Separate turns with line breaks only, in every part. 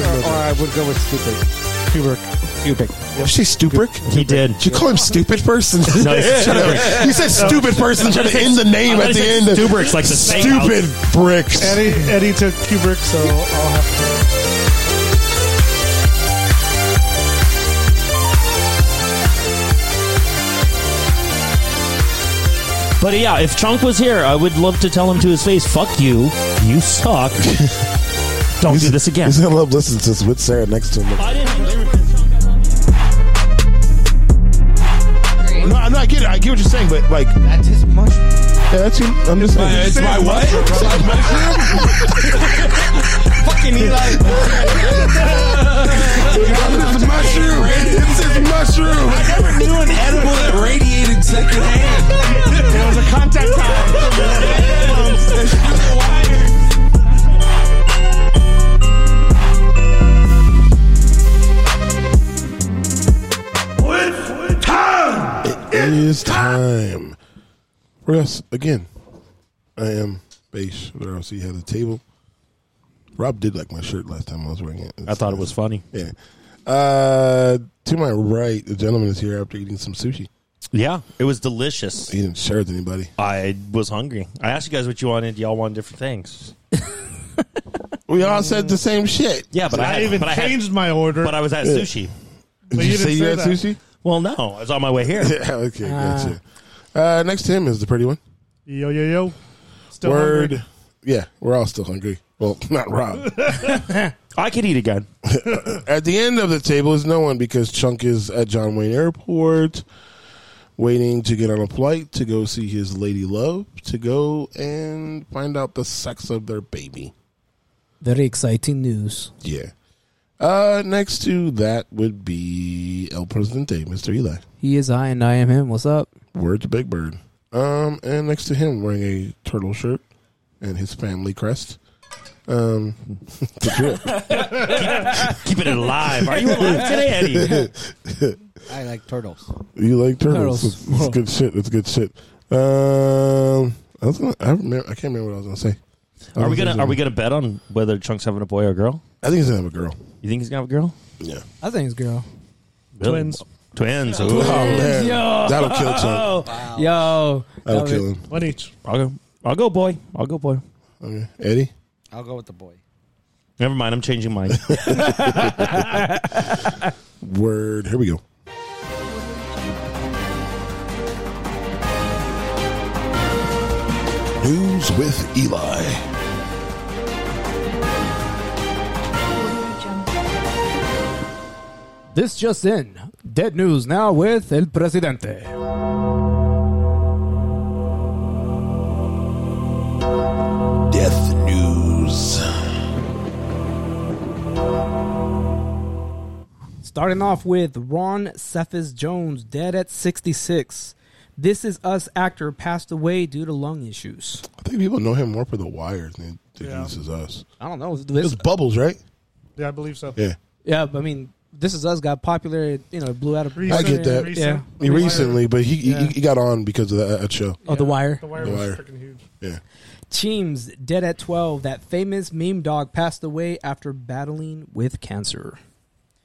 would go with stupid.
Kubrick. Kubrick.
Did you say stupid?
He did.
Did you call him stupid person?
No, he said
you said stupid person trying to end the name at the end. of-
Kubrick's like the steakhouse.
Stupid bricks.
Eddie, Eddie took Kubrick, so I'll have to.
But yeah, if Chunk was here, I would love to tell him to his face, "Fuck you, you suck." Don't do this again.
He's gonna love listening to this with Sarah next to him.
I didn't.
No, I'm not getting. I get what you're saying, but like,
That's his mushroom.
yeah, that's. you- I'm just. saying.
It's my what? It's my mushroom?
Fucking Eli.
It's a mushroom. It's his mushroom. I never knew an edible that radiated secondhand.
There was a contact time.
It is time. We're gonna, s- again. I am Bash. The RC had a table. Rob did like my shirt last time I was wearing it.
I thought it was funny.
Yeah. Uh, to my right, the gentleman is here after eating some sushi.
Yeah, it was delicious.
He didn't share with anybody.
I was hungry. I asked you guys what you wanted. Y'all wanted different things.
We all said the same shit.
Yeah, but I,
I
had,
even
but I had-
changed my order.
but I was at sushi.
Did
But
you,
you didn't
say you
say
had
that.
sushi?
Well, no, I was on my way here.
Yeah, okay, gotcha. Uh, next to him is the pretty one.
yo, yo, yo. Still
Word.
hungry.
Yeah, we're all still hungry. Well, not Rob.
I could eat again.
At the end of the table is no one because Chunk is at John Wayne Airport waiting to get on a flight to go see his lady love to go and find out the sex of their baby.
Very exciting news.
Yeah. Uh, next to that would be El Presidente, Mr. Eli.
He is I and I am him. What's up?
Word to Big Bird. Um, and next to him wearing a turtle shirt and his family crest. Um, the drip.
Keep it alive. Are you alive today, Eddie?
I like turtles.
you like turtles?
Turtles.
It's, it's good shit. It's good shit. Um, I was gonna. I, remember, I can't remember what I was gonna say. I
Are we
was
gonna
gonna-
Are we gonna bet on whether Chunk's having a boy or a girl?
I think he's gonna have a girl.
You think he's gonna have a girl?
Yeah.
I think it's girl.
Twins. Twins.
Oh
Ooh.
man, that'll kill Chunk.
Yo,
That'll
that
kill
was-
him.
One each.
I'll go. I'll go, boy. I'll go, boy.
Okay. Eddie.
I'll go with the boy.
Never mind. I'm changing mine.
Word. Here we go. News with Eli.
this just in. Dead news now with El Presidente.
Death news.
Starting off with Ron Cephas Jones, dead at 66. This Is Us actor passed away due to lung issues.
I think people know him more for the wires than than
Yeah.
this is us.
I don't know.
It was
This,
bubbles, right?
Yeah, I believe so.
Yeah.
yeah, but I mean, This Is Us got popular. it, You know, it blew out of
Recent-
I get that.
Yeah.
recent-
He recently, but he,
Yeah.
he he got on because of that, that show.
Oh, The Wire.
The wire
The
was
Wire.
freaking huge.
Yeah.
Cheems, dead at 12. That famous meme dog passed away after battling with cancer.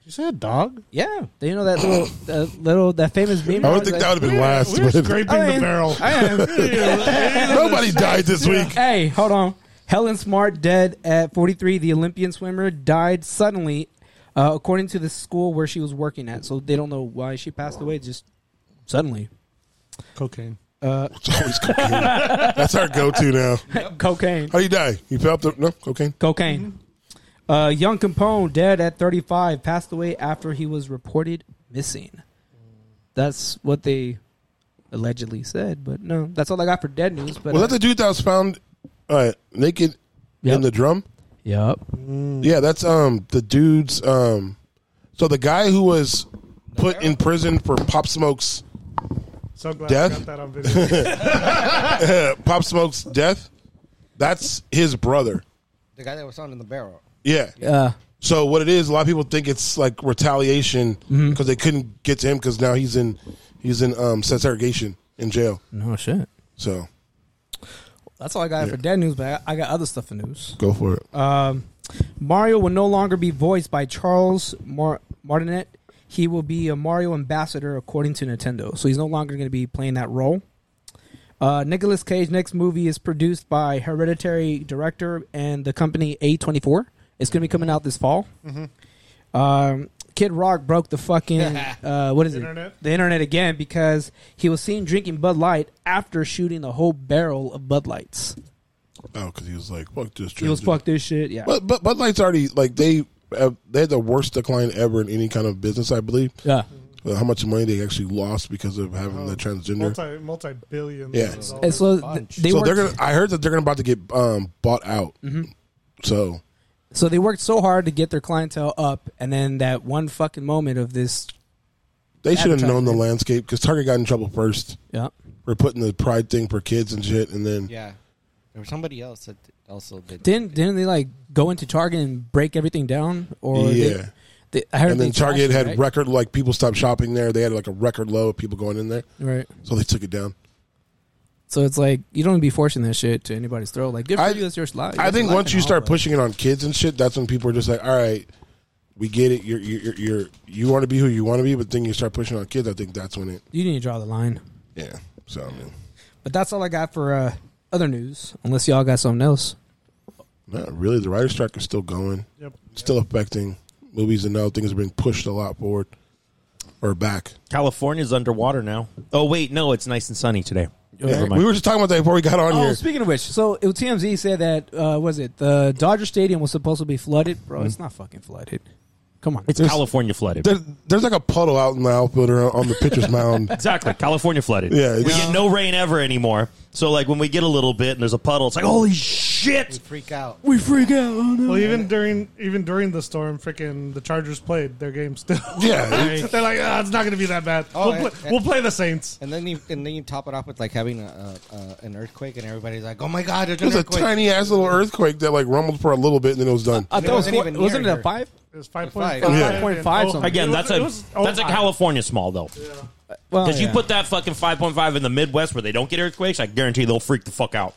You said a dog?
Yeah, you know that little, that little, that famous meme.
I
dog,
would think
like-
that would have been last.
We're
but-
scraping
I
the
mean-
barrel.
I am.
Nobody died this week.
Hey, hold on. Helen Smart, dead at 43, the Olympian swimmer, died suddenly, uh, according to the school where she was working at. So they don't know why she passed away, just suddenly.
Cocaine.
It's always cocaine. That's our go-to now.
Cocaine.
How do you die? You fell up the no cocaine.
Cocaine. Uh, Young Capone, dead at 35, passed away after he was reported missing. That's what they allegedly said, but no, that's all I got for dead news. But
Was that the dude that was found uh, naked
Yep.
in the drum?
yep.
Yeah, that's um the dude's um. So the guy who was put in prison for Pop Smoke's
So glad
Death?
I got that on video.
Pop Smoke's death, that's his brother.
The guy that was on in the barrel.
Yeah.
Uh,
So what it is, a lot of people think it's like retaliation because they couldn't get to him because now he's in he's in um set segregation in jail.
no shit.
So
That's all I got for dead news, but I, I got other stuff for news.
go for it.
Um, Mario will no longer be voiced by Charles Mar- Martinet. He will be a Mario ambassador, according to Nintendo. So he's no longer going to be playing that role. Uh, Nicholas Cage next movie is produced by Hereditary director and the company A24. It's going to be coming out this fall. Um, Kid Rock broke the fucking uh, what is
Internet?
it? The internet again because he was seen drinking Bud Light after shooting a whole barrel of Bud Lights.
Oh, because he was like, fuck this.
He was fuck this shit. Yeah,
But but Bud Light's already like they have, they had the worst decline ever in any kind of business, I believe.
yeah.
Uh, how much money they actually lost because of having
Oh.
the transgender.
Multi multi billion.
Yeah.
And so th- they
so
worked,
they're gonna. I heard that they're gonna about to get um, bought out.
Mm-hmm.
So
so they worked so hard to get their clientele up, and then that one fucking moment of this.
they should have known the landscape because Target got in trouble first
Yeah.
for putting the pride thing for kids and shit, and then
Yeah. There was somebody else that also did.
Didn't didn't they like go into Target and break everything down? Or they-
Yeah.
they- I heard
and then
they trashed it,
Target had
right?
record like people stopped shopping there. They had like a record low of people going in there,
right.
so they took it down.
So it's like you don't be forcing that shit to anybody's throat. Like good for
I-
you, that's your slot.
I think once you start
pushing.
pushing it on kids and shit, that's when people are just like, all right, we get it. You're you're you're, you're you want to be who you want to be, but then you start pushing on kids. I think that's when it.
you need to draw the line.
Yeah. So I mean,
But that's all I got for uh, other news. Unless y'all got something else.
not really. The writer's strike is still going,
Yep.
still affecting movies and now things are being pushed a lot forward or back.
California's underwater now. Oh wait, no, it's nice and sunny today. Never mind.
we were just talking about that before we got on
Oh,
here.
speaking of which, so it, TMZ said that uh, was it the Dodger Stadium was supposed to be flooded,
Mm-hmm.
bro. It's not fucking flooded. Come on,
it's California flooded.
There, there's like a puddle out in the outfield or on the pitcher's mound.
Exactly, California flooded.
Yeah,
we
it's-
get no rain ever anymore. So like when we get a little bit and there's a puddle, it's like holy shit.
Freak out.
we freak out. Oh no.
Well, even during even during the storm, freaking the Chargers played their game still.
Yeah.
They're like, ah, it's not going to be that bad.
Oh,
we'll,
and-
play, we'll play the Saints.
And then you and then you top it off with like having a, a, a an earthquake, and everybody's like, "Oh my god, there's
It was a
an earthquake!"
tiny ass little earthquake that like rumbled for a little bit and then it was done.
I thought it was
wasn't
four,
even
wasn't it
near
a
here.
five?
It was five
five.
point
Yeah.
5.5 something.
Again,
It was-
that's
it
a
was oh,
that's a
Ohio.
California small though.
Well,
Because
yeah.
you put that fucking 5.5 in the Midwest where they don't get earthquakes, I guarantee they'll freak the fuck out.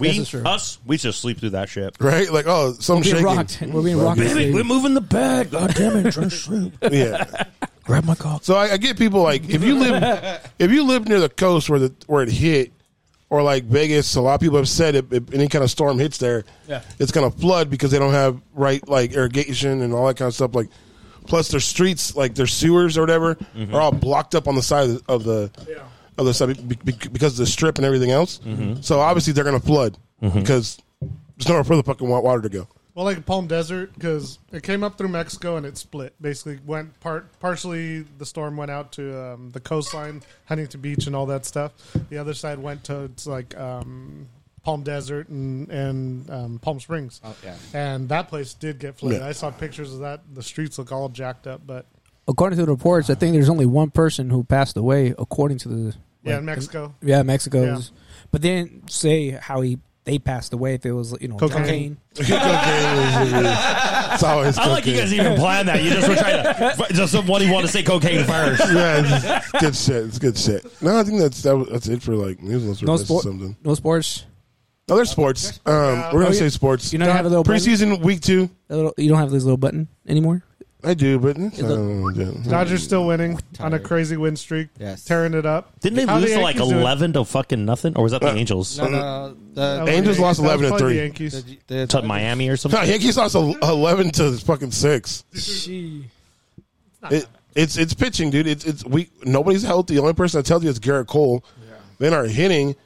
We,
This is true.
us, we just sleep through that shit.
Right? Like, oh, some
being
shaking.
rocked. We're being rocked.
Baby, we're moving the bag. God damn it.
Yeah.
Grab my cock.
So I, I get people like if you live if you live near the coast where the where it hit, or like Vegas, a lot of people have said if, if any kind of storm hits there,
Yeah.
it's gonna flood because they don't have right like irrigation and all that kind of stuff. Like, plus their streets, like their sewers or whatever,
Mm-hmm.
are all blocked up on the side of the of the, of the side be- be- because of the strip and everything else.
Mm-hmm.
So obviously they're gonna flood because there's nowhere for the fucking wa- water to go.
Well, like Palm Desert, because it came up through Mexico and it split. Basically, went part partially. The storm went out to um, the coastline, Huntington Beach, and all that stuff. The other side went to it's like um, Palm Desert and and um, Palm Springs.
Oh, yeah.
And that place did get flooded.
Yeah.
I saw pictures of that. The streets look all jacked up, but
According to the reports, I think there's only one person who passed away. According to the
yeah, in Mexico.
yeah Mexico's, but they didn't say how he they passed away. If it was you know
Cocaine.
cocaine.
it's always
I like you guys even planned that. You just were trying to. Just somebody want to say cocaine first.
yeah, it's good shit. It's good shit. No, I think that's that, was- that's it for like news unless we're
No
missing
sport.
something.
No sports.
No, there's sports. Um, we're gonna
Oh, yeah.
say sports.
You know, you have a little button,
preseason week two.
a little- You don't have this little button anymore.
I do, but I
look-
don't wanna do it.
Dodgers still winning on a
Tired.
crazy win streak.
Yes.
tearing it up.
Didn't they
How the
lose to like
Yankees doing?
11 to fucking nothing? Or was that
Uh,
the Angels?
No, no,
That
the,
was
Angels
the
lost
Yankees.
11 to
That was probably
three.
the Yankees.
the, the,
To Miami or something?
No, Yankees lost el- eleven to fucking six.
She.
It, it's it's pitching, dude. It's it's we nobody's healthy. The only person that tells you is Garrett Cole. They aren't hitting.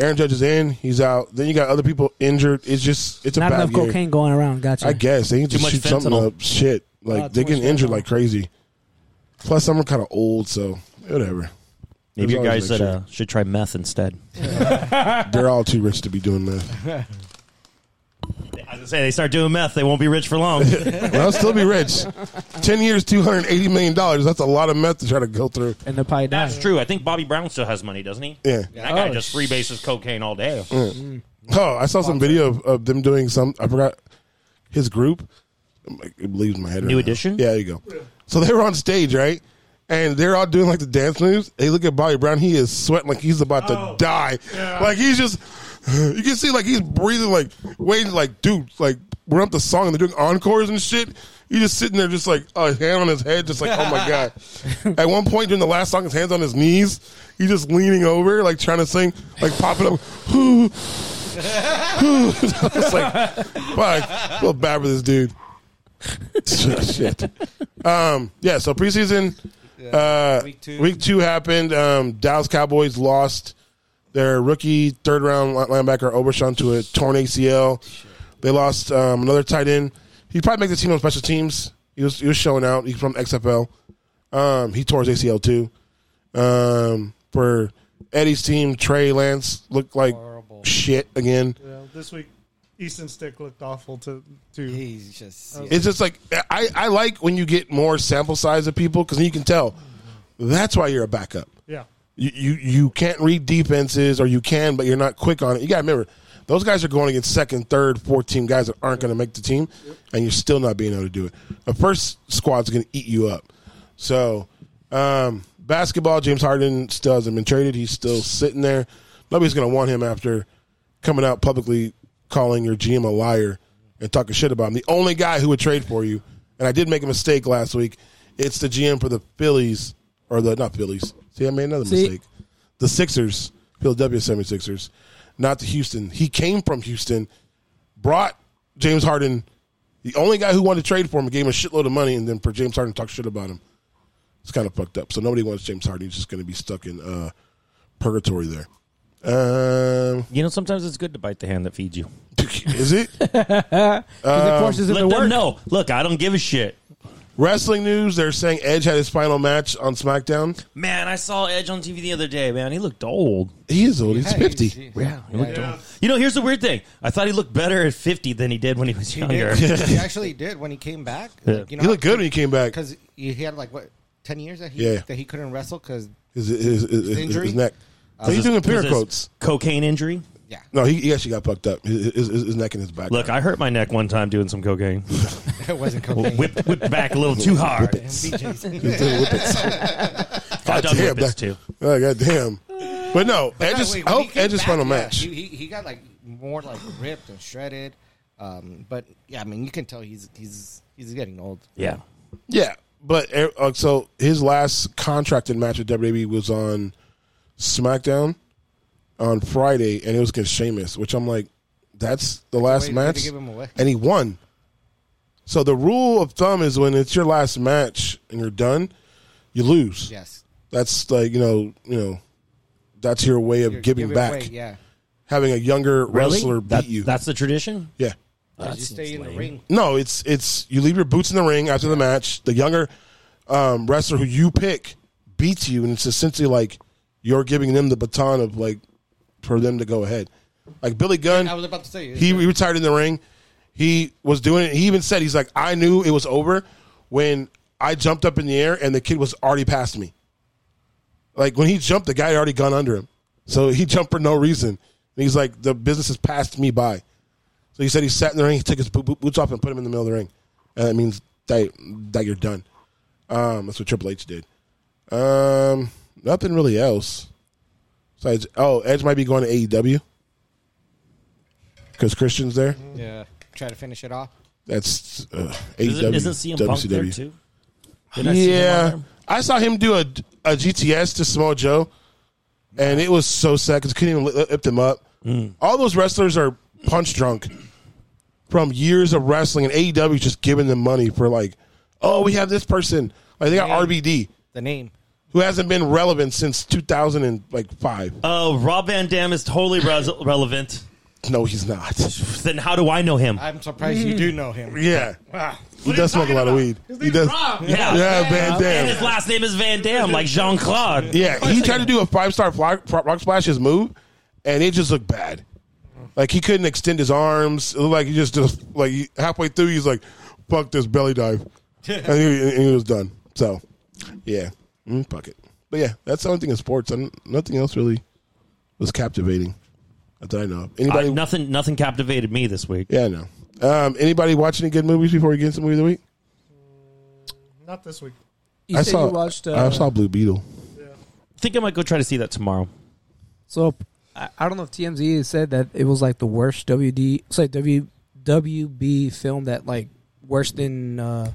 Aaron Judge is in. He's out. Then you got other people injured. It's just it's
Not
a bad
enough
game.
cocaine going around. Gotcha.
I guess they need to
Too much
shoot something
fentanyl.
up. Shit, like
Uh, too
they're getting
much
injured
fentanyl.
like crazy. Plus, some are kind of old, so whatever.
Maybe you
There's always
guys
next
that, uh, should try meth instead.
They're all too rich to be doing that.
I was going to say, they start doing meth, they won't be rich for long.
Well, I'll still be rich. Ten years, two hundred eighty million dollars. That's a lot of meth to try to go through.
and the pie
That's
died.
true. I think Bobby Brown still has money, doesn't he?
Yeah.
That guy
Oh,
just
sh-
freebases cocaine all day.
Oh, I saw some video of, of them doing some. I forgot his group. It leaves my head. right
New
now.
Edition?
Yeah, there you go. So they were on stage, right? And they're all doing like the dance moves. They look at Bobby Brown. He is sweating like he's about to die. Like he's just. You can see like he's breathing like waiting like dude like we're up the song and they're doing encores and shit. You're just sitting there, just like a hand on his head, just like oh my god. At one point during the last song, his hands on his knees. He's just leaning over, like trying to sing, like popping up. Whoo, whoo. it's like, fuck, I feel bad for this dude. shit. Um, yeah. So preseason, uh,
Week two.
week two happened. Um, Dallas Cowboys lost their rookie third round li- linebacker Obershon to a torn ACL. They lost um, another tight end. He probably make the team on special teams. He was he was showing out. He's from XFL. Um, he tore his ACL too. Um, for Eddie's team, Trey Lance looked like
Horrible.
shit again.
Yeah, this week, Easton Stick looked awful to too.
He's just.
Okay.
It's just like I, I like when you get more sample size of people because you can tell that's why you're a backup.
yeah,
You, you you can't read defenses or you can, but you're not quick on it. You got to remember those guys are going against second, third, fourth team guys that aren't going to make the team, and you're still not being able to do it. The first squad's going to eat you up. So um, basketball, James Harden still hasn't been traded. He's still sitting there. Nobody's going to want him after coming out publicly calling your GM a liar and talking shit about him. The only guy who would trade for you, and I did make a mistake last week. It's the GM for the Phillies or the not Phillies. See, I made another
See?
mistake. The Sixers, Philadelphia 76ers, not the Houston. He came from Houston, brought James Harden, the only guy who wanted to trade for him, gave him a shitload of money, and then for James Harden to talk shit about him. It's kind of fucked up. So nobody wants James Harden. He's just going to be stuck in uh, purgatory there. Um,
You know, sometimes it's good to bite the hand that feeds you.
is it? Um,
'Cause it forces him
Let
to
them
work.
know. Look, I don't give a shit.
Wrestling news, they're saying Edge had his final match on SmackDown.
Man, I saw Edge on TV the other day. Man, he looked old.
He is old. He's
Yeah,
50.
he's- he- Yeah, he,
You know, here's the weird thing. I thought he looked better at 50 than he did when he was younger.
did. He actually did when he came back.
Yeah.
Like, you know,
he looked good when he came back.
because he he had like what ten years that he
Yeah.
that he couldn't wrestle because
His, his, his, his,
Injury?
his neck. So he's doing the
Was
pair
this
quotes.
Cocaine injury.
yeah.
No, he, he actually got fucked up. His, his, his neck and his back.
Look, I hurt my neck one time doing some cocaine.
It wasn't cocaine.
whipped, whipped back a little too hard.
He's doing whippets.
I've done
Damn,
whippets
that-
too.
Oh, God damn. But no,
No,
Edge's,
wait,
I
when he
hope
came
Edge's
back,
final
yeah,
match.
He, he, he got like more like ripped and shredded, um, but yeah, I mean you can tell he's he's he's getting old.
Yeah.
Yeah, but uh, so his last contracted match with WWE was on SmackDown on Friday, and it was against Sheamus, which I'm like, that's the last
way- way to
match,
give him away.
and he won. So the rule of thumb is when it's your last match and you're done, you lose.
Yes,
That's like you know, you know, that's your way of
You're
giving
giving
back.
away, yeah.
Having a younger
Really?
wrestler
That-
beat you.
That's the tradition?
yeah.
That
you stay
seems
in the
lame.
ring.
No, it's it's you leave your boots in the ring after the match. The younger um, wrestler who you pick beats you, and it's essentially like you're giving them the baton of like for them to go ahead. Like Billy Gunn,
I was about to say
he
yeah.
retired in the ring. He was doing it. He even said he's like, I knew it was over when I jumped up in the air and the kid was already past me. Like when he jumped, the guy had already gone under him. So he jumped for no reason. And he's like, the business has passed me by. So he said he sat in the ring, he took his boot, boot, boots off and put him in the middle of the ring. And that means that, that you're done. Um, that's what Triple H did. Um, nothing really else. Besides, oh, Edge might be going to AEW because Christian's there.
yeah. Try to finish it off.
That's uh,
Isn't,
AEW,
isn't CM Punk there
WCW.
too? Didn't I see him on
Yeah,
there?
I saw him do a, a GTS to Samoa Joe, and it was so sad because couldn't even li- lift him up.
Mm.
All those wrestlers are punch drunk from years of wrestling, and AEW just giving them money for like, oh, we have this person. Like they got
Yeah.
RBD,
The name.
who hasn't been relevant since two thousand and like five.
Oh, Rob Van Dam is totally res- relevant.
No, he's not.
Then how do I know him?
I'm surprised
Mm.
you do know him.
Yeah, he does smoke a lot of weed. He does.
Yeah.
Yeah, Van
And his
Dam.
last name is Van Dam, like Jean Claude.
Yeah, he tried to do a five star rock, rock splash his move, and it just looked bad. Like he couldn't extend his arms. It looked like he just just like he- halfway through, he's like, "Fuck this belly dive," and, he, and he was done. So, yeah, mm, fuck it. But yeah, that's the only thing in sports. And nothing else really was captivating that I know. of. Anybody?
I- nothing, nothing captivated me this week.
yeah, I know. Um, anybody watch any good movies before we get into movie of the week?
not this week.
You
I
said
saw.
you watched. Uh,
I saw Blue Beetle.
I think I might go try to see that tomorrow.
So I, I don't know if TMZ said that it was like the worst WD, it's like WB WB film that like worse than uh,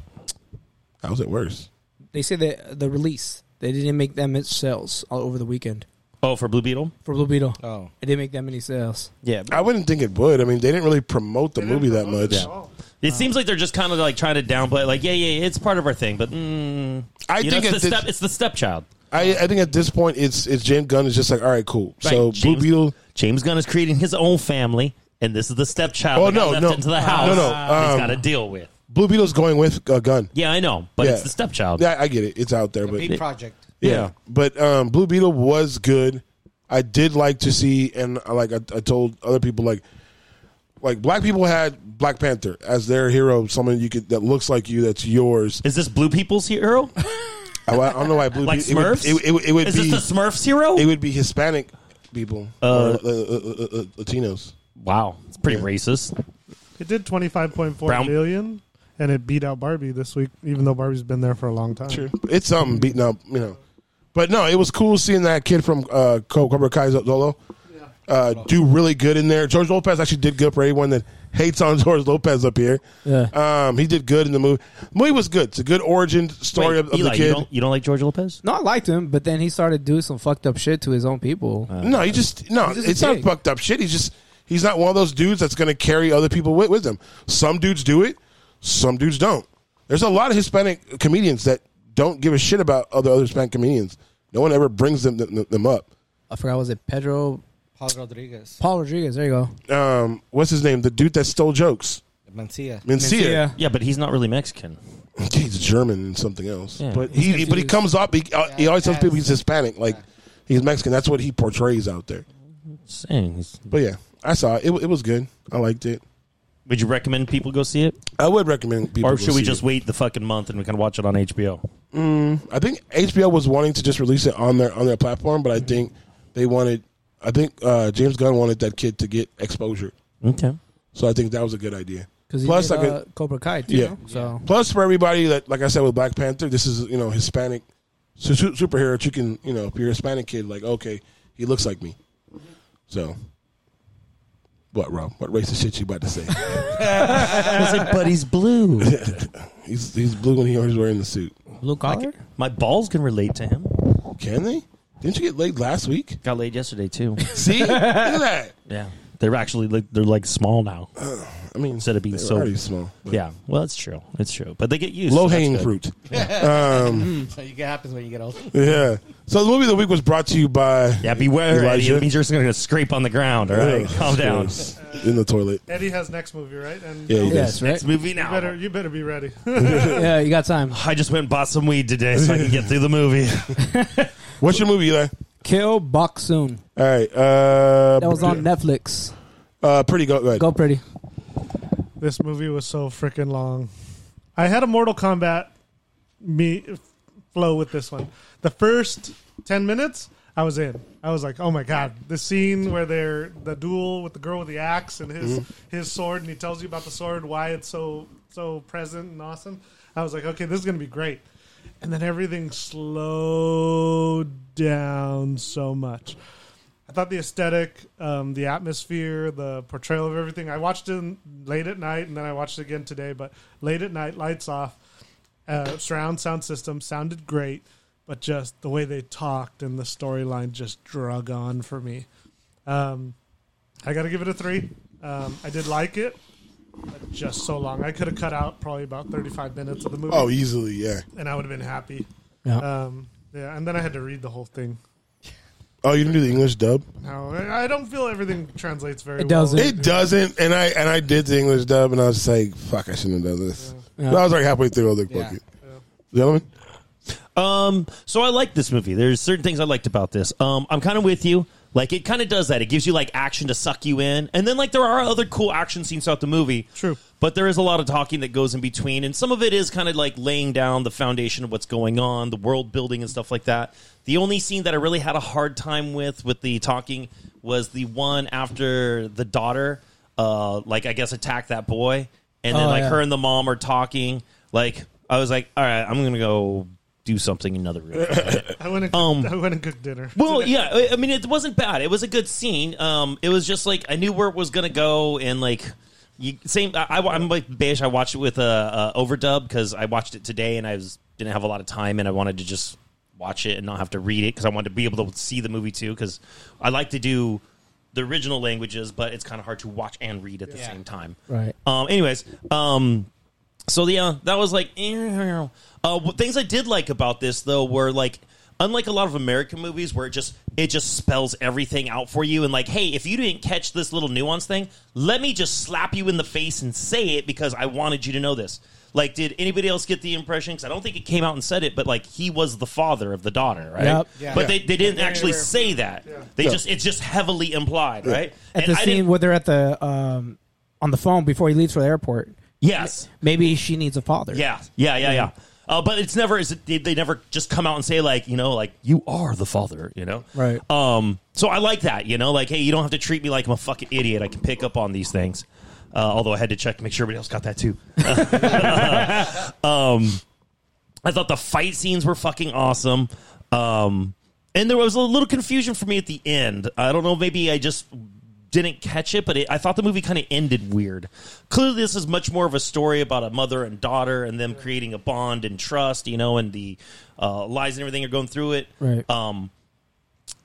How's it worse?
they say that the release they didn't make that much sales all over the weekend
Oh, for Blue Beetle?
for Blue Beetle.
Oh,
It didn't make that many sales.
Yeah.
I wouldn't think it would. I mean, they didn't really promote the
They
movie that
didn't promote
much.
it at all.
Oh. It seems like they're just kind of like trying to downplay, it, like, yeah, yeah, yeah, it's part of our thing, but mm,
I
you know,
think at
it's, the
this-
step, it's the stepchild.
I, I think at this point, it's it's James Gunn is just like, all right, cool. So
Right,
Blue
James-
Beetle.
James Gunn is creating his own family, and this is the stepchild.
Oh,
that got
no,
left
no.
into the
Ah.
house.
No, no,
that he's
um,
got to deal with.
Blue Beetle's going with a gun.
Yeah, I know, but
Yeah.
it's the stepchild.
Yeah, I get it. It's out there, but
big project.
Yeah. But um, Blue Beetle was good. I did like to see, and uh, like I, I told other people, like like black people had Black Panther as their hero, someone you could that looks like you, that's yours.
Is this Blue People's hero?
I, I don't know why Blue
Like
Beetle it would-
Smurfs?
It would, it, would- it would
Is
be
this the Smurfs hero?
it would be Hispanic people,
Uh,
or, uh, uh, uh, uh, Latinos.
wow, it's pretty racist.
It did twenty five point four
Brown-
million, and it beat out Barbie this week, even though Barbie's been there for a long time.
It's something beating up, you know. But no, it was cool seeing that kid from uh, Co- Cobra Kai Zolo uh, do really good in there. George Lopez actually did good for anyone that hates on George Lopez up here.
Yeah.
Um, he did good in the movie. The movie was good. It's a good origin story
Wait,
of, of
Eli,
the
You
kid.
don't, you don't like George Lopez?
No, I liked him, but then he started doing some fucked up shit to his own people.
No, he just no.
He's just a
it's not
pig.
fucked up shit. He's just he's not one of those dudes that's going to carry other people with with them. Some dudes do it. Some dudes don't. There's a lot of Hispanic comedians that don't give a shit about other other Hispanic comedians. No one ever brings them them, them up.
I forgot was it Pedro
Paul Rodriguez,
Paul Rodriguez. There you go.
Um, what's his name? The dude that stole jokes,
Mancia.
Mencia.
Yeah, but he's not really Mexican.
He's German and something else,
Yeah.
but he but he comes up. He, uh, he always tells
Yeah.
people he's Hispanic, like he's Mexican. That's what he portrays out there.
Saying, he's-
But yeah, I saw it. It, it was good. I liked it.
would you recommend people go see it,
I would recommend people.
or
go
should we
see
just
it.
wait the fucking month and we can watch it on HBO?
I think HBO was wanting to just release it on their on their platform, but I think they wanted. I think uh, James Gunn wanted that kid to get exposure,
Okay.
so I think that was a good idea.
Because he
Plus,
did,
like
uh,
a,
Cobra Kai, too.
Yeah.
no? So
plus for everybody that, like I said, with Black Panther, this is you know Hispanic su- su- superhero. that You can you know if you're a Hispanic kid, like okay, he looks like me. So, what Rob? What racist shit you about to say?
but he's blue.
he's he's blue when he was wearing the suit.
blue collar.
My balls can relate to him.
Can they? Didn't you get laid last week?
Got laid yesterday too.
See, look at that.
yeah, they're actually like, they're like small now.
I mean,
Instead of being
they were
so-
already small.
Yeah, well, it's true. It's true. But they get used.
Low
so that's
hanging
good.
fruit. Um,
So you get happens when you get old.
Yeah. So the movie of the week was brought to you by
Yeah, beware, Eddie.
Elijah.
It means you're just going to scrape on the ground. All right,
Ugh,
calm down.
gross. in the toilet.
Eddie has next movie, right? And
Yeah, he
you
does.
Yes, right.
Next movie now.
better you better be ready.
yeah, you got time.
I just went and bought some weed today so I can get through the movie.
What's your movie, Eli?
Kill Bok Soon.
All right. Uh,
That was on Netflix.
Uh, pretty go, go ahead.
Go pretty.
this movie was so freaking long. I had a Mortal Kombat me flow with this one. The first ten minutes, I was in. I was like, "Oh my god!" The scene where they're the duel with the girl with the axe and his his sword, and he tells you about the sword, why it's so so present and awesome. I was like, "Okay, this is gonna be great." And then everything slowed down so much. I thought the aesthetic, um, the atmosphere, the portrayal of everything. I watched it late at night, and then I watched it again today. But late at night, lights off, uh, surround sound system sounded great, but just the way they talked and the storyline just drug on for me. Um, I got to give it a three. Um, I did like it, but just so long. I could have cut out probably about thirty-five minutes of the movie,
Oh, easily, yeah.
and I would have been happy.
Yeah.
Um, yeah, and then I had to read the whole thing.
Oh, you didn't do the English dub?
No, I I don't feel everything translates very
It
well.
doesn't.
It doesn't, and I and I did the English dub, and I was just like, "Fuck, I shouldn't have done this."
Yeah.
But I was like halfway through, I was like,
Yeah.
"Fuck it, gentlemen."
Um, so I like this movie. There's certain things I liked about this. Um, I'm kind of with you. Like it kind of does that. It gives you like action to suck you in, and then like there are other cool action scenes throughout the movie.
True.
but there is a lot of talking that goes in between, and some of it is kind of like laying down the foundation of what's going on, the world building, and stuff like that. The only scene that I really had a hard time with with the talking was the one after the daughter, uh, like I guess attacked that boy, and then
Oh,
like
yeah.
her and the mom are talking. Like I was like, all right, I'm gonna go do something another room.
I went and,
Um,
I went and cooked dinner.
Well, yeah, I- I mean, it wasn't bad. It was a good scene. Um, it was just like I knew where it was gonna go, and like You, same. I, I, am like Bish. I watched it with a uh, uh, overdub because I watched it today and I was, didn't have a lot of time and I wanted to just watch it and not have to read it because I wanted to be able to see the movie too because I like to do the original languages, but it's kind of hard to watch and read at the same time.
Right.
Um. Anyways. Um. So yeah, that was like eh. uh, what- things I did like about this though were like unlike a lot of American movies where it just it just spells everything out for you and like hey if you didn't catch this little nuance thing let me just slap you in the face and say it because I wanted you to know this. Like, did anybody else get the impression? Because I don't think it came out and said it, but like he was the father of the daughter, right?
Yep.
Yeah.
But they, they didn't actually
yeah, yeah.
say that. They just it's just heavily implied, right?
At
And
the
I
scene
didn't-
where they're at the um, on the phone before he leaves for the airport.
yes,
Maybe she needs a father.
Yeah, yeah, yeah, yeah. Uh, but it's never is it, they, they never just come out and say like you know like you are the father you know
Right.
um so I like that you know like hey you don't have to treat me like I'm a fucking idiot I can pick up on these things uh, although I had to check to make sure everybody else got that too I thought the fight scenes were fucking awesome. Um, and there was a little confusion for me at the end. I don't know, maybe I just didn't catch it, but it, I thought the movie kind of ended weird. Clearly, this is much more of a story about a mother and daughter and them creating a bond and trust, you know, and the uh, lies and everything are going through it.
Right.
Um,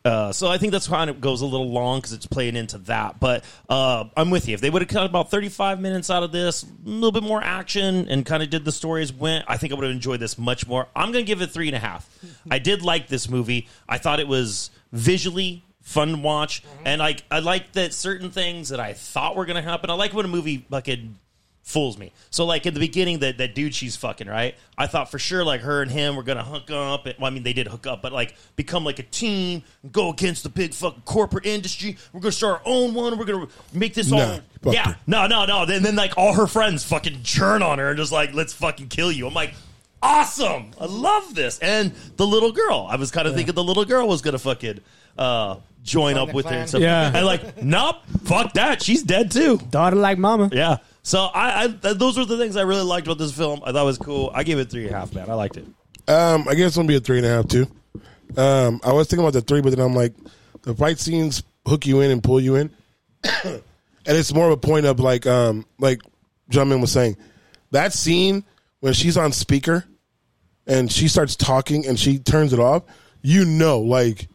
uh, so I think that's why it goes a little long because it's playing into that. But uh, I'm with you. If they would have cut about 35 minutes out of this, a little bit more action, and kind of did the stories went, I think I would have enjoyed this much more. I'm going to give it three and a half. I did like this movie. I thought it was visually fun to watch, and like I like that certain things that I thought were going to happen. I like when a movie fucking fools me. So like in the beginning, that that dude she's fucking right. I thought for sure like her and him were gonna hook up. And, well, I mean they did hook up, but like become like a team, and go against the big fucking corporate industry. We're gonna start our own one. and We're gonna make this
Nah,
all
fuck
yeah.
it.
No, no, no. Then then like all her friends fucking churn on her and just like let's fucking kill you. I'm like. Awesome! I love this. And the little girl, I was kind of thinking the little girl was gonna fucking uh, join up
the
with her.
clan.
And stuff.
Yeah.
and like, nope, fuck that. She's dead too.
Daughter like mama.
Yeah. So I, I th- those were the things I really liked about this film. I thought it was cool. I gave it three and a half, man. I liked it.
Um, I guess it's gonna be a three and a half too. Um, I was thinking about the three, but then I'm like, the fight scenes hook you in and pull you in, and it's more of a point of like, um, like John Min was saying, that scene when she's on speaker and she starts talking and she turns it off, you know, like,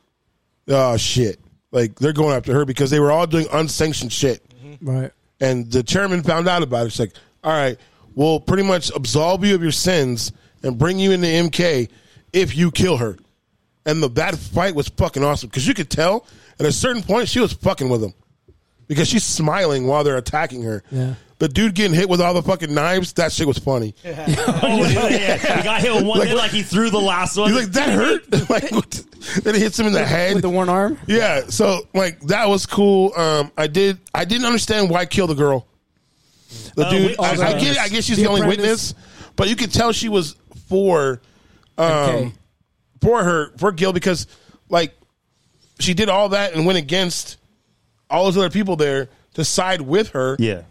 oh shit, like they're going after her because they were all doing unsanctioned shit.
Right.
And the chairman found out about it. She's like, all right, we'll pretty much absolve you of your sins and bring you into MK if you kill her. And the that fight was fucking awesome because you could tell at a certain point she was fucking with him because she's smiling while they're attacking her.
Yeah.
The dude getting hit with all the fucking knives, that shit was funny.
Oh, yeah, yeah. He got hit with one
Like-
hit like he threw the last one.
He's like, that hurt? like, what? Then it hits him in the head.
With the one arm.
yeah, so like that was cool. Um, I did. I didn't understand why kill the girl. The
Uh,
dude.
wait,
I,
also-
I get. it, I guess she's
The
the, only
apprentice.
witness, but you could tell she was for, um,
Okay.
for her for Gil because like she did all that and went against all those other people there to side with her,
yeah.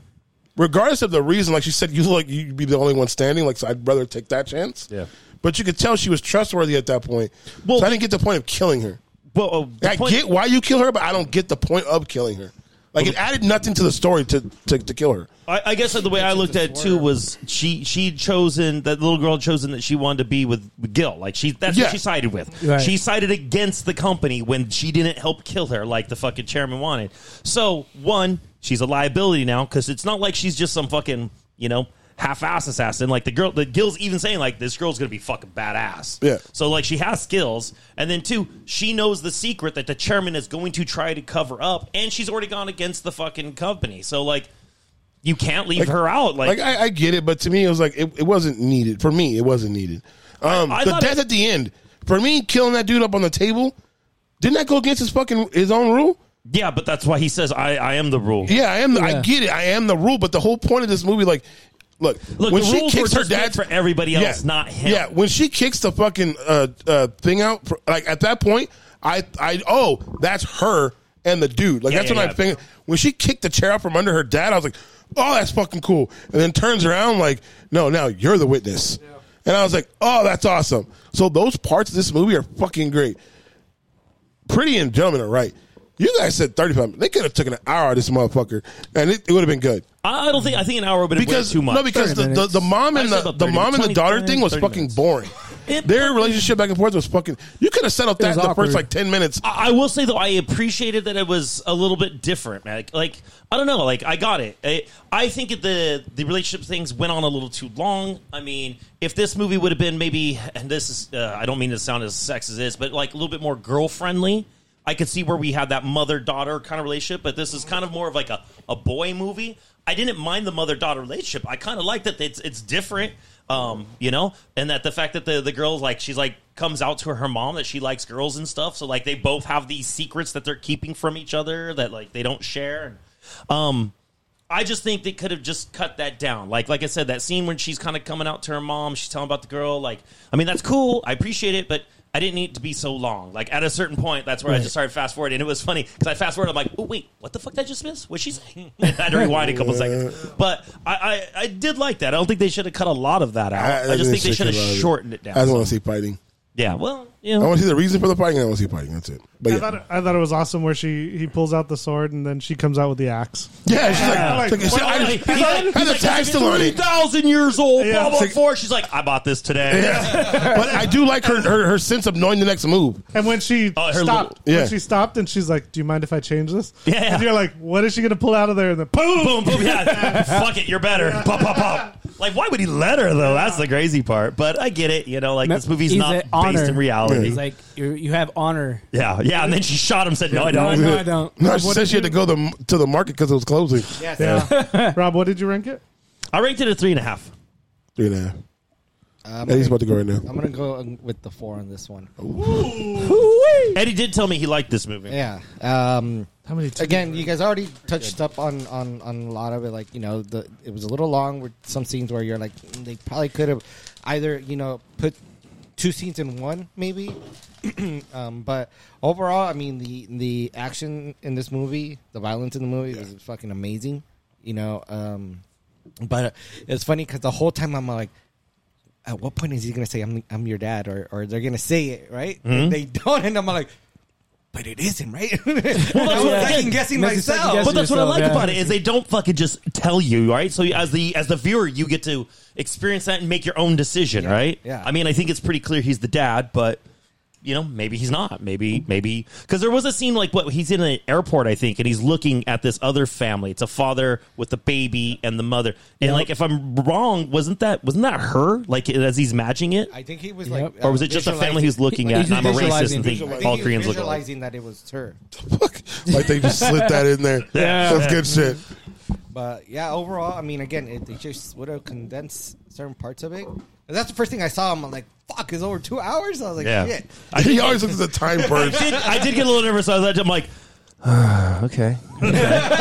regardless of the reason. Like she said, you look, you'd be the only one standing. Like so I'd rather take that chance.
Yeah.
But you could tell she was trustworthy at that point.
Well-
so I didn't get the point of killing her.
Well, uh, the
I
point-
get why you kill her, but I don't get the point of killing her. Like it added nothing to the story to to, to kill her.
I, I guess the way I looked at it too was she she'd chosen that little girl had chosen that she wanted to be with Gil. Like she that's
Yeah.
what she sided with.
Right.
She sided against the company when she didn't help kill her like the fucking chairman wanted. So one, she's a liability now because it's not like she's just some fucking you know half-ass assassin. Like the girl, the Gil's even saying like this girl's gonna be fucking badass.
Yeah.
So like she has skills, and then two, she knows the secret that the chairman is going to try to cover up, and she's already gone against the fucking company. So like. You can't leave her out. Like,
Like I, I get it, but to me it was like it, it wasn't needed. For me, it wasn't needed. Um,
I
the
thought
death
it-
at the end for me, killing that dude up on the table, didn't that go against his fucking his own rule?
yeah, but that's why he says I, I am the rule.
Yeah, I am. The,
Yeah.
I get it. I am the rule, but the whole point of this movie, like, look,
Look,
when
the
she
rules
kicks
were
her
just meant
dad's
for everybody else, not him.
Yeah, when she kicks the fucking uh, uh, thing out, for, like at that point, I, I, oh, that's her and the dude. Like
Yeah,
that's
yeah,
what
yeah.
I'm thinking. When she kicked the chair out from under her dad, I was like, oh, that's fucking cool. And then turns around, like, no, now you're the witness. And I was like, oh, that's awesome. So those parts of this movie are fucking great. Pretty and Gentlemen are right. You guys said 35 minutes. They could have taken an hour out of this motherfucker, and it, it would have been good.
I I don't think I think an hour would have been way
Because
too much.
no, because
30
the, the,
minutes.
the mom
I
and
said
the,
about
the
30
mom and the
20,
daughter thing was
30
fucking
minutes.
boring.
It
Their
fucking-
relationship back and forth was fucking. You could have settled that
was
in the first
awkward.
like ten minutes.
I I will say though, I appreciated that it was a little bit different, man. Like, like, I don't know, like I got it. I, I think that the the relationship things went on a little too long. I mean, if this movie would have been maybe, and this is, uh, I don't mean to sound as sexist as this, but like a little bit more girl friendly. I could see where we had that mother daughter kind of relationship, but this is kind of more of like a, a boy movie. I didn't mind the mother daughter relationship. I kind of like that it's it's different, um, you know, and that the fact that the the girls like she's like comes out to her mom that she likes girls and stuff. So like they both have these secrets that they're keeping from each other that like they don't share. Um, I just think they could have just cut that down. Like, like I said, that scene when she's kind of coming out to her mom, she's telling about the girl. Like, I mean, that's cool. I appreciate it, but I didn't need it to be so long. Like, at a certain point, that's where I just started fast forward, and it was funny because I fast forward. I'm like, oh wait, what the fuck did I just miss? What she saying? I had to rewind a couple seconds, but I, I, I did like that. I don't think they should have cut a lot of that out. I, just think they should have shortened it down.
I just want to see fighting.
yeah, well, you
I
know,
want to see the reason for the fighting. and I want to see fighting. That's it. But
I
yeah,
thought, it, I thought it was awesome where she he pulls out the sword and then she comes out with the axe.
yeah. She's like,
Like,
like,
Well,
I,
like,
I,
he's like-
I had a
he's like,
tag
it's
still on it.
3,000 years old,
Yeah.
blah, blah,
It's
like-
four. She's like, I bought this today.
but I do like her, her her sense of knowing the next move.
And when she
Oh, her
stopped,
little- yeah.
when she stopped, and she's like, "Do you mind if I change this?"
Yeah.
And you're like, "What is she going to pull out of there?" And then boom.
boom, boom, yeah. Fuck it, you're better. Pop, pop, pop. Like, why would he let her though? That's the crazy part. But I get it. You know, like this movie's
He's
not
a honor.
based in reality.
He's like, you you have honor.
yeah, yeah. And then she shot him. Said, "No, I don't."
No, I don't.
No, she said she had to go the, to the market because it was closing.
Yes.
Rob, what did you rank it?
I ranked it a three and a half.
Three and a half.
Um,
And he's about to go right now.
I'm gonna go uh, with the four on this one.
Eddie did tell me he liked this movie.
Yeah. Um,
How many?
again, you guys already touched up on, on, on a lot of it. Like you know, the it was a little long. With some scenes where you're like, mm, they probably could have either you know put two scenes in one, maybe. um, but overall, I mean the the action in this movie, the violence in the movie was fucking amazing. You know, um, but it's funny because the whole time I'm like. At what point is he gonna say I'm I'm your dad or or they're gonna say it right?
Mm-hmm.
They don't, and I'm like, but it isn't right. I
what-
was second guessing
Makes you second
myself.
Oh. But
guess.
that's what I
yourself,
like
yeah.
about it is they don't fucking just tell you, right? So as the as the viewer, you get to experience that and make your own decision, right?
yeah.
I mean, I think it's pretty clear he's the dad, but you know, maybe he's not. Maybe maybe because there was a scene like what he's in an airport, I think, and he's looking at this other family. It's a father with a baby and the mother. And like, if I'm wrong, wasn't that wasn't that her? Like as he's matching it,
I think he was
Yep.
like,
or was it just a family who's looking at?
uh, He's
And I'm a racist
visualizing-
and think
I think
all
he was
Koreans look alike.
visualizing that it was her.
Fuck. Like they just slid that in there.
Yeah.
That's good shit.
But yeah, overall, I mean, again, it, they just would have condensed certain parts of it. And that's the first thing I saw. I'm like, fuck, it's over two hours. I was like,
Yeah.
shit.
He always looks at the time
I
first.
did, I did get a little nervous. I was, I'm like, "Ah, okay.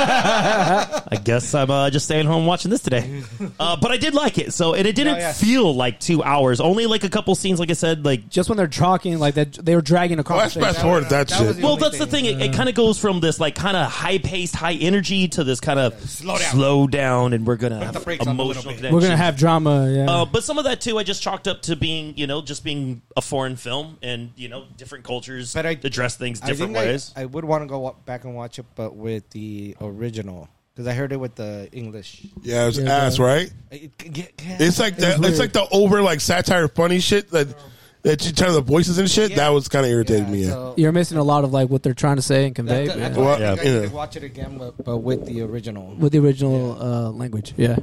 I guess I'm uh, just staying home watching this today. Uh, but I did like it. So, and it didn't
Oh, yeah.
feel like two hours. Only like a couple scenes, like I said, like.
Just when they're talking, like that, they were dragging a
Let's
conversation.
fast forward to that,
That was
shit.
Well,
only
that's the thing.
thing.
It, it kind of goes from this like kind of high paced, high energy to this kind of slow
down.
down, and we're gonna
the
have
brakes on a
emotional
little bit.
connection.
we're gonna have drama. Yeah.
Uh, but some of that too, I just chalked up to being, you know, just being a foreign film, and you know, different cultures
But I-
address things
I
different
think I-
ways.
I, would want to go wa- back and watch it, but with the original. Because I heard it with the English.
Yeah, it was
Yeah,
ass, right?
It- it- it-
It's like that.
weird.
It's like the over like satire funny shit that that you turn the voices and shit. That was kind of irritating me. Yeah.
so-
You're missing a lot of like what they're trying to say and convey
That's-
but-
that's why I
Well,
think I need
yeah.
to watch it again, but, but with the original.
with the original uh, language. Yeah.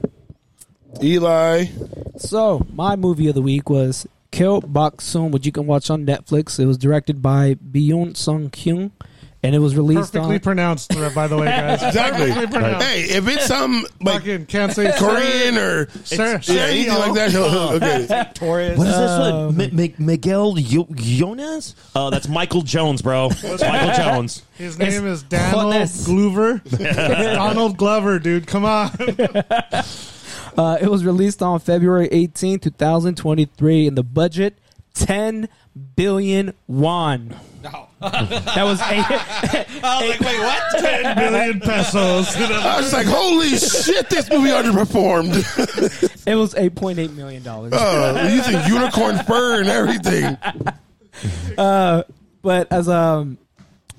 Eli,
So my movie of the week was Kill Bok Soon, which you can watch on Netflix. It was directed by Byung Sung Kyung, and it was released
Perfectly
on.
pronounced, by the way, guys.
exactly.
Perfectly pronounced.
hey, if it's some like
Fucking can't say
Korean or
Sir,
yeah, anything like that, he'll, he'll get it.
Torres.
What is
Um,
this one? M- M- Miguel Yo- Jonas? Oh, that's Michael Jones, bro. It's Michael Jones.
His name
It's
is Donald
Jonas.
Glover. Donald Glover, dude. Come on.
Uh, it was released on February 18, 2023, and the budget 10 billion won. that was eight.
wait, what?
Million pesos.
I was like, holy shit, this movie underperformed.
it was 8.8 million dollars.
Uh, using unicorn fur and everything.
but as um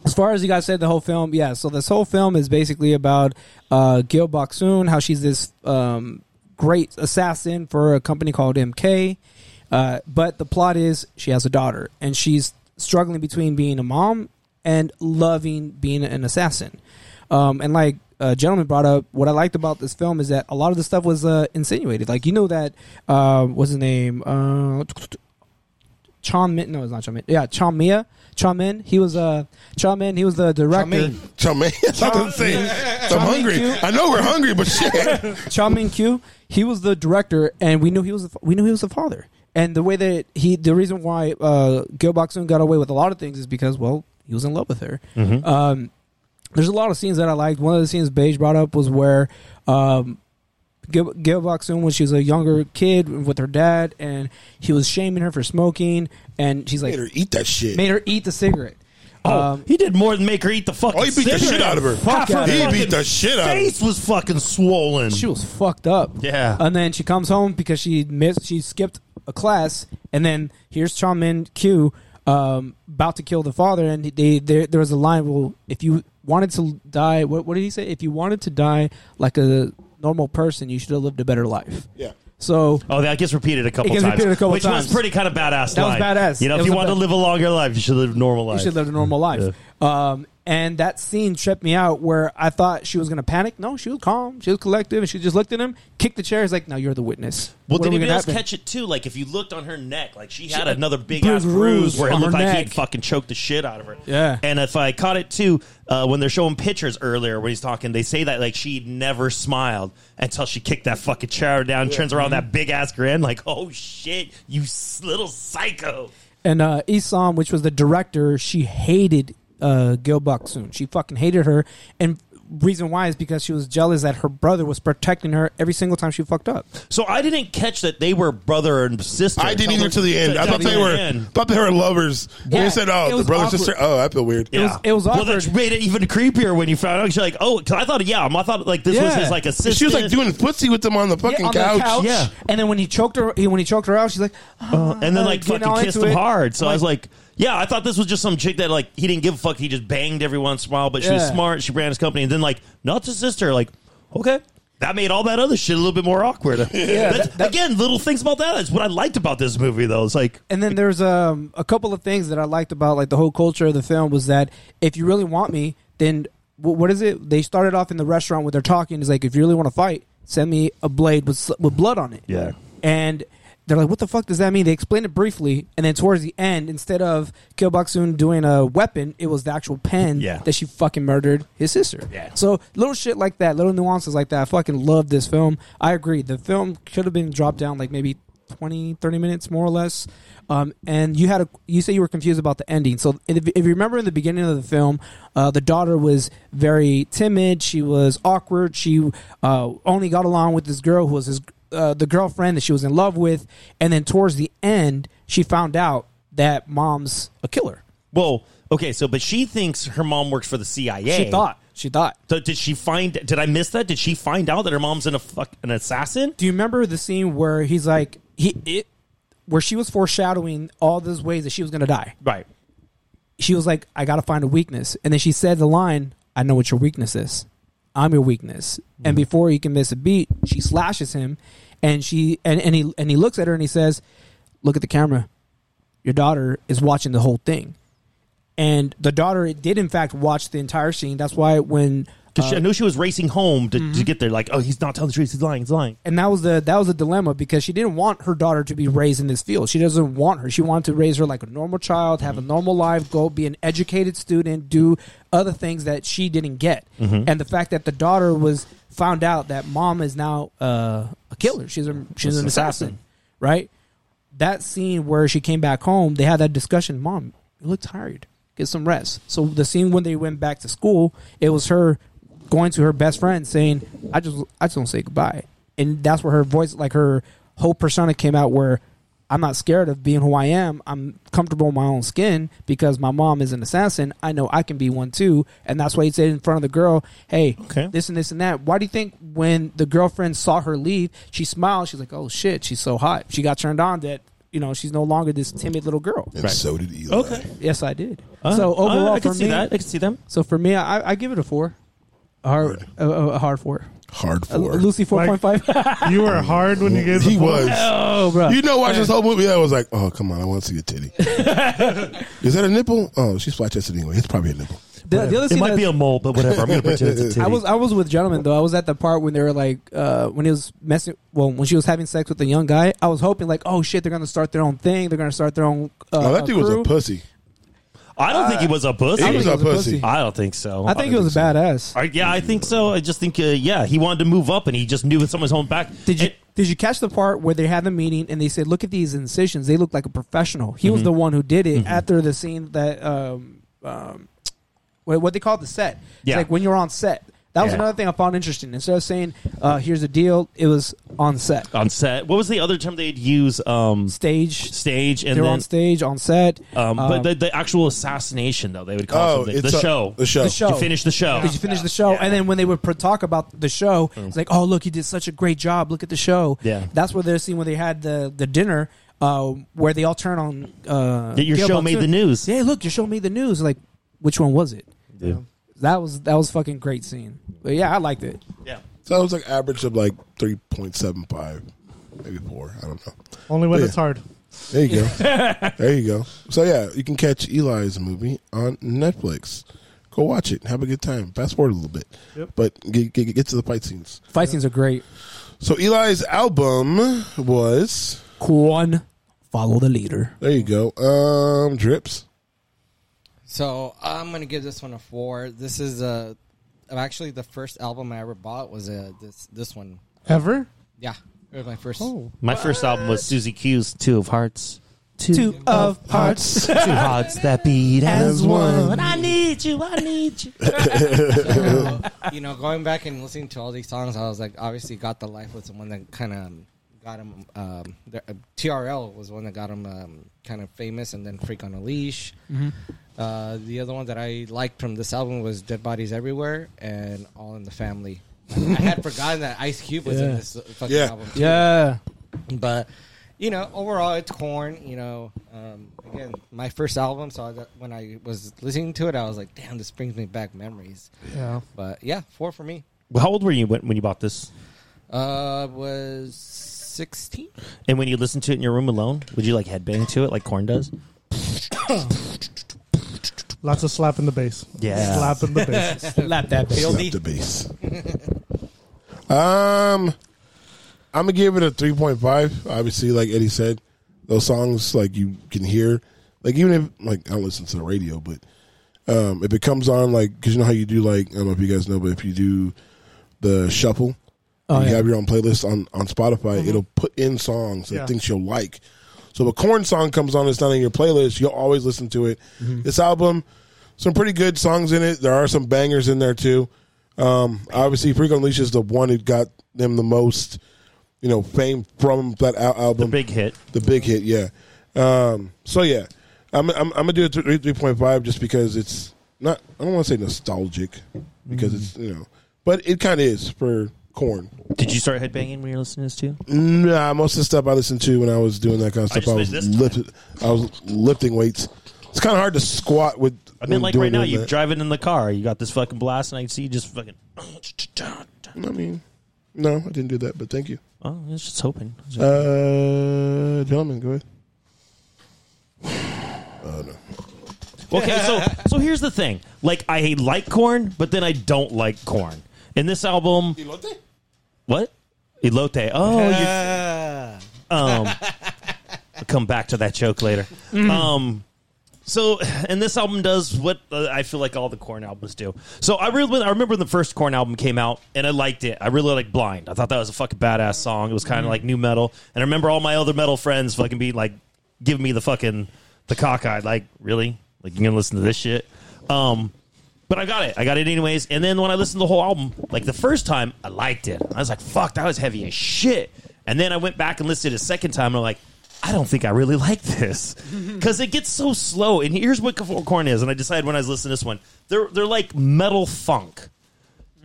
as far as you guys said, the whole film, yeah. So this whole film is basically about uh, Gil Boksoon, how she's this um, great assassin for a company called MK. Uh, but the plot is she has a daughter, and she's struggling between being a mom and loving being an assassin. Um, and like a gentleman brought up, what I liked about this film is that a lot of the stuff was uh, insinuated. Like you know that uh, what's his name? Uh, Chon Min. No, it's not Chon Min. Yeah, Chon Mia. Chon Min. He was uh Chon Min. He was the director.
Min.
Chum, man. I was saying, I'm hungry.
Cute.
I know we're hungry, but shit.
Chao Min Q, he was the director, and we knew he was the, we knew he was the father. And the way that he, the reason why uh, Gil Boksoon got away with a lot of things is because, well, he was in love with her. Um, there's a lot of scenes that I liked. One of the scenes Beige brought up was where um, Gil, Gil Boksoon, when she was a younger kid with her dad, and he was shaming her for smoking, and she's like
Made her eat that shit.
made her eat the cigarette.
Oh,
Um,
he did more than make her eat the fucking.
Oh, he beat the
cigarette.
shit out of her.
Half her
He
fucking
beat the shit out of her.
Face was fucking swollen.
she was fucked up.
Yeah.
And then she comes home because she missed, she skipped a class, and then here's Chong Min Q um, about to kill the father, and they, there there was a line. Well, if you wanted to die, what what did he say? If you wanted to die like a normal person, you should have lived a better life.
Yeah.
So
Oh, that gets repeated a couple
It gets
times.
repeated a couple
which
times.
was pretty kind of badass.
That was
line.
badass.
You know,
It
if
was
you
a
want to
bad-
live a longer life, you should live a normal life.
You should live a normal life. Um, and that scene tripped me out where I thought she was going to panic. No, she was calm. She was collective. And she just looked at him, kicked the chair. He's like, now you're the witness.
Well,
What are
did
we
anybody
gonna
else
happen?
catch it too? Like, if you looked on her neck, like she had
had
another big
big
ass bruise
bruise
where it
on
looked
her
like
neck.
he'd fucking choked the shit out of her.
Yeah.
And if I caught it too, uh, when they're showing pictures earlier, when he's talking, they say that like she never smiled until she kicked that fucking chair down, and turns around
Mm-hmm.
that big ass grin, like, oh shit, you s- little psycho.
And uh, Isom, which was the director, she hated uh, Gil Boksoon. She fucking hated her, and reason why is because she was jealous that her brother was protecting her every single time she fucked up.
So I didn't catch that they were brother and sister.
I didn't either to the end. I thought they
the
were
end.
thought they were lovers.
Yeah.
They said,
It
"Oh, the
was
brother
awkward.
sister." Oh, I feel weird.
was- it was
Well, that
awkward.
made it even creepier when you found out. She's like, oh, 'cause I thought, yeah, I thought like this was
Yeah.
his like assistant.
She was like doing footsie with them on the fucking
Yeah, on the
couch.
yeah. Uh,
And then when he choked her, he, when he choked her out, she's like, "Ah,"
and then like
getting all
fucking kissed
into
him
it.
hard. So I was like, yeah, I thought this was just some chick that like he didn't give a fuck. He just banged every once in a while, but she was
Yeah.
smart. She ran his company, and then like not his sister. Like okay. That made all that other shit a little bit more awkward. That's- again, little things about that is what I liked about this movie, though. It's like
And then there's um, a couple of things that I liked about like the whole culture of the film was that if you really want me, then wh- what is it? They started off in the restaurant where they're talking. Is like if you really want to fight, send me a blade with sl- with blood on it.
Yeah.
And they're like, what the fuck does that mean? They explained it briefly, and then towards the end, instead of Killboxoon doing a weapon, it was the actual pen
Yeah.
that she fucking murdered his sister.
Yeah.
So little shit like that, little nuances like that. I fucking love this film. I agree. The film could have been dropped down like maybe 20, 30 minutes more or less. Um, and you had a you say you were confused about the ending. So if, if you remember in the beginning of the film, uh, the daughter was very timid. She was awkward. She uh, only got along with this girl who was his uh, the girlfriend that she was in love with. And then towards the end, she found out that mom's a killer.
well, okay, so but she thinks her mom works for the CIA.
She thought. She thought.
So did she find? Did I miss that? Did she find out that her mom's an a fuck an assassin?
Do you remember the scene where he's like he it where she was foreshadowing all those ways that she was gonna die?
Right.
She was like, I gotta find a weakness. And then she said the line, I know what your weakness is. I'm your weakness. And before he can miss a beat, she slashes him and she and, and he and he looks at her and he says, Look at the camera. Your daughter is watching the whole thing. And the daughter did in fact watch the entire scene. That's why when
'Cause she- I knew she was racing home to,
mm-hmm.
to get there. Like, oh, he's not telling the truth. He's lying. He's lying.
and that was the that was the dilemma because she didn't want her daughter to be raised in this field. She doesn't want her. She wanted to raise her like a normal child, have a normal life, go be an educated student, do other things that she didn't get. And the fact that the daughter was found out that mom is now uh, a killer. She's a she's an assassin, right? That scene where she came back home, they had that discussion. Mom, you look tired. Get some rest. So the scene when they went back to school, it was her going to her best friend saying, "I just, I just don't say goodbye." And that's where her voice, like her whole persona, came out. Where I'm not scared of being who I am. I'm comfortable in my own skin because my mom is an assassin. I know I can be one too. And that's why he said in front of the girl, "Hey,
Okay.
this and this and that." Why do you think when the girlfriend saw her leave, she smiled? She's like, "Oh shit, she's so hot." She got turned on that you know she's no longer this timid little girl.
And so did Eli.
Okay.
Yes, I did.
Uh,
So
uh,
overall,
I can
for
see
me-
that. I can see them.
So for me, I, I give it a four. A hard, a, a a hard four.
Hard
A
for.
Lucy four
Like-
point five.
You were hard when you gave the
He
four.
was.
oh, bro.
You know, watch this whole movie. I was like, oh, come on, I want to see a titty. Is that a nipple? Oh, she's flat chested anyway. It's probably a nipple.
the, the other
It
scene
might
that-
be a mole, but whatever. I'm gonna pretend it's a titty.
I was I was with gentlemen though. I was at the part when they were like uh, when he was messing well when she was having sex with the young guy. I was hoping like oh shit they're gonna start their own thing. They're gonna start their own. Uh,
oh, that dude was
crew.
a pussy.
I don't think he was a pussy.
He
I
was
think
a
he was a
pussy.
pussy.
I don't think so.
I think he was a badass.
All right, yeah, I think so. I just think, uh, yeah, he wanted to move up, and he just knew that someone was holding back.
Did you
And-
did you catch the part where they had the meeting and they said look at these incisions? They look like a professional. He
Mm-hmm.
was the one who did it after the scene that um um what what they called the set. It's
Yeah.
like when you're on set. That was
Yeah.
another thing I found interesting. Instead of saying uh, here's the deal, it was on set.
on set, what was the other term they'd use? Um,
Stage
stage, and
they're
then
on stage on set.
Um, but
Um,
the, the actual assassination, though, they would call
Oh,
something.
it's
The
a-
show.
The show.
The show.
You finish the show.
Did you finish the show?
Yeah. Mm.
And then when they would pro- talk about the show, it's like, oh look, he did such a great job. Look at the show.
Yeah.
that's where they're seeing when they had the the dinner. Uh, where they all turn on uh,
That your
Gail
show
Monsoon.
made the news.
Yeah, look, your show made the news. Like, which one was it?
Yeah.
That was that was fucking great scene. But yeah, I liked it.
Yeah.
So I was like average of like 3.75, maybe 4. I don't know.
Only when
Yeah.
it's hard.
There you go. there you go. So yeah, you can catch Eli's movie on Netflix. Go watch it. Have a good time. Fast forward a little bit,
Yep.
but get, get, get to the fight scenes.
Fight scenes are great.
So Eli's album was
Quan, follow the leader.
there. You go. Um, drips.
So I'm gonna give this one a four. This is uh actually the first album I ever bought was uh, this this one.
Ever?
Yeah, it was my first.
My first album was Susie Q's Two of Hearts. Two,
Two of hearts.
Two hearts that beat as
one.
one. I need you. I need you.
you know, going back and listening to all these songs, I was like, obviously, "Got the Life" was the one that kind of got him. Um, the, uh, TRL was the one that got him um, kind of famous, and then "Freak on a Leash."
Mm-hmm.
Uh, the other one that I liked from this album was "Dead Bodies Everywhere" and "All in the Family." I had forgotten that Ice Cube was in
Yeah.
this fucking
Yeah.
album. too.
Yeah,
but you know, overall, it's corn. You know, um, again, my first album. So I, got- when I was listening to it, I was like, "Damn, this brings me back memories."
Yeah.
But yeah, four for me.
How old were you when, when you bought this?
Uh, was sixteen.
And when you listened to it in your room alone, would you like headbang to it like Corn does?
Lots of slap in the base.
Yeah.
Slap in the base.
lap that bitch.
Slap the bass. um, I'm gonna give it a 3.5. Obviously, like Eddie said, those songs like you can hear, like even if like I don't listen to the radio, but um, if it comes on like because you know how you do like I don't know if you guys know, but if you do the shuffle,
Oh,
you
yeah. Mm-hmm.
have your own playlist on on Spotify. It'll put in songs that
Yeah.
things you'll like. So if a corn song comes on, it's not in your playlist. You'll always listen to it.
Mm-hmm.
This album, some pretty good songs in it. There are some bangers in there too. Um, obviously, Freak on a Leash is the one who got them the most, you know, fame from that al-
The
album,
big hit.
the big hit. Yeah. Um, so yeah, I'm, I'm, I'm gonna do a three three point five just because it's not. I don't want to say nostalgic because it's you know, but it kind of is for corn.
Did you start headbanging when you were listening to this too?
Nah, most of the stuff I listened to when I was doing that kind of
I
stuff, I, was
just made this time.
lifted, I was lifting weights. It's kind of hard to squat with.
I mean,
when
like
doing
right now,
that.
you're driving Mm, in the car. You got this fucking blast, and I see you just fucking. oh,
I mean, no, I didn't do that, but thank you.
Oh, I was just hoping.
Uh, gentlemen, go ahead. Oh no,
Okay, so so here's the thing. Like I like corn, but then I don't like corn. And this album, what? Elote. Oh, you,
Ah.
um, I'll come back to that joke later. Um, so and this album does what uh, I feel like all the corn albums do. So I really I remember when the first corn album came out and I liked it. I really liked Blind. I thought that was a fucking badass song. It was kind of like new metal. And I remember all my other metal friends fucking being like giving me the fucking the cockeyed like really like you gonna listen to this shit. Um, but I got it. I got it anyways. And then when I listened to the whole album, like the first time, I liked it. I was like, fuck, that was heavy as shit. And then I went back and listened to it a second time, and I'm like, I don't think I really like this because it gets so slow. And here's what Corn is. And I decided when I was listening to this one, they're they're like metal funk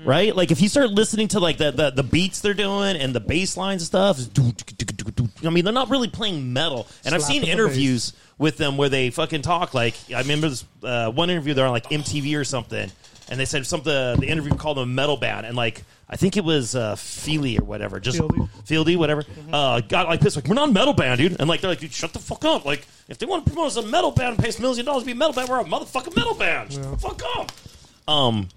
Mm.
right? Like if you start listening to like the the, the beats they're doing and the bass lines and stuff, it's doo- doo- doo- doo- doo- doo. I mean, they're not really playing metal. And I've
Slap
seen
in the
interviews with them where they fucking talk. Like I remember this uh, one interview they're on like MTV or something, and they said something. uh, The interview called them a metal band, and like I think it was uh, Feely or whatever, just
Fieldy.
Fieldy, whatever. Uh, got like pissed, like we're not a metal band, dude. And like they're like, dude, shut the fuck up. Like if they want to promote us as a metal band and pay us a million dollars to be a metal band, we're a motherfucking metal band. Shut the fuck up. Um,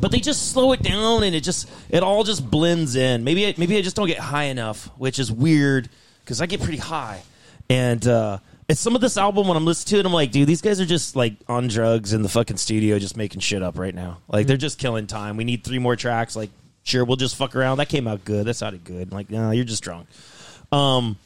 but they just slow it down and it just it all just blends in maybe I, maybe i just don't get high enough which is weird because i get pretty high and uh it's some of this album when i'm listening to it i'm like dude these guys are just like on drugs in the fucking studio just making shit up right now like they're just killing time we need three more tracks like sure we'll just fuck around that came out good that sounded good like no you're just drunk um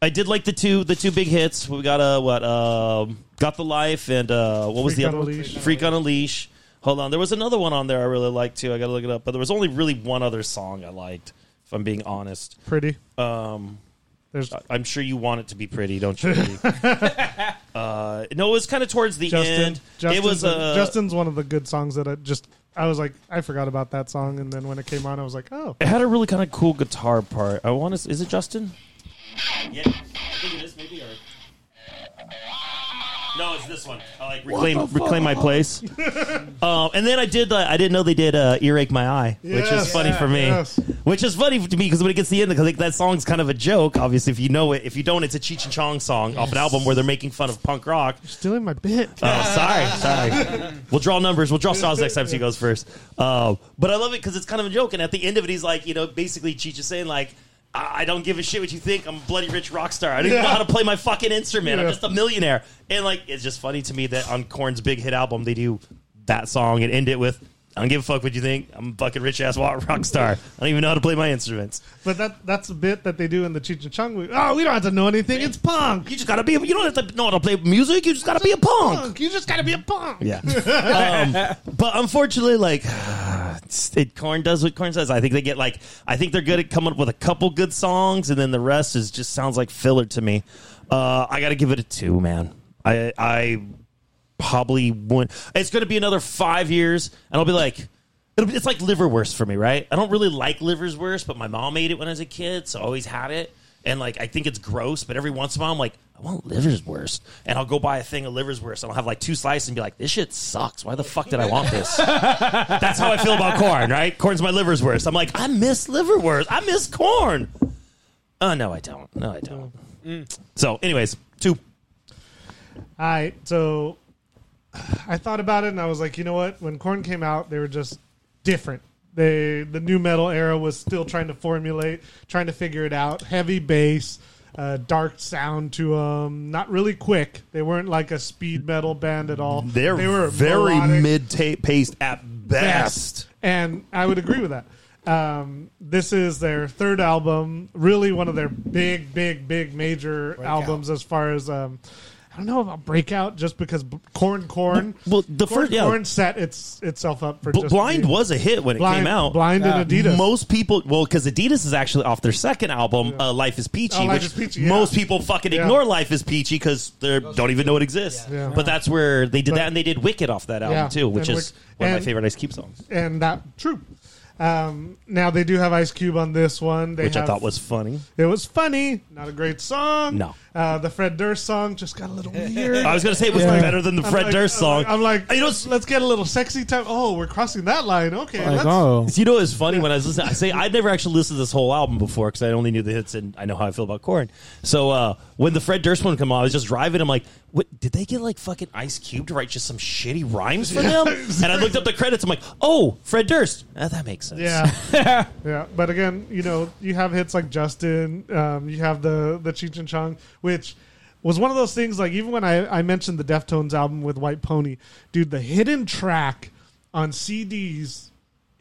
I did like the two the two big hits. We got uh what um got the life and uh what was
Freak
the
on
other
a
one?
Leash.
Freak on a leash. Hold on, there was another one on there I really liked too. I got to look it up, but there was only really one other song I liked. If I'm being honest,
Pretty.
um,
There's
I- I'm sure you want it to be pretty, don't you? Lee? uh, no, it was kind of towards the
Justin.
end.
Justin's,
it was uh,
Justin's one of the good songs that I just I was like I forgot about that song, and then when it came on, I was like, oh,
It had a really kind of cool guitar part. I want to. Is it Justin? Yeah, I think it is. Maybe or. No, it's this one. I like reclaim, reclaim my place. um, and then I did. Uh, I didn't know they did uh, "Earache My Eye," which
Yes.
is funny for me.
Yes.
Which is funny to me because when it gets to the end, because like, that song's kind of a joke. Obviously, if you know it, if you don't, it's a Cheech and Chong song off an album where they're making fun of punk rock.
stealing my bit.
Oh, sorry, sorry. We'll draw numbers. We'll draw straws next time she goes first. Uh, but I love it because it's kind of a joke. And at the end of it, he's like, you know, basically Cheech is saying like, I I don't give a shit what you think. I'm a bloody rich rock star. I don't even know how to play my fucking instrument. I'm
Yeah.
just a millionaire. And like, it's just funny to me that on Korn's big hit album, they do that song and end it with. I don't give a fuck what you think. I'm a fucking rich ass wa- rock star. I don't even know how to play my instruments.
But that that's a bit that they do in the Cheech and Chong movie. Oh, we don't have to know anything. It's punk.
You just gotta be. You don't have to know how to play music. You just gotta be a punk.
Punk. You just gotta be a punk.
Yeah. um, but unfortunately, like, it, Korn does what Korn says. I think they get, like, I think they're good at coming up with a couple good songs, and then the rest is just sounds like filler to me. Uh, I got to give it a two, man. I, I probably won't. It's going to be another five years, and I'll be like, it'll be, it's like liverwurst for me, right? I don't really like liverwurst, but my mom ate it when I was a kid, so I always had it. And like, I think it's gross, but every once in a while, I'm like, I want liverwurst, and I'll go buy a thing of liverwurst, and I'll have like two slices and be like, this shit sucks. Why the fuck did I want this? That's how I feel about corn, right? Corn's my liverwurst. I'm like, I miss liverwurst. I miss corn. Oh no, I don't. No, I don't. So, anyways, two.
All right. So I thought about it, and I was like, you know what? When Korn came out, they were just different. They the new metal era was still trying to formulate, trying to figure it out. Heavy bass, uh, dark sound to them. Not really quick. They weren't like a speed metal band at all.
They're
they were
very
melodic.
mid paced at best.
And I would agree with that. Um, this is their third album, really one of their big, big, big major albums as far as um, I don't know about breakout, just because B- Corn Corn.
Well, the
Corn,
first- yeah.
Corn set its itself up for
Bl-
just
Blind
being-
was a hit when it
Blind-
came out.
Blind and Adidas.
Most people, well, because Adidas is actually off their second album, uh, Life is Peachy,
Oh, Life
which
is Peachy, yeah.
most people fucking
Yeah.
ignore Life is Peachy because they don't even know it exists.
Yeah. Yeah.
But that's where they did
But-
that, and they did Wicked off that album
Yeah.
too, which
And
is
Wick-
one of my
and-
favorite Ice Cube songs,
and that true. Um, now they do have Ice Cube on this one. They
which I
have-
thought was funny.
it was funny, not a great song.
No.
uh, the Fred Durst song just got a little weird.
I was gonna say it was better than the
I'm
Fred
like-
Durst
I'm
song.
like- I'm like,
you know,
let's, let's get a little sexy time. Oh, we're crossing that line. Okay,
Like,
let's,
oh,
You know, it's funny when I was listening. I say I'd never actually listened to this whole album before because I only knew the hits and I know how I feel about corn. So uh, when the Fred Durst one came on, I was just driving. I'm like, what? Did they get like fucking Ice Cube to write just some shitty rhymes for them? and I looked up the credits. I'm like, oh, Fred Durst. Ah, that makes sense.
Yeah, yeah. But again, you know, you have hits like Justin. Um, you have the the Cheech and Chong, which was one of those things. Like even when I I mentioned the Deftones album with White Pony, dude, the hidden track on CDs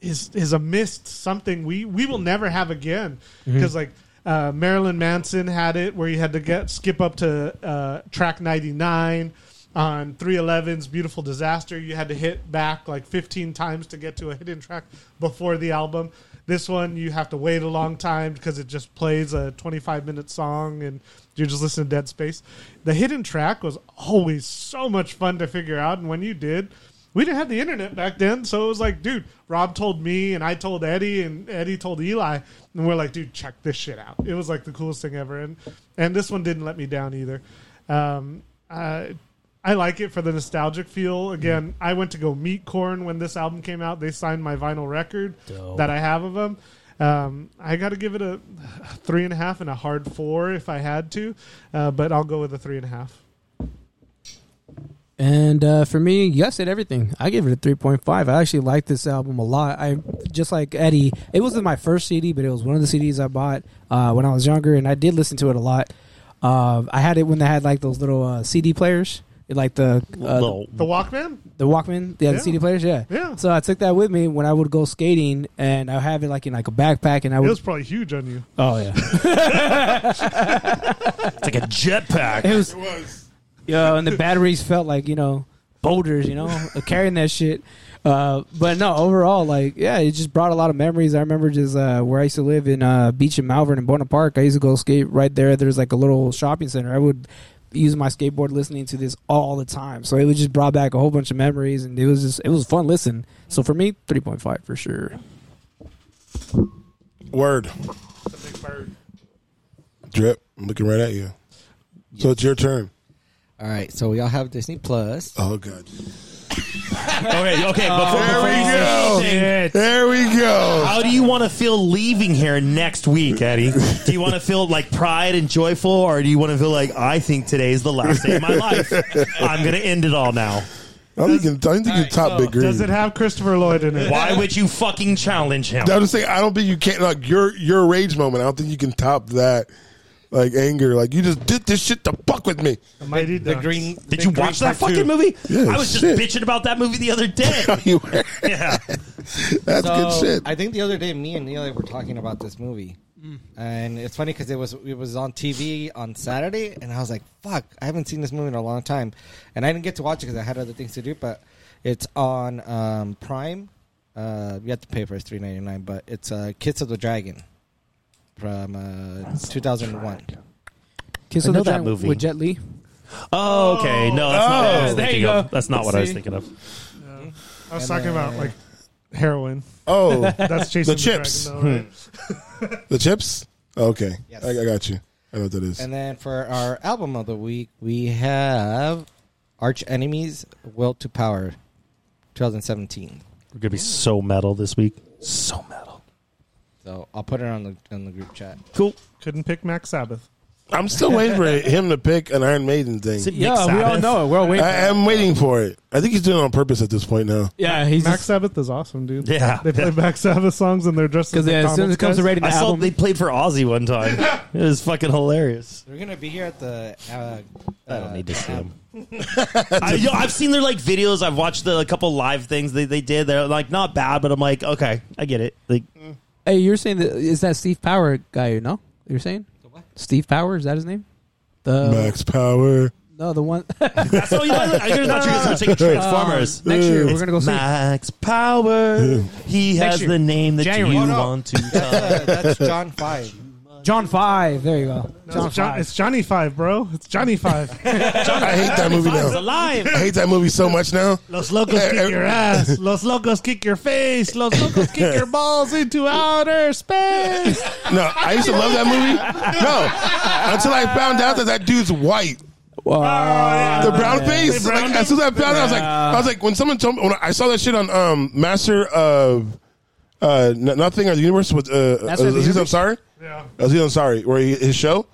is is a missed something we we will never have again because like. Uh, Marilyn Manson had it where you had to get skip up to uh, track 99 on 311's Beautiful Disaster, you had to hit back like 15 times to get to a hidden track before the album. This one, you have to wait a long time because it just plays a 25 minute song and you're just listening to Dead Space. The hidden track was always so much fun to figure out. And when you did, we didn't have the internet back then. So it was like, dude, Rob told me and I told Eddie and Eddie told Eli. And we're like, dude, check this shit out. It was like the coolest thing ever. And, and this one didn't let me down either. Um, uh, I like it for the nostalgic feel. Again, I went to go meet Corn when this album came out. They signed my vinyl record that I have of them. Um, I got to give it a three and a half and a hard four if I had to, uh, but I'll go with a three and a half.
And uh, for me, you guys said everything. I give it a 3.5. I actually like this album a lot. I just like Eddie. It wasn't my first CD, but it was one of the CDs I bought uh, when I was younger, and I did listen to it a lot. Uh, I had it when they had like those little uh, CD players, like the uh,
Well,
The Walkman?
the Walkman, yeah, the
Yeah.
CD players, yeah.
Yeah.
So I took that with me when I would go skating, and I have it like in like a backpack, and I
It
would.
was probably huge on you.
oh yeah,
it's like a jetpack.
it was.
was.
Yeah, and the batteries felt like you know boulders, you know, carrying that shit. Uh, but no, overall, like yeah, it just brought a lot of memories. I remember just uh, where I used to live in uh, Beach and Malvern and Bona Park. I used to go skate right there. There's like a little shopping center. I would use my skateboard listening to this all the time. So it was just brought back a whole bunch of memories, and it was just it was fun listen. So for me, three point five for sure.
Word. Drip. I'm looking right at you. So it's your turn.
All right, so we all have Disney Plus.
Oh god.
Okay, okay. Before,
There
before
we
you say
go.
anything,
There we go.
How do you want to feel leaving here next week, Eddie? Do you want to feel like pride and joyful, or do you want to feel like I think today is the last day of my life? I'm going to end it all now.
I think you can, I think you can top Big Green.
Does it have Christopher Lloyd in it?
Why would you fucking challenge him?
I was saying I don't think you can't like your your rage moment. I don't think you can top that. Like anger, like you just did this shit to fuck with me.
The Mighty
The
Ducks.
green.
Did you watch that fucking movie?
Yeah,
I was just
shit.
bitching about that movie the other day.
You-
yeah.
That's good
So,
shit. Mm.
I think the other day, me and Neil were talking about this movie, and it's funny because it was it was on TV on Saturday, and I was like, "Fuck, I haven't seen this movie in a long time," and I didn't get to watch it because I had other things to do. But it's on um, Prime. Uh, you have to pay for it, three ninety nine, but it's uh, Kiss of the Dragon from uh, two thousand one.
Kiss
I
of the
know that
Dragon
movie.
with Jet Li.
Oh, okay. No, that's not what I was
Oh. There
thinking
you
of.
go.
That's not what I was
See?
thinking of.
I was talking about like heroin.
Oh,
That's
The
chasing the,
chips.
Dragon, though, right?
the chips. Okay,
Yes.
I, I got you. I know what that is.
And then for our album of the week, we have Arch Enemies, Will to Power, two thousand seventeen.
We're going to be so metal this week. So metal.
So I'll put it on the on the group chat.
Cool.
Couldn't pick Max Sabbath.
I'm still waiting for him to pick an Iron Maiden thing.
Is it Nick
Yeah, we all
Sabbath?
know it. We're all
Uh,
waiting.
I, I'm waiting for it. I think he's doing it on purpose at this point now.
yeah, he's
Max Sabbath is awesome, dude.
Yeah.
They play Max Sabbath songs and they're dressed
because as soon as it comes to rating the
I saw
album,
they played for Ozzy one time. It was fucking hilarious.
They're gonna be here at the. Uh,
I don't need to see them. I, have seen their like videos. I've watched the, a couple live things they, they did. They're like not bad, but I'm like, okay, I get it. Like,
Hey, you're saying that is that Steve Power guy? You know, you're saying
what?
Steve Power is that his name? The
Max Power.
no, the one
that's all you like. I just thought you guys were taking Transformers.
next year we're gonna go see.
Max Power. He
Next
has
year.
the name that
January.
you
Oh, no.
want to tell.
Uh, that's John Five.
John Five. There you go. John
It's, John,
Five.
it's Johnny Five, bro. It's Johnny Five.
I hate that movie
He's
now.
alive.
I hate that movie so much now. Eh,
Los locos kick your ass. Los locos kick your face. Los locos kick your balls into outer space.
No, I used to love that movie. No, until I found out that that dude's white.
Wow.
The brown face. Like, as soon as I found out, I was like, I was like, when someone told me, when I saw that shit on um, Master of uh, N- Nothing or the Universe with uh,
Master of the
Aziz
Universe?
Ansari.
Yeah.
Aziz Ansari, where he, his show,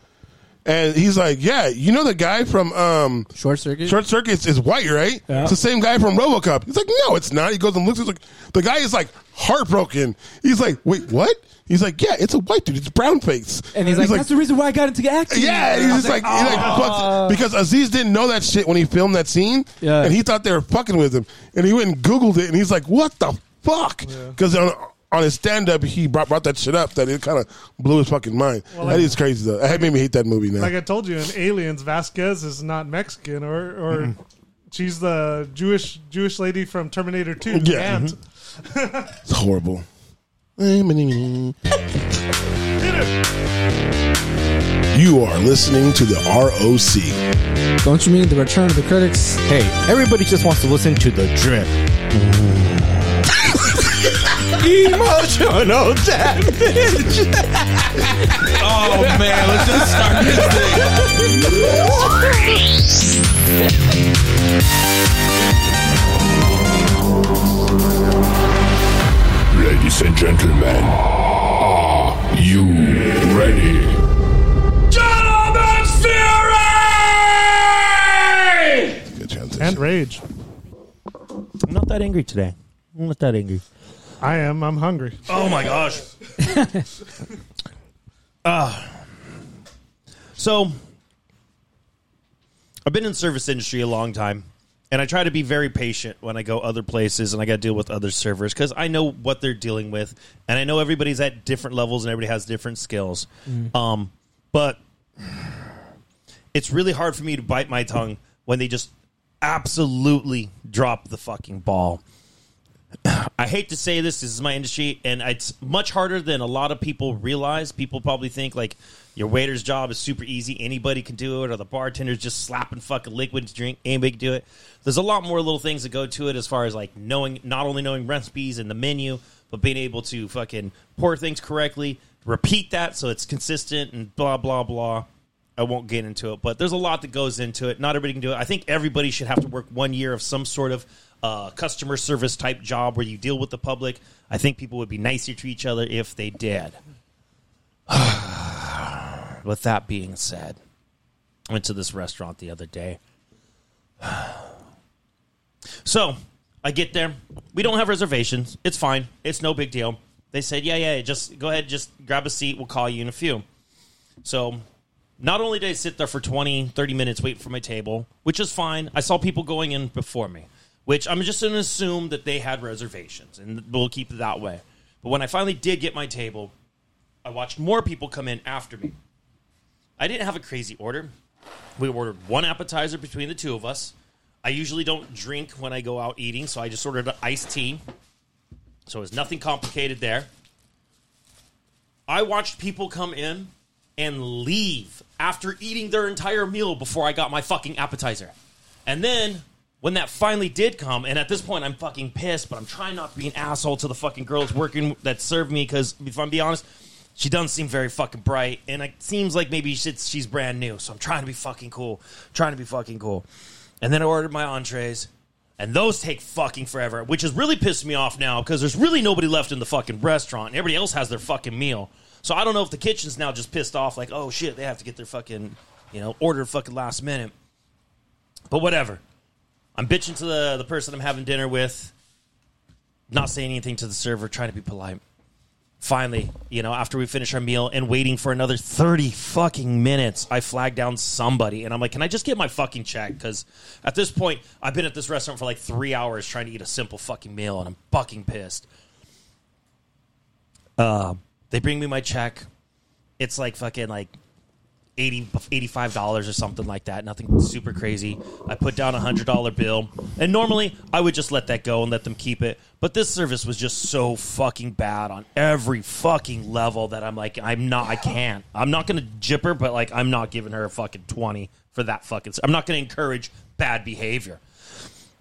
and he's like, yeah, you know the guy from um,
Short circuit.
Short Circuits is white, right?
Yeah.
It's the same guy from RoboCop. He's like, no, it's not. He goes and looks. He's like, the guy is like heartbroken. He's like, wait, what? He's like, yeah, it's a white dude. It's brown face.
and he's like, that's the reason why I got into acting.
yeah, and he's just like, he like fucks- because Aziz didn't know that shit when he filmed that scene,
ah. Yeah.
and he thought they were fucking with him, and he went and googled it, and he's like, what the fuck? Because on, on his stand up, he brought, brought that shit up that it kind of blew his fucking mind. that is crazy though. That made me hate that movie now.
Like I told you, in Aliens, Vasquez is not Mexican, or or she's the Jewish Jewish lady from Terminator Two.
Yeah.
Ant.
it's horrible. You are listening to the ROC.
Don't you mean the return of the critics?
Hey, everybody just wants to listen to the drip.
Emotional damage.
Oh man, let's just start this thing.
Ladies and gentlemen, are you ready? Gentlemen Fury!
Good transition.
and rage.
I'm not that angry today. I'm not that angry.
I am. I'm hungry.
Oh my gosh. Ah. so I've been in service industry a long time and I try to be very patient when I go other places and I got to deal with other servers cuz I know what they're dealing with and I know everybody's at different levels and everybody has different skills. Um but it's really hard for me to bite my tongue when they just absolutely drop the fucking ball. I hate to say this. This is my industry, and it's much harder than a lot of people realize. People probably think like your waiter's job is super easy; anybody can do it, or the bartender's just slapping fucking liquid to drink. Anybody can do it. There's a lot more little things that go to it, as far as like knowing not only knowing recipes and the menu, but being able to fucking pour things correctly, repeat that so it's consistent, and blah blah blah. I won't get into it, but there's a lot that goes into it. Not everybody can do it. I think everybody should have to work one year of some sort of uh, customer service type job where you deal with the public. I think people would be nicer to each other if they did. with that being said, I went to this restaurant the other day. so I get there. We don't have reservations. It's fine. It's no big deal. They said, yeah, yeah, just go ahead, just grab a seat. We'll call you in a few. So not only did I sit there for 20, 30 minutes waiting for my table, which is fine, I saw people going in before me, which I'm just going to assume that they had reservations and we'll keep it that way. But when I finally did get my table, I watched more people come in after me. I didn't have a crazy order. We ordered one appetizer between the two of us. I usually don't drink when I go out eating, so I just ordered an iced tea. So it was nothing complicated there. I watched people come in and leave after eating their entire meal before I got my fucking appetizer. And then when that finally did come, and at this point I'm fucking pissed, but I'm trying not to be an asshole to the fucking girls working that served me because if I'm being honest, she doesn't seem very fucking bright, and it seems like maybe she's, she's brand new. So I'm trying to be fucking cool, trying to be fucking cool. And then I ordered my entrees, and those take fucking forever, which has really pissed me off now because there's really nobody left in the fucking restaurant. And everybody else has their fucking meal. So I don't know if the kitchen's now just pissed off, like, oh shit, they have to get their fucking, you know, order fucking last minute. But whatever. I'm bitching to the, the person I'm having dinner with, not saying anything to the server, trying to be polite. Finally, you know, after we finish our meal and waiting for another 30 fucking minutes, I flag down somebody and I'm like, can I just get my fucking check? Because at this point, I've been at this restaurant for like three hours trying to eat a simple fucking meal and I'm fucking pissed. Uh, they bring me my check. It's like fucking like 80 $85 or something like that. Nothing super crazy. I put down a $100 bill. And normally I would just let that go and let them keep it. But this service was just so fucking bad on every fucking level that I'm like, I'm not, I can't. I'm not going to jip her, but like, I'm not giving her a fucking 20 for that fucking. I'm not going to encourage bad behavior.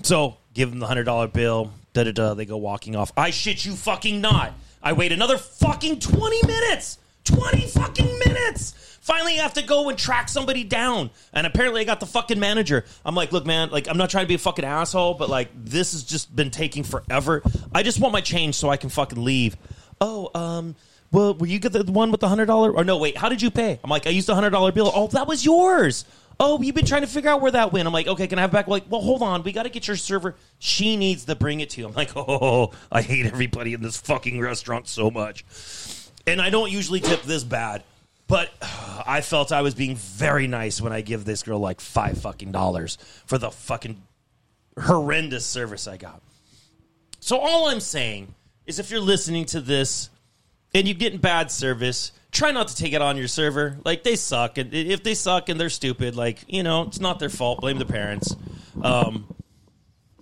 So give them the hundred dollar bill. Da da da. They go walking off. I shit you fucking not. I wait another fucking twenty minutes. Twenty fucking minutes. Finally, I have to go and track somebody down. And apparently, I got the fucking manager. I'm like, look, man, like, I'm not trying to be a fucking asshole, but like, this has just been taking forever. I just want my change so I can fucking leave. Oh, um, well, were you the one with the hundred dollar? Or no, wait, how did you pay? I'm like, I used a hundred dollar bill. Oh, that was yours. Oh, you've been trying to figure out where that went. I'm like, okay, can I have it back? Like, well, hold on, we got to get your server. She needs to bring it to you. I'm like, oh, I hate everybody in this fucking restaurant so much, and I don't usually tip this bad, but I felt I was being very nice when I give this girl like five fucking dollars for the fucking horrendous service I got. So all I'm saying is, if you're listening to this and you're getting bad service, try not to take it on your server. Like they suck, and if they suck and they're stupid, like you know, it's not their fault. Blame the parents. Um,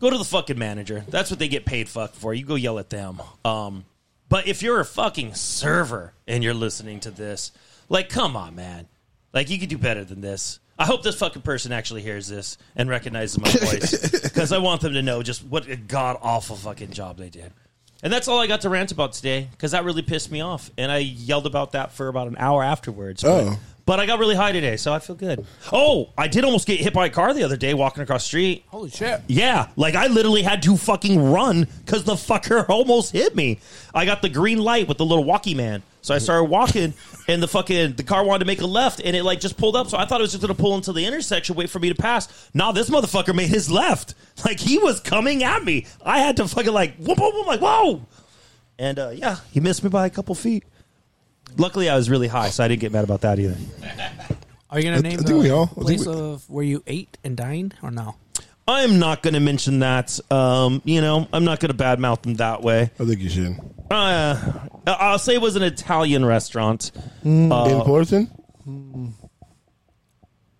go to the fucking manager. That's what they get paid fuck for. You go yell at them. Um, but if you're a fucking server and you're listening to this, like, come on, man. Like, you could do better than this. I hope this fucking person actually hears this and recognizes my voice because I want them to know just what a god awful fucking job they did. And that's all I got to rant about today because that really pissed me off. And I yelled about that for about an hour afterwards. But,
Oh.
but I got really high today, so I feel good. Oh, I did almost get hit by a car the other day walking across the street.
Holy shit.
Yeah, like I literally had to fucking run because the fucker almost hit me. I got the green light with the little walkie man, so I started walking, and the fucking the car wanted to make a left, and it like just pulled up. So I thought it was just gonna pull into the intersection, wait for me to pass. Nah, this motherfucker made his left. Like he was coming at me. I had to fucking like whoop whoop whoop like whoa, and uh, yeah, he missed me by a couple feet. Luckily, I was really high, so I didn't get mad about that either.
Are you
I th-
gonna name
I think we
the
all- I think
place
we-
of where you ate and dined or no?
I'm not going to mention that. Um, you know, I'm not going to badmouth them that way.
I think you should.
Uh, I'll say it was an Italian restaurant.
in Fullerton?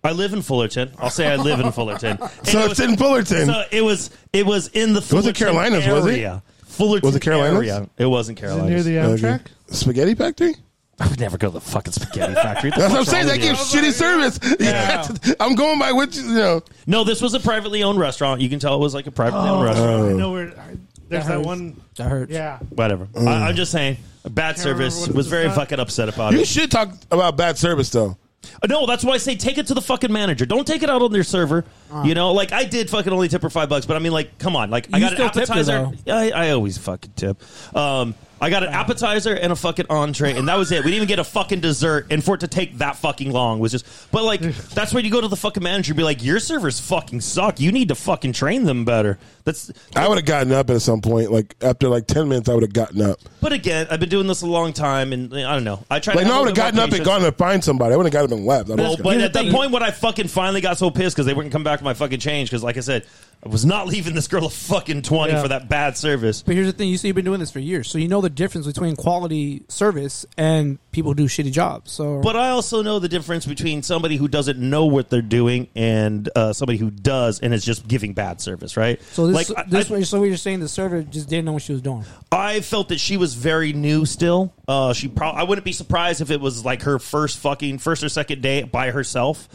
I live in Fullerton. I'll say I live in Fullerton. And
So
it
it's
was-
in Fullerton.
So it was it was in the Fullerton
Carolinas, was it?
area. Fullerton
Was it Carolinas?
area. It wasn't
Is it near
Carolinas.
the
Okay.
Amtrak?
Spaghetti Factory?
I would never go to the fucking spaghetti factory.
That's what I'm saying. That gives shitty service.
Yeah.
I'm going by what you, you know.
No, this was a privately owned restaurant. You can tell it was like a privately
Oh.
owned restaurant.
I know where. I, there's that, one.
That hurts.
Yeah.
Whatever. I, I'm just saying. Bad service.
remember what
Was
it
very
was.
fucking upset about
You
it.
should talk about bad service though.
Uh, No, that's why I say take it to the fucking manager. Don't take it out on their server.
Uh-huh.
you know, like I did fucking only tip her five bucks, but I mean, like, come on, like I
You
got an
still tipped her,
appetizer. I, I always fucking tip. Um, I got an appetizer and a fucking entree, and that was it. We didn't even get a fucking dessert, and for it to take that fucking long was just. But like, that's when you go to the fucking manager and be like, your servers fucking suck. You need to fucking train them better. That's
I would have gotten up at some point. Like after like ten minutes, I would have gotten up.
But again, I've been doing this a long time, and I don't know. I tried.
Like
to
no, I
have a
would have
little bit
gotten
more
up and
patience.
gone to find somebody. I would have got up and left. I would've
Well,
just
but
gone.
at that point, when I fucking finally got so pissed because they wouldn't come back to my fucking change, because like I said, I was not leaving this girl a fucking twenty
Yeah.
for that bad service.
But here's the thing: you see, you've been doing this for years, so you know the difference between quality service and people who do shitty jobs. So,
But I also know the difference between somebody who doesn't know what they're doing and uh, somebody who does and is just giving bad service, right?
so this,
like, I-
this
I,
way, so you're saying the server just didn't know what she was doing.
I felt that she was very new still. Uh, she probably I wouldn't be surprised if it was like her first fucking first or second day by herself.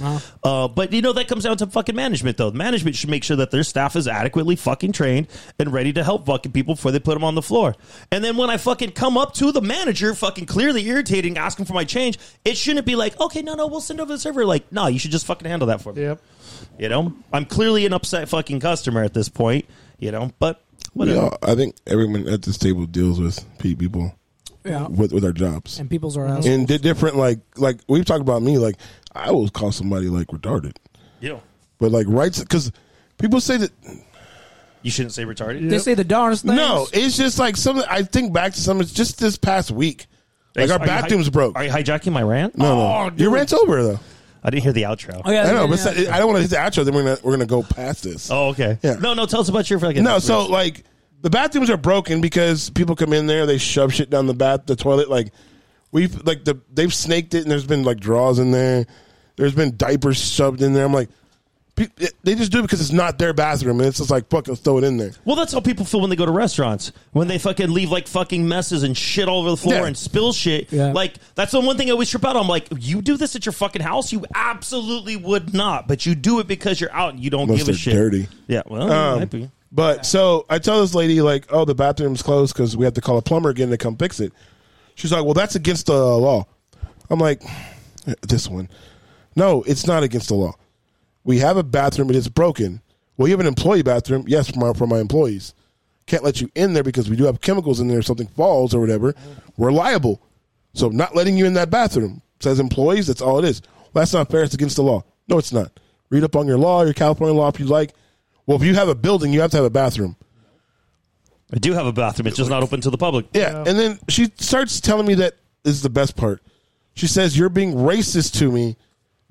Uh, but you know that comes down to fucking management though. Management should make sure that their staff is adequately fucking trained and ready to help fucking people before they put them on the floor. And then when I fucking come up to the manager, fucking clearly irritating, asking for my change, it shouldn't be like, okay, no, no, we'll send over the server. Like, no, you should just fucking handle that for me.
Yep.
You know, I'm clearly an upset fucking customer at this point. You know, but
We
whatever.
all- I think everyone at this table deals with pe- people
Yeah,
with with our jobs
and people's are assholes.
and di different. Like like we've talked about me. Like I will call somebody like retarded,
You know,
but like rights because people say that
you shouldn't say retarded.
They say the darnest things.
No, it's just like something. I think back to something. It's just this past week. Like our
Are you hi-
bathrooms broke.
Are you hijacking my rant?
no, no, your rant's over though.
I didn't hear the outro.
Oh, yeah,
I know,
yeah,
but
yeah.
it's- I don't want to hit the outro. Then we're gonna we're gonna go past this.
Oh, okay.
Yeah.
No, no. Tell us about your fucking.
no, so like the bathrooms are broken because people come in there, they shove shit down the bath, the toilet. Like we've like the they've snaked it, and there's been like draws in there. There's been diapers shoved in there. I'm like, pe- it- they just do it because it's not their bathroom, and it's just like fuck, let's throw it in there.
Well, that's how people feel when they go to restaurants. When they fucking leave like fucking messes and shit all over the floor
Yeah.
and spill shit.
Yeah.
Like that's the one thing I always trip out. on. I'm like, you do this at your fucking house? You absolutely would not. But you do it because you're out and you don't
Unless
give a
they're
shit.
dirty.
Yeah. Well,
Um,
might be.
But so I tell this lady like, "Oh, the bathroom's closed because we have to call a plumber again to come fix it." She's like, "Well, that's against the law." I'm like, "This one, no, it's not against the law. We have a bathroom; it is broken. Well, you have an employee bathroom, yes, for my, for my employees. Can't let you in there because we do have chemicals in there. If something falls or whatever, we're liable. So not letting you in that bathroom says employees. That's all it is. Well, that's not fair. It's against the law. No, it's not. Read up on your law, your California law, if you like. Well, if you have a building, you have to have a bathroom.
I do have a bathroom. It's just not open to the public.
Yeah. And then she starts telling me that is the best part. She says, You're being racist to me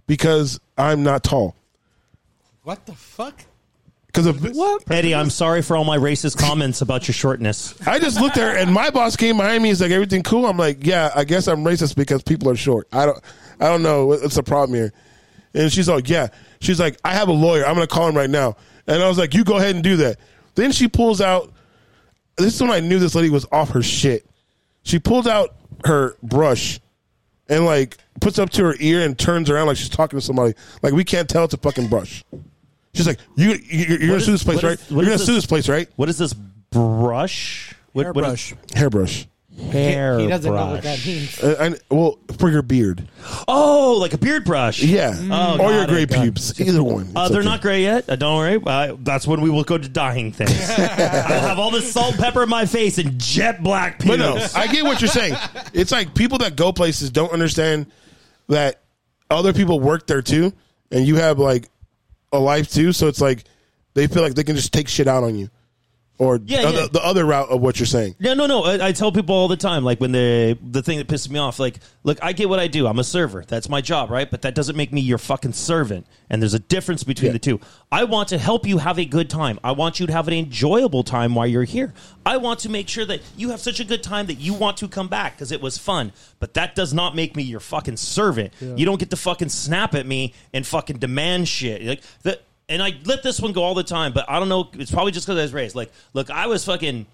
because I'm not tall.
What the fuck?
Because of what?
Eddie, I'm sorry for all my racist comments about your shortness.
I just looked there and my boss came behind me. He's like, Everything cool? I'm like, Yeah, I guess I'm racist because people are short. I don't I don't know what- what's the problem here. And she's like, Yeah. She's like, I have a lawyer. I'm gonna call him right now. And I was like, You go ahead and do that. Then she pulls out this is when I knew this lady was off her shit. She pulled out her brush and like puts up to her ear and turns around like she's talking to somebody. Like we can't tell it's a fucking brush. She's like, you, you you're gonna
is-
sue this place,
what
right?
is- what
You're
is
gonna
this?
sue this place, right?
What is this brush? What What, what is-
Airbrush.
Hairbrush.
He doesn't know what that means.
Uh, and, well, for your beard.
oh, like a beard brush.
Yeah.
Oh,
or
got
your
it,
gray
got it.
pubes. Either one.
Uh,
It's
they're
okay.
not gray yet. Uh, don't worry. Uh, that's when we will go to dying things. I'll have all this salt, pepper in my face, and jet black pubes.
But no, I get what you're saying. It's like people that go places don't understand that other people work there too, and you have like a life too. So it's like they feel like they can just take shit out on you, or
Yeah,
other-
yeah.
the other route of what you're saying.
No, no, no. I, I tell people all the time, like when they the thing that pisses me off, like, look, I get what I do. I'm a server. That's my job, right? But that doesn't make me your fucking servant. And there's a difference between
Yeah.
the two. I want to help you have a good time. I want you to have an enjoyable time while you're here. I want to make sure that you have such a good time that you want to come back because it was fun. But that does not make me your fucking servant. You don't get to fucking snap at me and fucking demand shit. Like the and I let this one go all the time, but I don't know. It's probably just because I was raised. Like, look, I was fucking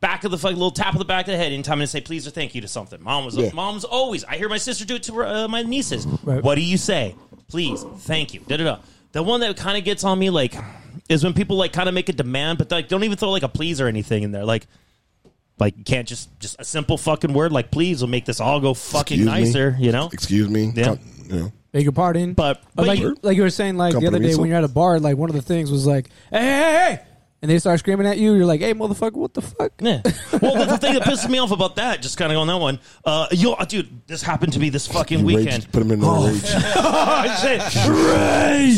back of the fucking little tap of the back of the head anytime I say please or thank you to something. Mom was
Yeah.
mom's always. I hear my sister do it to her, uh, my nieces. What do you say? Please, thank you. Da da da. The one that kind of gets on me like is when people like kind of make a demand, but like don't even throw like a please or anything in there. Like, like you can't just just a simple fucking word like please will make this all go fucking
Excuse me?
nicer, you know.
Excuse me.
Yeah.
Come- you know.
Beg your pardon.
But-
Uh,
but
like,
you-
like you were saying, like the
Company
other day
reason.
when you're at a bar, like one of the things was like, hey, hey, hey, hey. And they start screaming at you. You're like, hey, motherfucker, what the fuck?
Yeah. Well, the, the thing that pisses me off about that, just kind of on that one, uh, yo, uh, dude, this happened to me this fucking
You rage-
weekend.
put him in the
Oh,
rage.
oh, shit.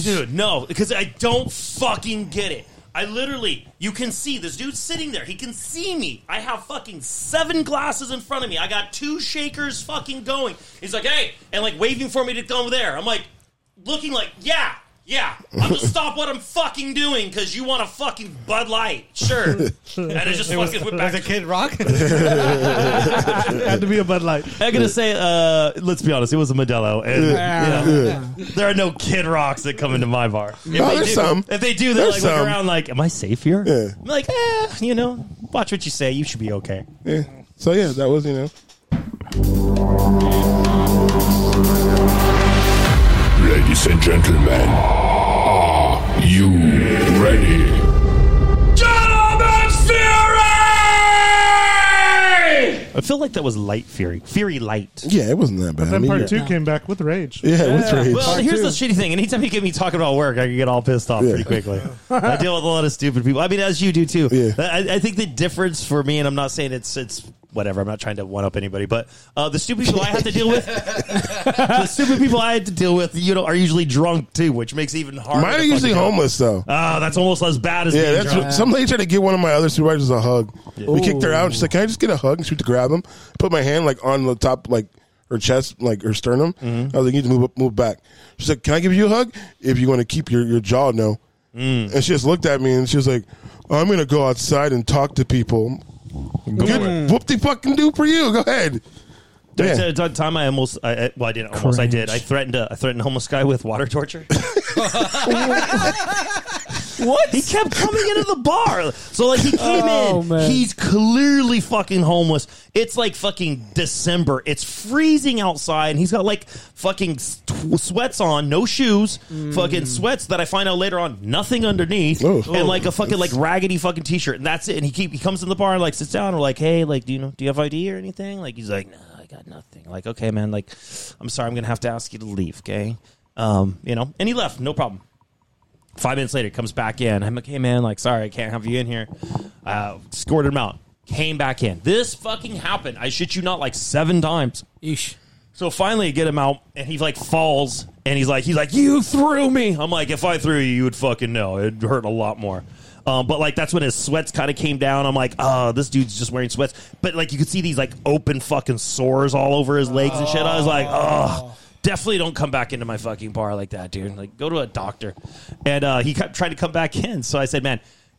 Dude, no, because I don't fucking get it. I literally, you can see this dude sitting there. He can see me. I have fucking seven glasses in front of me. I got two shakers fucking going. He's like, hey, and like waving for me to go there. I'm like, looking like, yeah, yeah. I'm gonna stop what I'm fucking doing because you want a fucking Bud Light, sure. And I just fucking went back.
As a kid, rock.
had to be a Bud Light.
I'm gonna say, uh, let's be honest, it was a Modelo, and you know, there are no Kid Rocks that come into my bar. If
No,
they
there's
do,
some.
If they do, they're
There's
like look
some.
around, like, "Am I safe here?"
Yeah.
I'm like, eh, you know, watch what you say. You should be okay.
Yeah. So yeah, that was you know.
Ladies and gentlemen, are you ready? Gentlemen's Fury!
I feel like that was light fury, fury light.
Yeah, it wasn't that bad. I
Then
mean,
part
yeah.
two came back with rage.
Yeah, it was rage.
Well, here's the shitty thing. Anytime you get me talking about work, I can get all pissed off
Yeah.
pretty quickly. I deal with a lot of stupid people. I mean, as you do too.
Yeah.
I, I think the difference for me, and I'm not saying it's it's whatever. I'm not trying to one up anybody, but uh, the stupid people I have to deal with, the stupid people I have to deal with, you know, are usually drunk too, which makes it even harder.
Mine
to
are usually
fucking deal.
homeless though.
Oh, that's almost as bad as
Yeah,
being
that's
drunk.
what, some lady tried to give one of my other supervisors a hug. We kicked her out. She's like, "Can I just get a hug?" And she went to grab him. Put my hand like on the top, like her chest, like her sternum. I was like, "You need to move up, move back." She's like, "Can I give you a hug?" If you want to keep your your jaw, no. And she just looked at me and she was like, "I'm gonna go outside and talk to people." Good whoop de fucking do for you. Go ahead.
There was
Yeah.
a t- time I almost, I, I- well, I didn't almost, I did. I threatened a, I threatened a homeless guy with water torture. what? He kept coming into the bar. So, like, he came
Oh,
in.
man.
He's clearly fucking homeless. It's like fucking December. It's freezing outside, and he's got, like, fucking s- tw- sweats on, no shoes, fucking sweats that I find out later on, nothing underneath,
Oh.
and, like, a fucking, like, raggedy fucking t shirt. And that's it. And he, keep, he comes in the bar and, like, sits down. We're like, hey, like, do you know, do you have ID or anything? Like, he's like, no, I got nothing. Like, okay, man, like, I'm sorry, I'm going to have to ask you to leave, okay? Um, you know, and he left, no problem. Five minutes later, comes back in. I'm like, hey man, like, sorry, I can't have you in here. Uh, escorted him out. Came back in. This fucking happened. I shit you not, like seven times.
Eesh.
So finally, I get him out, and he like falls, and he's like, he's like, you threw me. I'm like, if I threw you, you would fucking know. It hurt a lot more. Um, but like that's when his sweats kind of came down. I'm like, oh, this dude's just wearing sweats. But like you could see these like open fucking sores all over his legs and shit. I was like, oh, definitely don't come back into my fucking bar like that, dude. Like go to a doctor. And uh, he kept trying to come back in. So I said, man,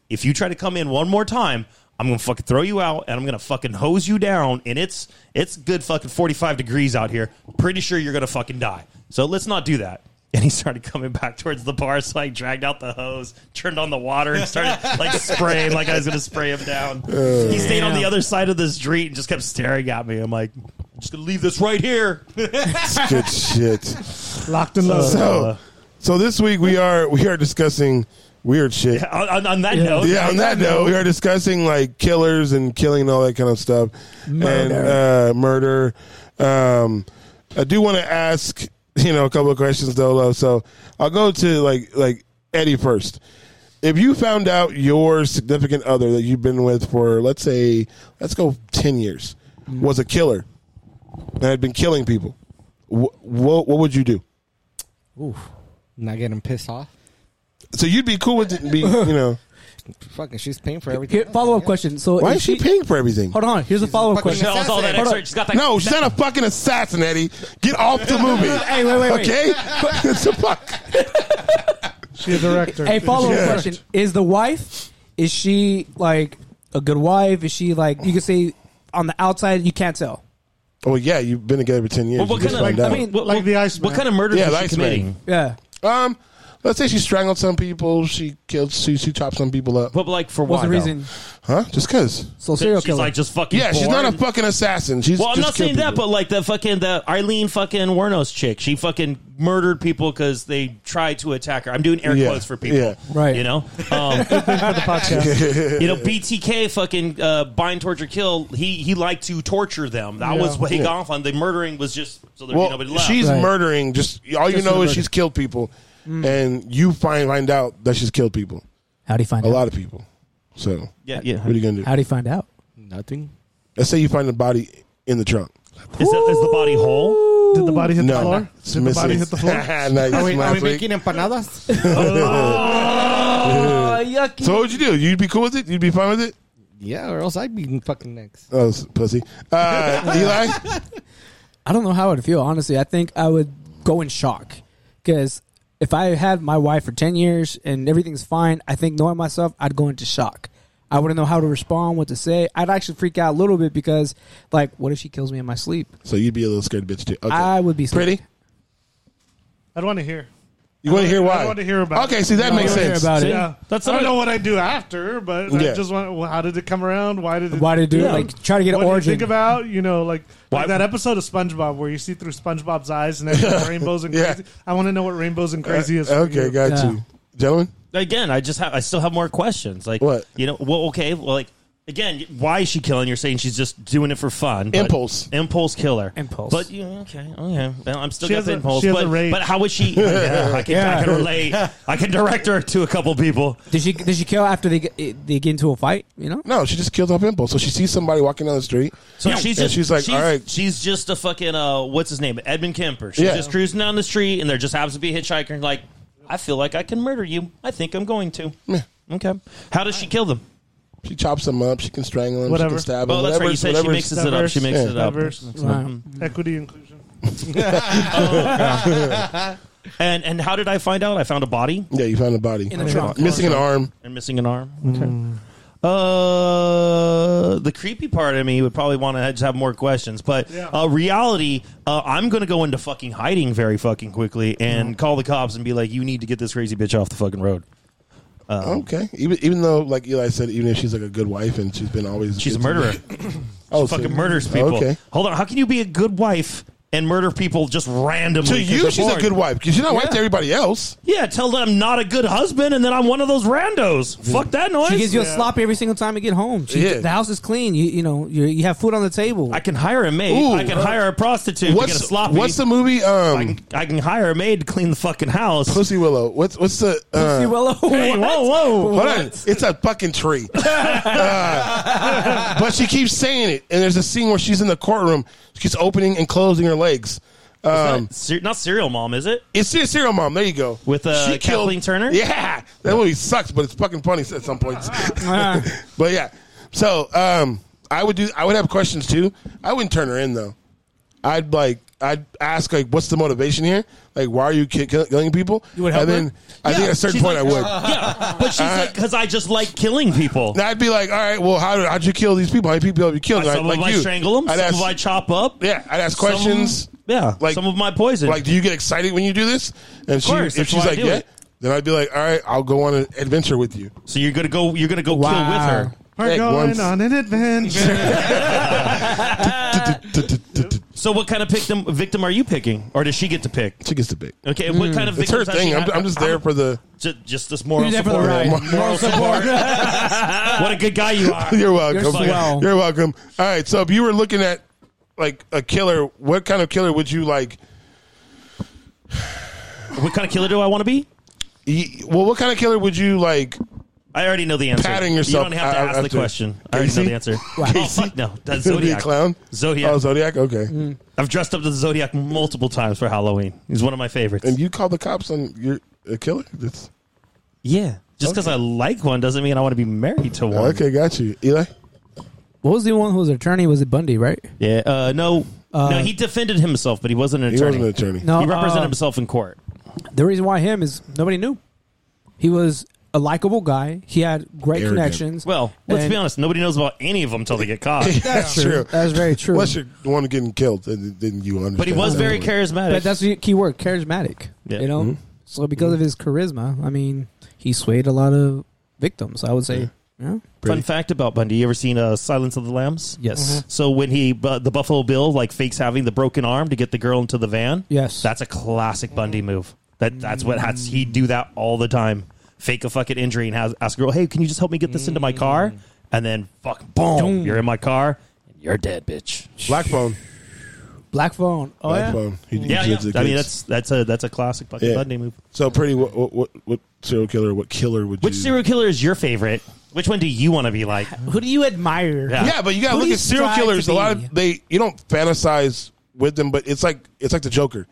if you try to come in one more time, I'm gonna fucking throw you out and I'm gonna fucking hose you down. And it's it's good fucking 45 degrees out here. Pretty sure you're gonna fucking die. So let's not do that. And he started coming back towards the bar, so I dragged out the hose, turned on the water, and started like spraying, like I was gonna spray him down. he stayed on the other side of the street and just kept staring at me. I'm like, I'm just gonna leave this right here.
Good shit.
Locked and loaded.
So, so this week we are we are discussing weird shit.
On, on- on that note,
Yeah, on that note, we are discussing like killers and killing and all that kind of stuff, and uh, murder. Um, I do want to ask you know a couple of questions though, love. So I'll go to like like Eddie first. If you found out your significant other that you've been with for let's say let's go ten years was a killer and had been killing people, what what, what would you do?
Not getting pissed off.
So you'd be cool with it, be you know
Fucking, she's paying for
Here,
everything.
follow up question. So
why
if
is she paying for everything?
Hold on. Here's a follow up
fucking
question.
That was all that
Hold
extra. She's got that.
No, she's not a fucking assassin, Eddie. Get off the movie.
Hey, wait, wait, wait.
Okay? It's a fuck.
She's a director.
Hey, follow up
Yeah.
question: Is the wife? Is she like a good wife? Is she like you can say on the outside you can't tell?
Oh, yeah, you've been together for 10 years.
Well, what
You
kind
just
of?
found
I
out.
mean, what,
Like
what-
the Iceman.
What kind of murders
Yeah, the
is she
Iceman.
committing?
Yeah.
um, let's say she strangled some people. She killed, she, she chopped some people up.
But like for
What's
why?
the
though?
reason?
Huh? Just because.
So
That
serial
she's
killer.
like just fucking.
Yeah, she's not a
bored?
fucking assassin. She's
Well, I'm
just
not saying
killed
that, but
people.
like the fucking the Eileen fucking Wernos chick, she fucking murdered people because they tried to attack her. I'm doing air
Yeah,
quotes for people,
yeah.
Right.
You know, um, you know, BTK fucking uh, bind, torture, kill. He he liked to torture them. That was what he got off on. The murdering was just so there'd be nobody
well,
left.
she's
Right.
murdering. Just all you
Just
know
the
is
murder. Mm.
she's killed people, and you find find out that she's killed people,
How do you find
a
out?
lot of people. So,
yeah, yeah.
what are you gonna do?
How do you find out?
Nothing.
let's say you find the body in the trunk.
Is, that, is the body whole?
Did the body hit the
No,
floor?
it's
Did the body
missing.
hit the floor?
nice,
Are we, are we
Maverick.
making empanadas?
Uh, yucky.
So what would you do? You'd be cool with it? You'd be fine with it?
yeah, or else I'd be fucking next.
Oh, s- pussy. Uh, Eli?
I don't know how I'd feel. Honestly, I think I would go in shock because if I had my wife for ten years and everything's fine, I think knowing myself, I'd go into shock. I wouldn't know how to respond, what to say. I'd actually freak out a little bit because, like, what if she kills me in my sleep?
So you'd be a little scared bitch too. Okay.
I would be scared.
Pretty?
I'd want to hear.
You want to hear why?
I want to hear about
Okay,
it.
see, that makes
wanna hear
sense.
about it.
Yeah, that's. I don't know what I do after, but
Yeah.
I just want. Well, how did it come around? Why did it?
Why did you do it? Like, try to get an
what do you
origin.
Think about you know like,
Why-
like that episode of SpongeBob where you see through SpongeBob's eyes and there's rainbows and
Yeah.
crazy. I want to know what rainbows and crazy is.
Uh,
for
okay,
you.
got
Yeah.
you. Gentlemen?
Again, I just have. I still have more questions. Like
What?
You know? Well, okay. Well, like again, why is she killing? You're saying she's just doing it for fun. but-
Impulse.
Impulse killer.
Impulse.
But you okay, okay. Well, I'm still
She
got
has
the
a-
impulse.
she has
but,
a rage.
but how would she? Yeah, I, can, I can relate. I can direct her to a couple people.
Did she? Did she kill after they get, eh, they get into a fight? You know,
No, she just killed off impulse. So she sees somebody walking down the street.
So she's
And
just
she's like, all right.
she's just a fucking uh, what's his name? Edmund Kemper. She's
Yeah.
just cruising down the street, and there just happens to be a hitchhiker. And like, I feel like I can murder you. I think I'm going to. Okay. How does she kill them?
She chops them up. She can strangle them. She
Whatever.
can stab them.
Well, that's
whatever.
right. You said she
whatever-
mixes it up. She
Diverse.
mixes
Yeah.
it up.
Diverse,
Wow.
equity, inclusion.
And and how did I find out? I found a body
Yeah, you found a body.
In a trunk.
Missing
Uh,
an arm.
and missing an arm. Uh, the creepy part of me would probably want to just have more questions, but uh, reality, uh, I'm going to go into fucking hiding very fucking quickly
Mm-hmm.
and call the cops and be like, "You need to get this crazy bitch off the fucking road." uh,
Okay. Even even though, like Eli said, even if she's like a good wife and she's been always
She's a
good to-
murderer.
Oh, so-
fucking murders people.
Okay.
Hold on, how can you be a good wife and murder people just randomly?
To
'cause
you,
they're
she's a
bored?
good wife because she's not wife
Yeah.
to everybody else.
Yeah, tell them I'm not a good husband, and then I'm one of those randos. Fuck that noise.
she gives you a sloppy every single time you get home. She,
Yeah.
The house is clean. You you know you you have food on the table.
I can hire a maid.
Ooh.
I can hire a prostitute to get a
What's
sloppy.
what's the movie?
I
Um,
can, I can hire a maid to clean the fucking house.
Pussy Willow. What's what's the? Uh,
See, Willow,
Hey,
what?
whoa, whoa.
Hold on, it's a fucking tree. Uh, but she keeps saying it, and there's a scene where she's in the courtroom. She keeps opening and closing her legs. Um,
Ser- not serial mom, is it?
it's Ser- serial mom. There you go.
With, uh, Kathleen Turner?
Yeah, that movie sucks, but it's fucking funny at some points. but yeah, so um, I would do. I would have questions too. I wouldn't turn her in though. I'd like. I'd ask like, what's the motivation here? Like, why are you ki- killing people? You
would help
and then
her?
I think at a certain
she's
point
like,
I would.
Yeah, but she's like, because Uh, I just like killing people.
And I'd be like, all right, well, how did, how'd you kill these people? How many people have you killed?
some
like
of 'em
you.
I strangle them.
I'd
some
ask,
of I chop up.
yeah, I'd ask
some-
questions.
yeah,
like-
some of my poison.
Like, do you get excited when you do this? And she,
course,
if
that's
she's
why I
like,
do
yeah,
it.
then I'd be like, all right, I'll go on an adventure with you.
so you're gonna go. You're gonna go kill with
Wow.
her.
We're
Hey,
going
once-
Uh,
on an adventure.
So, what kind of victim victim are you picking, or does she get to pick?
She gets the pick.
Okay, what kind of
Hmm, It's
victims
her
has she
thing. I'm,
had?
I'm just there for the.
Ju- just this moral
You're there for the
support.
ride.
Moral, support. what a good guy you are.
You're welcome.
You're swell.
You're welcome. All right. So if you were looking at like a killer, what kind of killer would you like?
What kind of killer do I want to be?
y- e, Well, what kind of killer would you like?
I already know the answer.
Patting yourself
You don't have to
out
ask the
after-
question. I already know
Casey?
the answer. Oh,
Casey?
fuck no. That's
Gonna be a
Zodiac.
clown.
Zodiac.
Oh, Zodiac. Okay.
I've dressed up to the Zodiac multiple times for Halloween. He's one of my favorites.
And you call the cops on your a killer? That's,
yeah. Just because I like one doesn't mean I want to be married to one.
okay, got you, Eli.
What was the one who was attorney? Was it Bundy, right?
Yeah. Uh, no. no, he defended himself, but he wasn't an
He
attorney.
wasn't an attorney.
No,
He represented
uh,
himself in court.
The reason why him is nobody knew. He was a likable guy. He had great
Arrogant.
connections.
Well, let's
And-
be honest. Nobody knows about any of them until they get caught.
that's true.
That's very true.
Unless you're the one getting killed, then, then you understand.
But he was very
careful.
charismatic.
But that's the key word, charismatic.
Yeah.
You know,
Mm-hmm.
so because of his charisma, I mean, he swayed a lot of victims. I would say, yeah,
Fun fact about Bundy: You ever seen uh, Silence of the Lambs?
yes,
So when he bu- the Buffalo Bill like fakes having the broken arm to get the girl into the van.
yes.
That's a classic Bundy move. That that's what that's, he'd do that all the time. Fake a fucking injury and has, ask a girl, "Hey, can you just help me get this into my car?" And then fuck, boom, you're in my car. and You're dead, bitch.
Black phone.
Black phone. Oh
Black
yeah.
phone. He, he
Yeah, yeah.
did the
I mean
kids.
that's that's a that's a classic fucking
Yeah.
Bundy move.
so pretty. What, what what what serial killer? What killer would
Which
you?
serial killer is your favorite? Which one do you want to be like?
Who do you admire?
Yeah.
Yeah, but you gotta
Who do
look
you
at serial
strive
killers.
to
A lot
be?
of they you don't fantasize with them, but it's like it's like the Joker.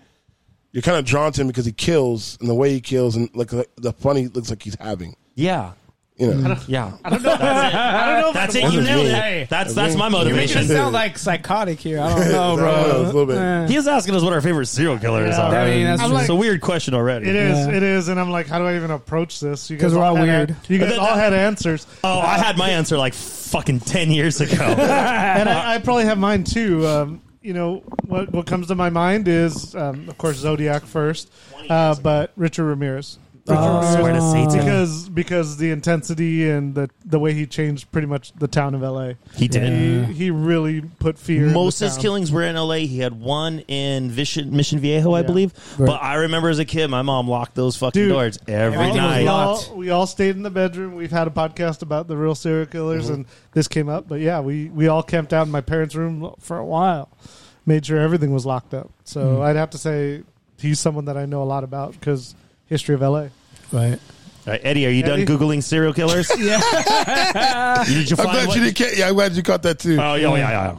You're kind of drawn to him because he kills and the way he kills and look like the funny looks like he's having.
Yeah.
You know,
Yeah, I don't know. That's it. I don't know. That's it. You
That's
nailed
me.
it. That's that's my
You're making it
motivation.
sound like psychotic here. I
Oh,
don't know,
I don't know,
bro.
it's a little bit.
Eh.
He is asking us what our favorite serial killers are.
I mean, that's
I'm
true.
like-
it's a weird question already.
It is.
Yeah.
It is. And I'm like, how do I even approach this? You
'Cause
guys
we're all
had
weird.
an- you guys all had answers,
Oh, I had my answer like fucking ten years ago.
and I, I probably have mine too. Um, you know what? What comes to my mind is, um, of course, Zodiac first, uh, but Richard Ramirez.
Swear to Satan.
Oh, Because because the intensity and the the way he changed pretty much the town of L.A.
He did.
He, he really put fear.
Most of
in
his
the town.
killings were in L.A. He had one in Mission, Mission Viejo, I believe. But I remember as a kid, my mom locked those fucking
Dude.
doors every
All-
night.
We all, we all stayed in the bedroom. We've had a podcast about the real serial killers, and this came up. But yeah, we, we all camped out in my parents' room for a while, made sure everything was locked up. So I'd have to say he's someone that I know a lot about because history of LA.
Right.
All right, Eddie, are you
Eddie?
done googling serial killers? yeah. did you
I'm
find
glad
what-
you didn't. Catch, yeah, I'm glad you caught that too.
Oh yeah, yeah, yeah.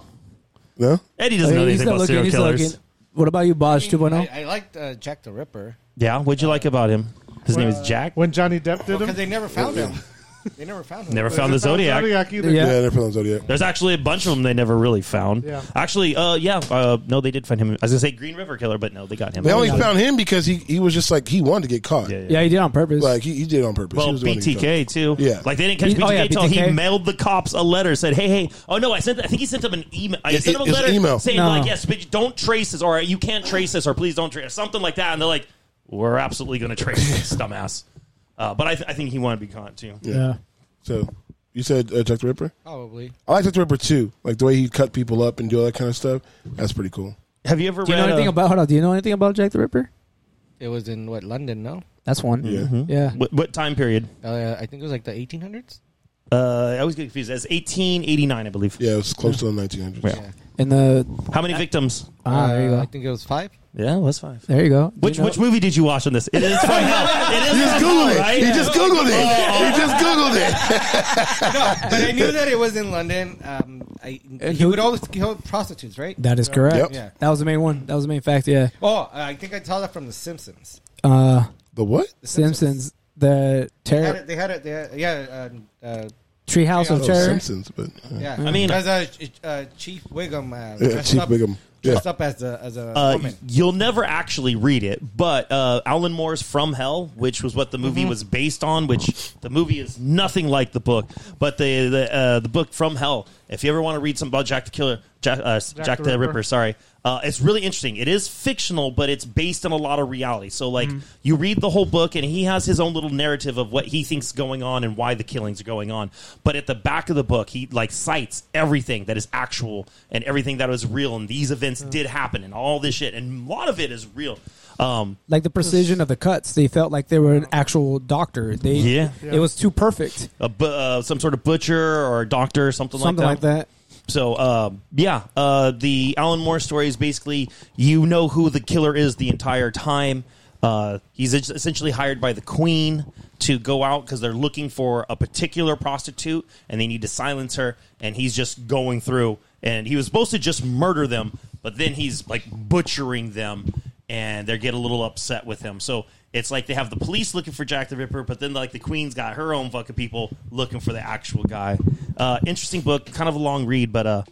no,
Eddie doesn't know
He's
anything
still
about
looking,
serial
he's still
killers.
looking. What about you, Bosch oh? 2.0?
I, I liked uh, Jack the Ripper
Yeah, what'd you like about him? His name is Jack.
When Johnny Depp did
because
him,
they never found him. They never found him.
Never found the Zodiac.
either.
Yeah.
yeah, they're from Zodiac.
There's actually a bunch of them they never really found.
Yeah.
Actually, uh, yeah, uh, no, they did find him. I was gonna say Green River Killer, but no, they got him.
They only found him because he, he was just like he wanted to get caught.
Yeah, yeah.
Yeah, he did on purpose.
Like he, he did it on purpose.
well,
he was the one who got caught.
BTK too.
Yeah.
like they didn't catch
He-
BTK
oh, yeah,
until he
BTK.
mailed the cops a letter said, "Hey, hey, oh no, I sent. I think he sent him an email. I
Yeah,
sent
it-
him a
it's
letter
email.
saying
No.
like, yes, but don't trace this, or you can't trace this, or please don't trace something like that." And they're like, "We're absolutely gonna trace this, dumbass." Uh, but I, th- I think he wanted to be caught too.
yeah.
So you said uh, Jack the Ripper.
Probably.
I like Jack the Ripper too. Like the way he cut people up and do all that kind of stuff. That's pretty cool.
Have you ever
Do you
read?
know anything
uh,
about? Hold on. Do you know anything about Jack the Ripper?
It was in what London? No,
That's one.
Yeah.
Yeah.
what, what time period?
uh, I think it was like the 1800s.
Uh, I always get confused. That's 1889, I believe.
Yeah, it was close to the 1900s.
Yeah.
And the
How many victims?
ah, there you
Uh, I
go.
think it was five.
Yeah, it was five.
There you go. Do
Which
you know-
which movie did you watch on this? It is from hell. It is
He just
from
googled
hell,
it.
right? Uh,
He just googled it. He just googled it.
but I knew that it was in London. Um, I, he
Uh, who-
would always kill prostitutes, right?
That is correct.
Yep.
Yeah.
That was the main one. That was the main fact. Yeah.
Oh, I think I saw that from The Simpsons.
Uh,
The what?
The
Simpsons, the
They had
terror,
it. They had it. They had, yeah, uh, uh,
Treehouse of
Oh,
Terror.
Simpsons, but uh,
yeah.
I mean-
because uh, Ch- uh, Chief Wiggum, uh,
yeah,
dressed
Chief
up,
Wiggum. Yeah,
dressed up as a as a
Uh,
woman.
you'll never actually read it, but uh, Alan Moore's From Hell, which was what the movie
Mm-hmm.
was based on, which the movie is nothing like the book, but the the, uh, the book From Hell. If you ever want to read something about Jack the Killer, Jack, uh, Jack, the Ripper. sorry. Uh, it's really interesting. It is fictional, but it's based on a lot of reality. So, like,
Mm-hmm.
you read the whole book, and he has his own little narrative of what he thinks is going on and why the killings are going on. But at the back of the book, he like cites everything that is actual and everything that was real, and these events did happen, and all this shit, and a lot of it is real. Um,
Like the precision of the cuts, they felt like they were an actual doctor. They,
Yeah.
it was too perfect,
a bu- uh, some sort of butcher or a doctor or something,
something like that.
So um, yeah, uh, the Alan Moore story is basically you know who the killer is the entire time. Uh, he's es- essentially hired by the queen to go out because they're looking for a particular prostitute and they need to silence her. And he's just going through. And he was supposed to just murder them, but then he's like butchering them, and they get a little upset with him. So it's like they have the police looking for Jack the Ripper, but then like the Queen's got her own fucking people looking for the actual guy. Uh, interesting book, kind of a long read, but uh,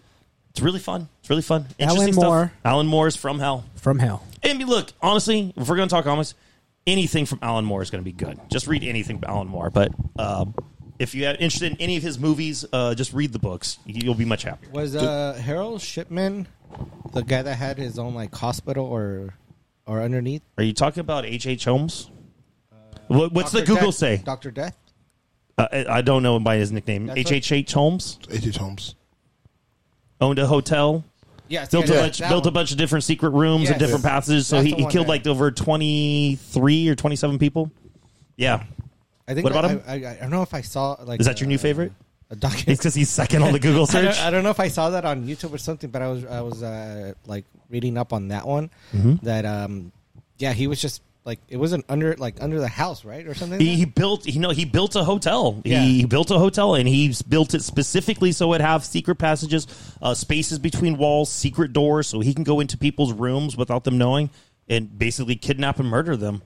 it's really fun. It's really fun.
Alan
Interesting stuff.
Moore.
Alan Moore's From Hell.
From hell,
And be- look, honestly, if we're gonna talk comics, anything from Alan Moore is gonna be good. Just read anything from Alan Moore. But um, if you're interested in any of his movies, uh, just read the books. You'll be much happier.
Was uh, Harold Shipman the guy that had his own like hospital or or underneath?
Are you talking about H. H. Holmes? What, what's the
Dr.
Google
Death?
say?
Doctor Death.
Uh, I- I don't know him by his nickname.
That's
H.
what-
H. H. Holmes
H.H. Holmes.
owned a hotel.
Yeah,
built
yeah,
a bunch,
that
built a
one.
bunch of different secret rooms and
Yes.
different passages. So
That's
he,
the
he
one,
killed
yeah.
like over twenty three or twenty seven people. Yeah,
I think
What
that-
about him?
I, I, I don't know if I saw like. uh,
is that your new favorite?
A doc-
It's because he's second on the Google
I
search.
don't, I don't know if I saw that on YouTube or something, but I was I was uh, like reading up on that one.
Mm-hmm.
That um, yeah, he was just like it wasn't under like under the house, right, or something.
he, he built, you know, he built a hotel.
Yeah.
He, built a hotel, and he built it specifically so it have secret passages, uh, spaces between walls, secret doors, so he can go into people's rooms without them knowing, and basically kidnap and murder them.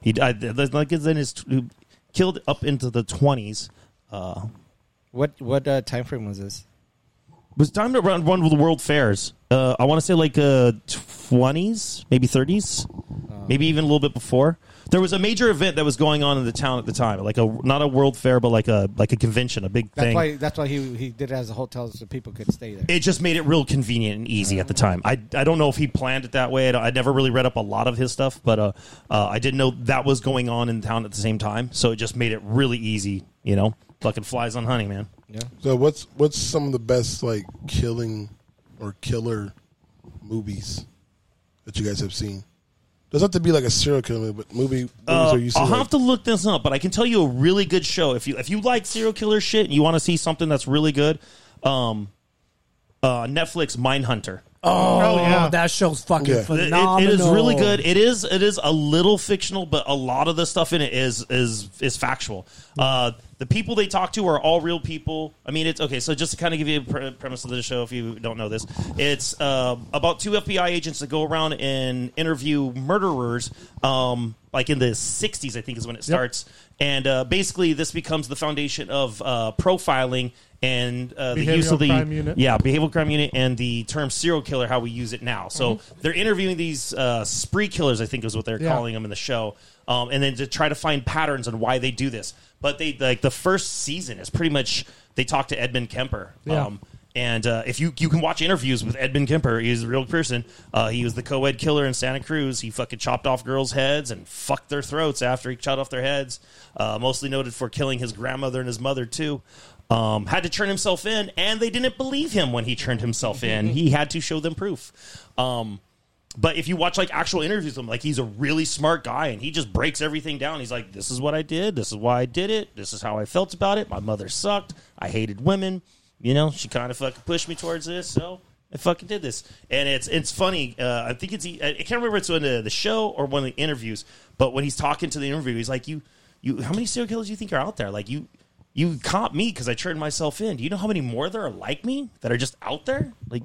He died. that's Like it's in his he killed up into the twenties. Uh,
what what uh, time frame was this?
was time to run one of the world fairs. Uh, I want to say like twenties, maybe thirties,
Uh.
maybe even a little bit before. There was a major event that was going on in the town at the time, like a not a world fair, but like a like a convention, a big
That's
thing.
why that's why he he did it as a hotel so people could stay there.
it just made it real convenient and easy at the time. I, I don't know if he planned it that way. I, don't- I never really read up a lot of his stuff, but uh, uh, I didn't know that was going on in town at the same time. So it just made it really easy, you know. Fucking flies on honey, man.
So what's what's some of the best like killing or killer movies that you guys have seen? Doesn't have to be like a serial killer, movie, but movie movies
Uh,
where you see
I'll
like,
have to look this up, but I can tell you a really good show if you if you like serial killer shit and you want to see something that's really good. Um, uh, Netflix Mindhunter.
Oh, yeah.
that show's fucking
Yeah. It- it-
It- it-
phenomenal.
it is really good. It is it is a little fictional, but a lot of the stuff in it is is is factual.
Mm.
Uh, the people they talk to are all real people. I mean, it's okay. So just to kind of give you a pre- premise of the show, if you don't know this, it's uh, about two FBI agents that go around and interview murderers. Um, like in the '60s, I think is when it starts. And uh, basically, this becomes the foundation of uh, profiling and uh, the use
Behavioral
of the
crime unit.
yeah, behavioral crime unit and the term serial killer, how we use it now. So they're interviewing these uh, spree killers, I think is what they're
Yeah.
calling them in the show, um, and then to try to find patterns on why they do this. But they like the first season is pretty much they talk to Edmund Kemper.
Yeah.
Um, and uh, if you you can watch interviews with Edmund Kemper, he's a real person. Uh, he was the co-ed killer in Santa Cruz. He fucking chopped off girls' heads and fucked their throats after he chopped off their heads. Uh, mostly noted for killing his grandmother and his mother too. Um, had to turn himself in, and they didn't believe him when he turned himself in. He had to show them proof. Um, but if you watch like actual interviews with him, like he's a really smart guy and he just breaks everything down. He's like, this is what I did. This is why I did it. This is how I felt about it. My mother sucked. I hated women. You know, she kind of fucking pushed me towards this. So I fucking did this. And it's it's funny. Uh, I think it's, I can't remember if it's one of the show or one of the interviews, but when he's talking to the interview, he's like, you, you, how many serial killers do you think are out there? Like, you, you caught me because I turned myself in. Do you know how many more there are like me that are just out there? Like,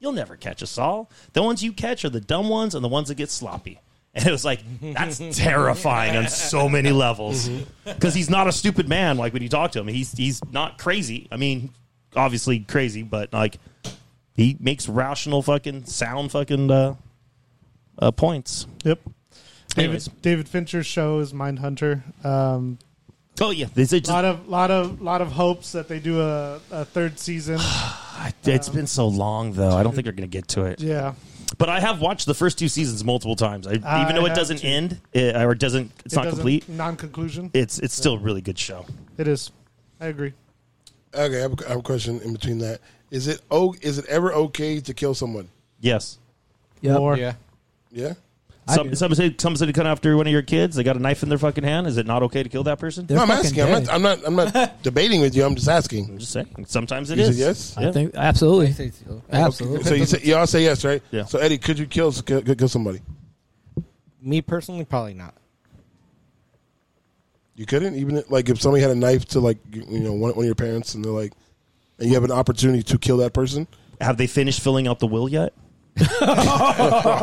You'll never catch us all. The ones you catch are the dumb ones and the ones that get sloppy. And it was like, that's terrifying on so many levels. Because he's not a stupid man, like when you talk to him. He's he's not crazy. I mean, obviously crazy, but like he makes rational fucking sound fucking uh, uh, points.
Yep. David,
Anyways.
David Fincher's show is Mindhunter. Um,
Oh yeah. They said
lot of lot of lot of hopes that they do a, a third season.
It's been so long though. I don't think they're gonna get to it.
Yeah.
But I have watched the first two seasons multiple times. I,
I
even though it
have
doesn't
too.
end it, or it doesn't, it's not complete.
Non conclusion.
It's it's still a really good show.
It is. I agree.
Okay, I have, a, I have a question in between that. Is it o- Is it ever okay to kill someone?
Yes.
Yep.
More.
Yeah.
Yeah.
I
Some,
do.
some say some say to come after one of your kids. They got a knife in their fucking hand. Is it not okay to kill that person?
They're
no, I'm
fucking
asking.
dead.
I'm not. I'm not. I'm not debating with you. I'm just asking.
Just saying. Sometimes it
You said
is.
yes?
Yeah.
I think absolutely,
say so.
absolutely.
So you say, y'all say yes, right?
Yeah.
So Eddie, could you kill kill, kill somebody?
Me personally, probably not.
You couldn't even like if somebody had a knife to like you know one, one of your parents and they're like, and you have an opportunity to kill that person.
Have they finished filling out the will yet?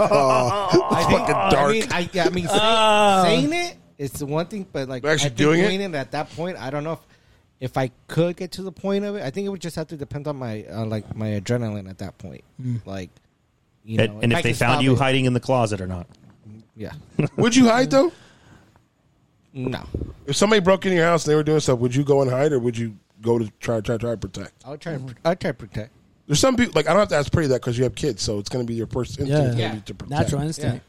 fucking dark.
I mean, I, yeah, I mean, say, saying it is the one thing, but like
But actually
I think
doing it?
at that point, I don't know if, if I could get to the point of it. I think it would just have to depend on my uh, like my adrenaline at that point.
Mm.
Like, you know,
and and
I
if they
can
found
stop
you
it-
hiding in the closet or not?
yeah,
would you hide though?
no,
If somebody broke into your house and they were doing stuff, would you go and hide or would you go to try try try to protect?
I would try. To, I would try to protect.
There's some people like I don't have to ask Pretty that because you have kids, so it's going to be your first instinct
Yeah.
is gonna
Yeah.
be to protect.
Natural instinct.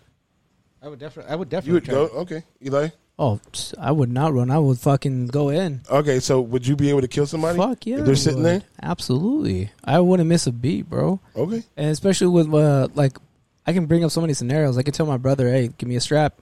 I would definitely. I would
You
definitely.
would
try
go
to-
okay, Eli.
Oh, s- I would not run. I would fucking go in.
Okay, so would you be able to kill somebody?
Fuck yeah,
if
I
they're sitting
would.
there.
Absolutely, I wouldn't miss a beat, bro.
Okay,
And especially with uh, like, I can bring up so many scenarios. I can tell my brother, "Hey, give me a strap."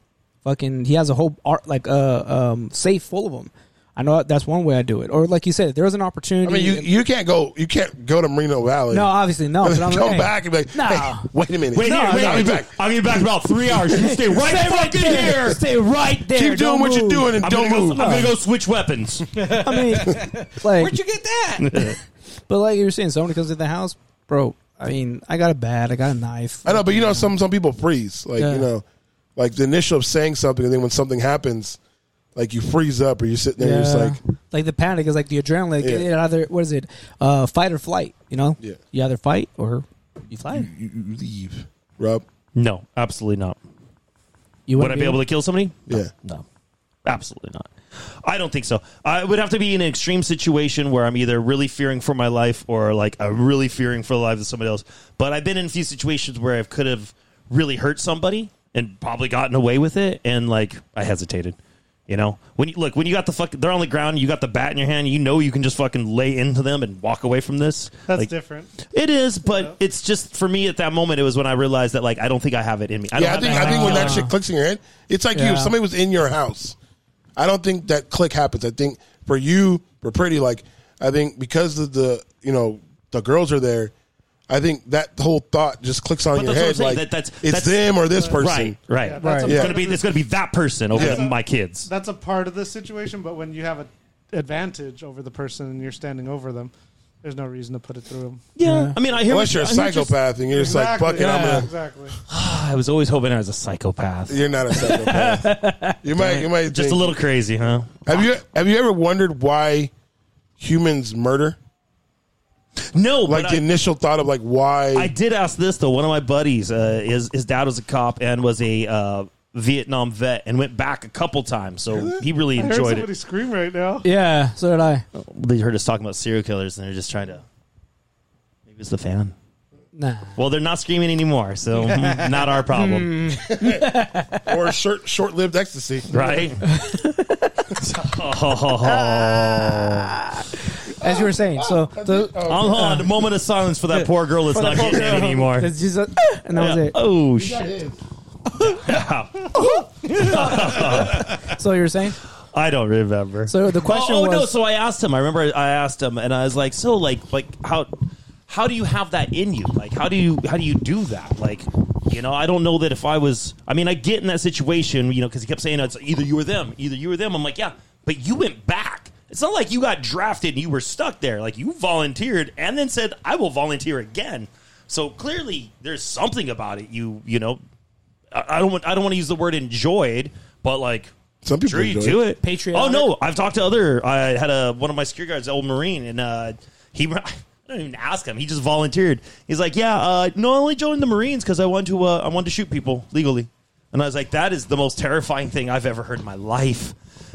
Fucking, he has a whole art like uh um safe full of them. I know that's one way I do it. Or like you said, if there was an opportunity.
I mean you you can't go you can't go to Merino Valley.
no, obviously no.
and
But
then
I'm
come
like, hey,
back and be like,
No.
hey, wait a minute,
No,
I'll
here,
be back.
I'll be back in about three hours. You stay right
Stay right there. Stay right there.
Keep doing
Don't
what you're
move.
doing and don't move.
go switch weapons.
I mean, like, where'd you get that? but like you were saying, somebody comes in the house, bro. I mean, I got a bat, I got a knife.
I know, but you know, some some people freeze. Like
Yeah.
you know, like the initial of saying something, and then when something happens, like you freeze up, or you sit there, and you're just like,
the panic is like the adrenaline. Like,
Yeah.
It either what is it, uh, fight or flight? You know,
Yeah.
You either fight or you fly.
you, you leave, Rob.
No, absolutely not.
You
Would I be able to kill somebody? No,
Yeah.
No, absolutely not. I don't think so. I it would have to be in an extreme situation where I'm either really fearing for my life or like I'm really fearing for the lives of somebody else. But I've been in a few situations where I could have really hurt somebody and probably gotten away with it, and like I hesitated. You know, when you look, when you got the fuck, they're on the ground. You got the bat in your hand. You know, you can just fucking lay into them and walk away from this.
That's
Like,
different.
It is, but it's just for me at that moment. It was when I realized that like I don't think I have it in me. I don't
yeah, I
have
think
that
I think when that
killer.
shit clicks in your head, it's like you. If
Yeah.
somebody was in your house, I don't think that click happens. I think for you, for pretty, like I think because of the you know the girls are there. I think that whole thought just clicks on
But
your
that's what I'm
head.
saying,
Like
that- that's-
it's
that's-
them or this person.
Right, right, right.
Yeah, that's a
It's
part
gonna
of
be
the-
it's gonna be that person over
Yeah.
the- my kids.
That's a part of the situation, but when you have an advantage over the person and you're standing over them, there's no reason to put it through them.
Yeah, I mean, I hear
Unless
what
you're a
I hear what you're
psychopath and you're just like, fuck it, I'm gonna
Exactly.
saying. I was always hoping I was a psychopath.
You're not a psychopath. you might. You might.
Just
think-
a little crazy, huh?
Have you Have you ever wondered why humans murder?
No,
Like
but
the
I,
initial thought of like why?
I did ask this though. One of my buddies, uh, his his dad was a cop and was a uh, Vietnam vet, and went back a couple times, so he really
I heard
enjoyed
somebody
it.
scream right now.
Yeah, so did I.
They heard us talking about serial killers, and they're just trying to. Maybe it's the fan.
Nah,
Well, they're not screaming anymore, so mm, not our problem,
or short short lived ecstasy.
right?
as you were saying, so so
Hold on, a moment of silence for that poor girl that's not getting it anymore.
it's just a, and that was
Yeah.
it.
Oh shit!
So you were saying?
I don't remember.
So the question
oh, oh, no!
was,
So I asked him. I remember I asked him, and I was like, "So like like how how do you have that in you? Like how do you how do you do that? Like you know, I don't know that if I was. I mean, I get in that situation, you know, because he kept saying it's either you or them, either you or them. I'm like, yeah, but you went back. It's not like you got drafted and you were stuck there. Like you volunteered and then said, "I will volunteer again." So clearly, there's something about it. You you know, I, I don't want I don't want to use the word enjoyed, but like
Some people
sure you
enjoy
do it.
Patriotic?
Oh no, I've talked to other. I had a one of my security guards, old marine, and uh, he. I don't even ask him. He just volunteered. He's like, yeah, uh, no, I only joined the Marines because I wanted to. Uh, I wanted to shoot people legally. And I was like, that is the most terrifying thing I've ever heard in my life.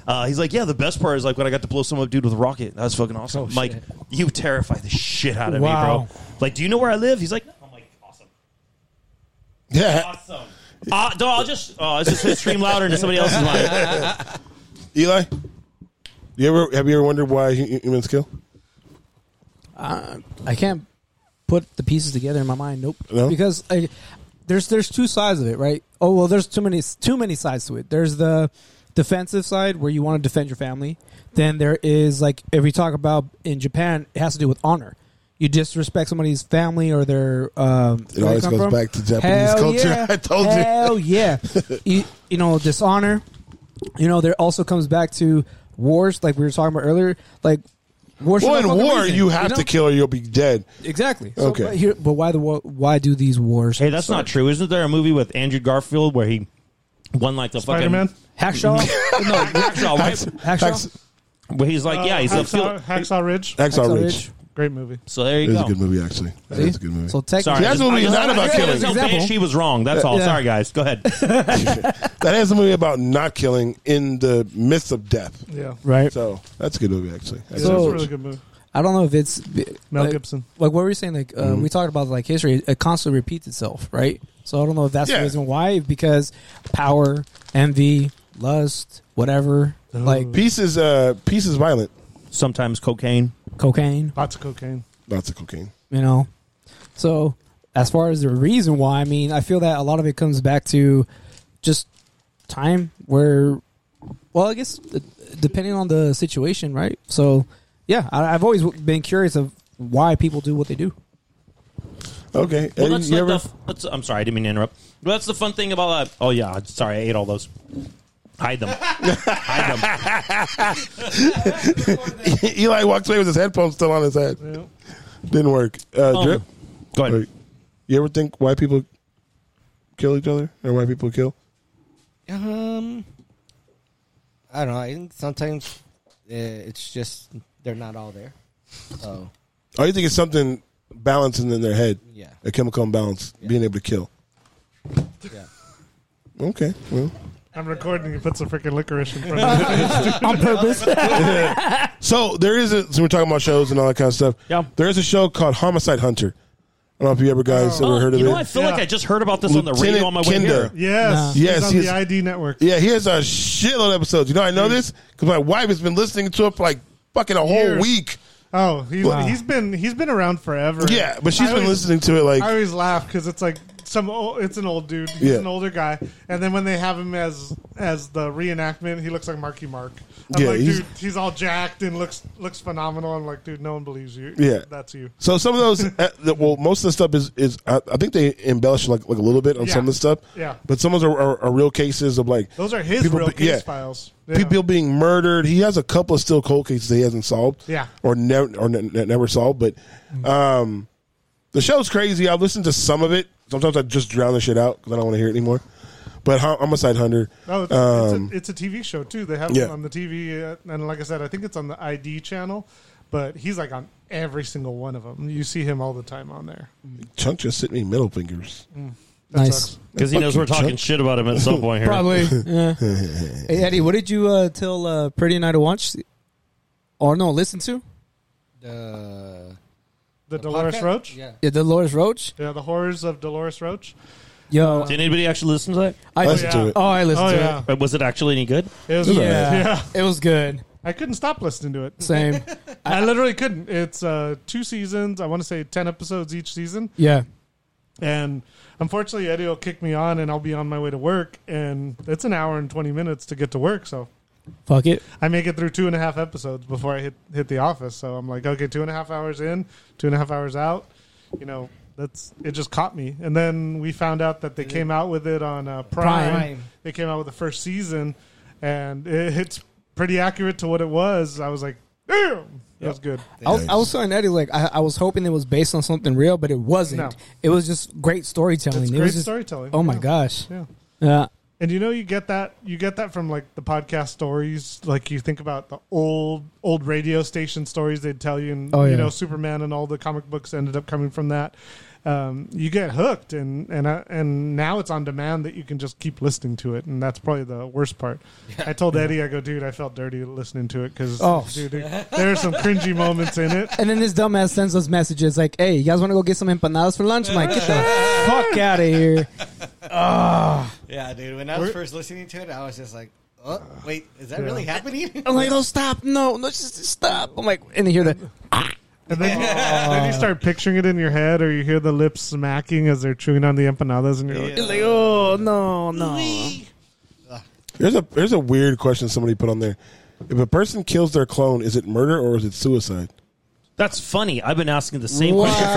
Uh, he's like, yeah, the best part is like when I got to blow some up dude with a rocket. That was fucking awesome.
Oh,
Mike,
shit.
you terrify the shit out of me,
Wow.
bro. Like, do you know where I live? He's like, no. I'm like, awesome.
Yeah.
Awesome. Uh, no, I'll just, oh, I was just going to scream louder into somebody else's mind.
Eli, you ever have you ever wondered why hu- humans kill?
I can't put the pieces together in my mind. Nope.
No?
Because I, there's there's two sides of it, right? Oh well, there's too many too many sides to it. There's the defensive side where you want to defend your family. Then there is like if we talk about in Japan, it has to do with honor. You disrespect somebody's family or their. Um,
It always goes back to Japanese culture.
Yeah.
I told you.
Hell yeah. you, you know dishonor. You know there also comes back to wars, like we were talking about earlier. Like wars. for
Well,
no
in
fucking
war,
reason,
you have
know?
to kill or you'll be dead.
Exactly.
Okay.
okay. But, here, but why the wa- why do these wars?
Hey, that's not true. Isn't there a movie with Andrew Garfield where he won like the
Spider Man.
fucking
Hackshaw.
Mm-hmm.
no,
Hacksaw, right?
Hackshaw.
Where he's like, yeah, he's a
Hacksaw,
field.
Hacksaw Ridge.
Hacksaw
Hacksaw
Ridge.
Great movie.
So there you
It is
go.
a good movie, actually. That
See?
is a good movie.
So technically,
Sorry,
See, that's what we-
I-
not
I-
about
I- I-
killing.
I- I-
Example.
She was wrong. That's all.
Yeah.
Sorry, guys. Go ahead.
that is a movie about not killing in the midst of death.
Yeah.
right?
So that's a good movie, actually. That's
yeah,
So-
that's
a
a
good movie.
really good movie.
I don't know if it's
Mel
like,
Gibson.
Like what were we saying? Like uh,
Mm-hmm.
we talked about like history. It constantly repeats itself, right? So I don't know if that's
Yeah.
the reason why. Because power, envy, lust, whatever,
Oh.
like
Peace is uh, peace is violent.
Sometimes cocaine.
cocaine.
Lots of cocaine.
Lots of cocaine.
you know. So as far as the reason why, I mean, I feel that a lot of it comes back to just time where, well, I guess uh, depending on the situation, right? So yeah, I, I've always been curious of why people do what they do.
Okay.
Well,
Eddie,
that's
you
like
ever-
the f- that's- I'm sorry, I didn't mean to interrupt. Well, that's the fun thing about that. Oh yeah, sorry, I ate all those. Hide them. Hide them.
Eli walked away with his headphones still on his head. Didn't work. Uh,
Um,
drip.
Go ahead.
Wait, you ever think why people kill each other or why people kill?
Um, I don't know. I think sometimes uh, it's just they're not all there. So
Or you think it's something balancing in their head?
yeah,
A chemical imbalance, being able to kill.
yeah.
Okay. Well.
I'm recording. He puts a freaking licorice in front of me.
So there is a so we're talking about shows and all that kind of stuff.
Yeah.
There is a show called Homicide Hunter. I don't know if you ever guys ever
Oh,
heard of
you know,
it.
I feel like
Yeah.
I just heard about this on the
Lieutenant
radio on my way
Kinder.
here.
Yes.
Yes,
He's on
he's-
the ID network.
Yeah, he has a shitload of episodes. You know, I know this because my wife has been listening to it for like fucking a whole
Mm. Years.
week.
Oh, he's,
Wow.
he's been he's been around forever.
Yeah, but she's
I
been
always-
listening to it like
I always laugh because it's like some old, it's an old dude. He's
Yeah.
an older guy, and then when they have him as as the reenactment, he looks like Marky Mark. I'm
Yeah,
like,
he's-
dude, he's all jacked and looks looks phenomenal. I'm like, dude, no one believes you.
Yeah.
that's you.
So some of those, uh, the- well, most of the stuff is is I, I think they embellish like like a little bit on
Yeah.
some of the stuff.
Yeah.
But some of those are, are, are real cases of like
Those are his
People
real
be-
case
yeah.
files. Yeah.
people being murdered. He has a couple of still cold cases that he hasn't solved.
Yeah.
Or never or ne- ne- never solved. But
Mm.
um, the show's crazy. I've listened to some of it. Sometimes I just drown the shit out because I don't want to hear it anymore. But Hom- homicide hunter.
Oh, it's,
um,
it's, a, it's a TV show too. They have
Yeah.
it on the TV, uh, and like I said, I think it's on the ID channel. But he's like on every single one of them. You see him all the time on there.
Chunk just sent me middle fingers.
That
Nice.
sucks.
Because he knows we're
Fucking
talking
Chuck.
shit about him at some point here.
Probably. yeah. Hey Eddie, what did you uh, tell uh, Pretty and I to watch, or no, listen to?
The,
The, Dolores
podcast?
Roach.
Yeah.
Yeah, Dolores Roach.
Yeah, the horrors of Dolores Roach.
Yo,
Did anybody actually listen to that?
I
Listen
yeah.
to it.
Oh, I listened
Oh
to
yeah,
it.
But was it actually any good?
it was,
Yeah.
yeah.
It was good.
I couldn't stop listening to it.
Same.
I literally couldn't. It's uh, two seasons. I want to say ten episodes each season.
yeah.
And unfortunately, Eddie will kick me on, and I'll be on my way to work. And it's an hour and twenty minutes to get to work, so
Fuck it.
I make it through two and a half episodes before I hit hit the office. So I'm like, okay, two and a half hours in, two and a half hours out. You know, that's it. Just caught me. And then we found out that they came out with it on uh, Prime.
Prime.
They came out with the first season, and it, it's pretty accurate to what it was. I was like, damn, that was good.
I was, I was telling Eddie like I, I was hoping it was based on something real, but it wasn't.
No.
It was just great storytelling.
It's
it
great
was just,
storytelling.
Oh my
Yeah.
gosh.
Yeah.
Yeah.
And you know you get that you get that from like the podcast stories. Like you think about the old old radio station stories they'd tell you, and
Oh, yeah.
you know Superman and all the comic books ended up coming from that. um, you get hooked, and and I, and now it's on demand that you can just keep listening to it, and that's probably the worst part. I told Eddie, I go, dude, I felt dirty listening to it because
Oh.
dude, there there are some cringy moments in it.
And then this dumbass sends us messages like, "Hey, you guys want to go get some empanadas for lunch?" I'm like, "Get the fuck out of here!"
Yeah, dude. When I was first listening to it, I was just like, "Oh, wait, is that really happening?"
I'm like, "No, stop! No, no, just, just stop!" I'm like, and you hear the
And then, you, then you start picturing it in your head, or you hear the lips smacking as they're chewing on the empanadas, and you're like,
Yeah.
like, "Oh no, no!"
There's a there's a weird question somebody put on there. If a person kills their clone, is it murder or is it suicide?
That's funny. I've been asking the same question for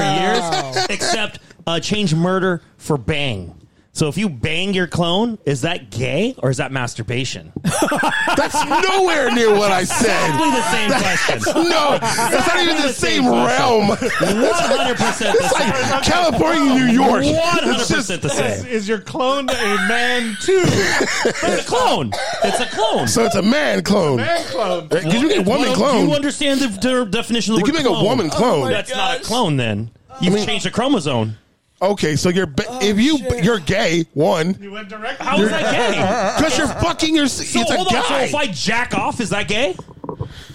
years, except uh, change murder for bang. So if you bang your clone, is that gay or is that masturbation?
That's nowhere near what I said.
Exactly the same question.
No, that's not even the same realm.
One hundred percent the same.
California, New York.
One hundred
It's just
percent the same.
"Is your clone a man too?
But it's a clone. It's a clone.
so it's a man clone.
Man clone."
Because you get woman
Well, Do you
clone.
understand the der- definition of the
You can
word
make a
clone?
woman clone.
That's not a clone. Then you've
mean-
changed a chromosome.
Okay, so you're ba- if
Oh,
you you're gay one
You went direct.
How is that gay?
because you're fucking your.
So
it's a
hold
guy.
on. So if I jack off, is that gay?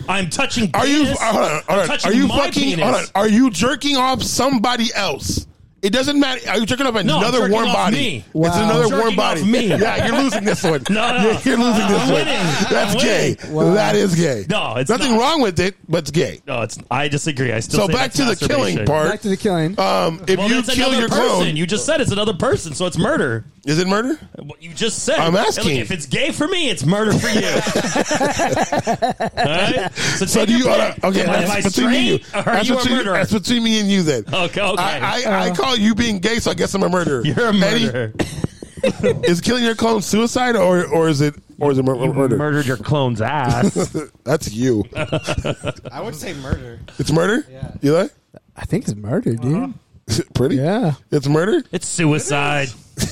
I'm touching.
Are you?
penis.
Hold on, hold
I'm
on.
touching
Are you
my
fucking?
penis.
Hold on. Are you jerking off somebody else? It doesn't matter. Are you jerking off
I'm
another
jerking
warm
off
body?
me.
Wow.
It's another
Jerking
warm body.
off me.
Yeah, you're losing this one.
No, no.
You're, you're losing this
I'm
one.
winning. I'm
That's
winning.
gay. That is gay.
No, it's
nothing
not.
wrong with it, but it's gay.
No, it's. I disagree. I still.
So
say
back
that's
to the killing
masturbation.
Back
part.
to the killing.
Um, if
Well,
you
that's
kill
another
your
person.
clone,
You just said it's another person, so it's murder.
is it murder?
What you just said.
I'm asking.
Hey, look, if it's gay for me, it's murder for you. All right? So,
So
take
do
your
you?
pick.
hold on. okay,
Am I- am I
that's between me and you.
straight, Or are
That's
you a
between,
murderer?
that's between me and you. Then
Okay, okay.
I, I, I call you being gay, so I guess I'm a murderer.
You're a
Eddie,
murderer.
is killing your clone suicide or or is it or is it mur- murder?
Murdered your clone's ass.
That's you.
I would say murder.
It's murder.
Yeah.
Eli,
I think it's murder, dude.
Uh-huh.
pretty.
Yeah.
It's murder.
it's suicide.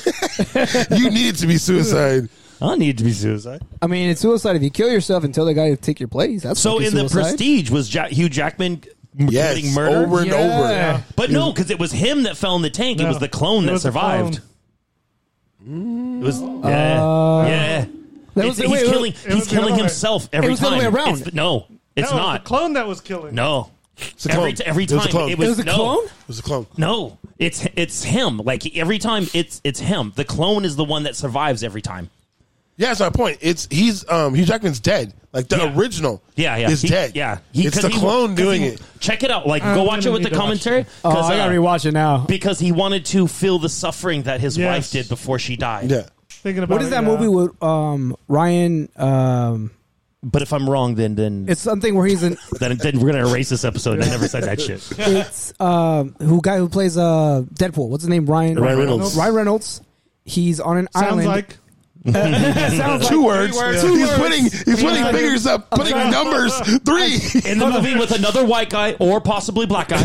You need it to be suicide.
I don't need to be suicide.
I mean, it's suicide if you kill yourself and tell the guy to take your place. That's
So
fucking
in the
suicide.
Prestige, was Jack, Hugh Jackman m-
Yes,
committing murder?
over and
Yeah.
over.
Yeah.
but no, because it was him that fell in the tank. It
No.
was the clone
It
that
was the
survived. It was yeah, yeah.
That
It's-
was-
he's
wait, wait,
killing.
it was
he's
the
killing
other way.
himself every
was the
time.
other way around.
It's- no, it's
No, it was
not.
the clone that was killing.
no.
It's a clone.
Every, t- every
It was
time
a clone.
it was,
It was a
no,
clone?
It was a clone.
No, it's it's him. Like every time, it's it's him. The clone is the one that survives every time.
Yeah, that's my point. It's he's um Hugh Jackman's dead. Like the
Yeah.
original.
Yeah, yeah,
Is
He-
dead.
Yeah,
it's
'cause
the clone
'cause
doing
he-
it.
Check it out. Like,
I'm
go watch it
gonna
with the
need to watch
commentary.
Oh,
'cause,
I gotta
uh,
rewatch it now.
because he wanted to feel the suffering that his
Yes.
wife did before she died.
Yeah.
Thinking about
What is
it,
that
yeah.
movie with um, Ryan? Um,
But if I'm wrong, then then
it's something where he's in.
then, then we're gonna erase this episode. I never said that shit.
it's um, who guy who plays uh, Deadpool. What's his name? Ryan.
Ryan Reynolds.
Ryan Reynolds. He's on an
Sounds
island.
like
Sounds
Two
like-
words.
words.
He's
Two words.
putting he's putting fingers up, putting numbers. Three.
In the movie with another white guy or possibly black guy.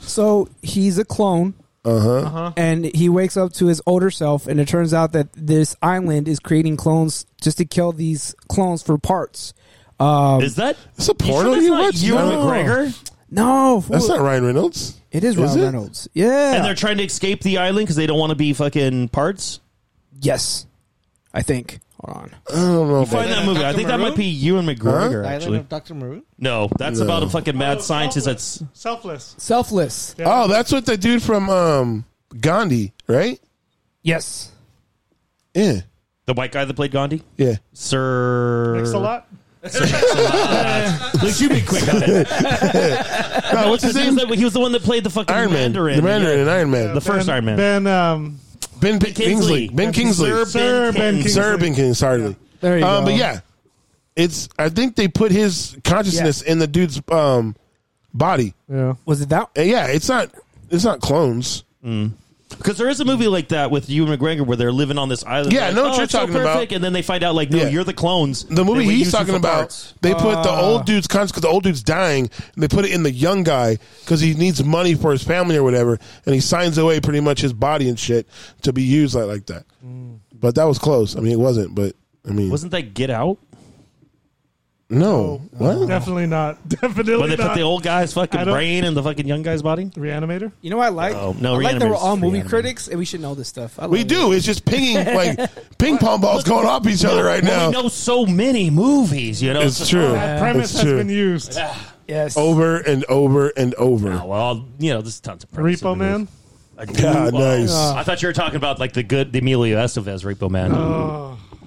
So he's a clone.
Uh-huh.
Uh huh. And he wakes up to his older self, and it turns out that this island is creating clones just to kill these clones for parts.
Is that
It's a
You sure
Um, porno
that's
you
not
watch?
Ewan
No.
McGregor?
No, fool.
That's not Ryan Reynolds.
it is,
Is
Ryan
it?
Reynolds. Yeah.
And they're trying to escape the island because they don't want to be fucking parts.
yes, I think. Hold on.
I don't know. about
Find that movie. I think that might be Ewan McGregor.
Island
Actually,
of Doctor Maroon.
no, that's
No.
about a fucking mad scientist. That's
selfless.
Selfless.
Oh, that's what the dude from um, Gandhi, right?
Yes.
Yeah,
the white guy that played Gandhi,
yeah.
Sir.
Thanks a lot.
Look, you be quick on it.
No, what's his
He
name?
was, the, he was the one that played the fucking
Iron Man,
Mandarin.
the Mandarin, and Iron Man,
The first
Ben-
Iron Man.
Ben, um,
Ben, Ben Kingsley, Ben Kingsley,
Sir
Sir Ben
Kingsley.
Sir Ben Kingsley. Sorry,
There you
um,
go.
But yeah, it's. I think they put his consciousness in the dude's um, body.
yeah.
Was it that?
And yeah, it's not. It's not clones.
Because there is a movie like that with Ewan McGregor where they're living on this island.
Yeah,
like,
I know what
"Oh,
you're
it's so
talking about."
perfect," And then they find out, like, no,
Yeah.
you're the clones.
The movie
They would use
he's
you
talking
for
about,
parts.
they put the old dude's conscious because the old dude's dying, and they put it in the young guy because he needs money for his family or whatever, and he signs away pretty much his body and shit to be used like, like that. But that was close. I mean, it wasn't, but I mean,
Wasn't that Get Out?
Oh,
No. What?
Definitely not. Definitely
But they
not.
put the old guy's
I
fucking
don't-
brain in the fucking young guy's body.
Reanimator.
You know what I like?
Oh, no,
I like that
Reanimator's
we're all movie
Reanimator.
critics and we should know this stuff. I
We
love
do. It's just pinging like ping pong balls going off each other right
Well,
now.
we know so many movies, you know.
It's true.
That premise
it's
has
true.
been used.
it. Yes.
over and over and over.
Oh, well, you know, there's tons of premise
Repo
in
Man.
movies. I do-
Yeah,
well,
nice.
uh, I thought you were talking about like the good the Emilio Estevez Repo Man.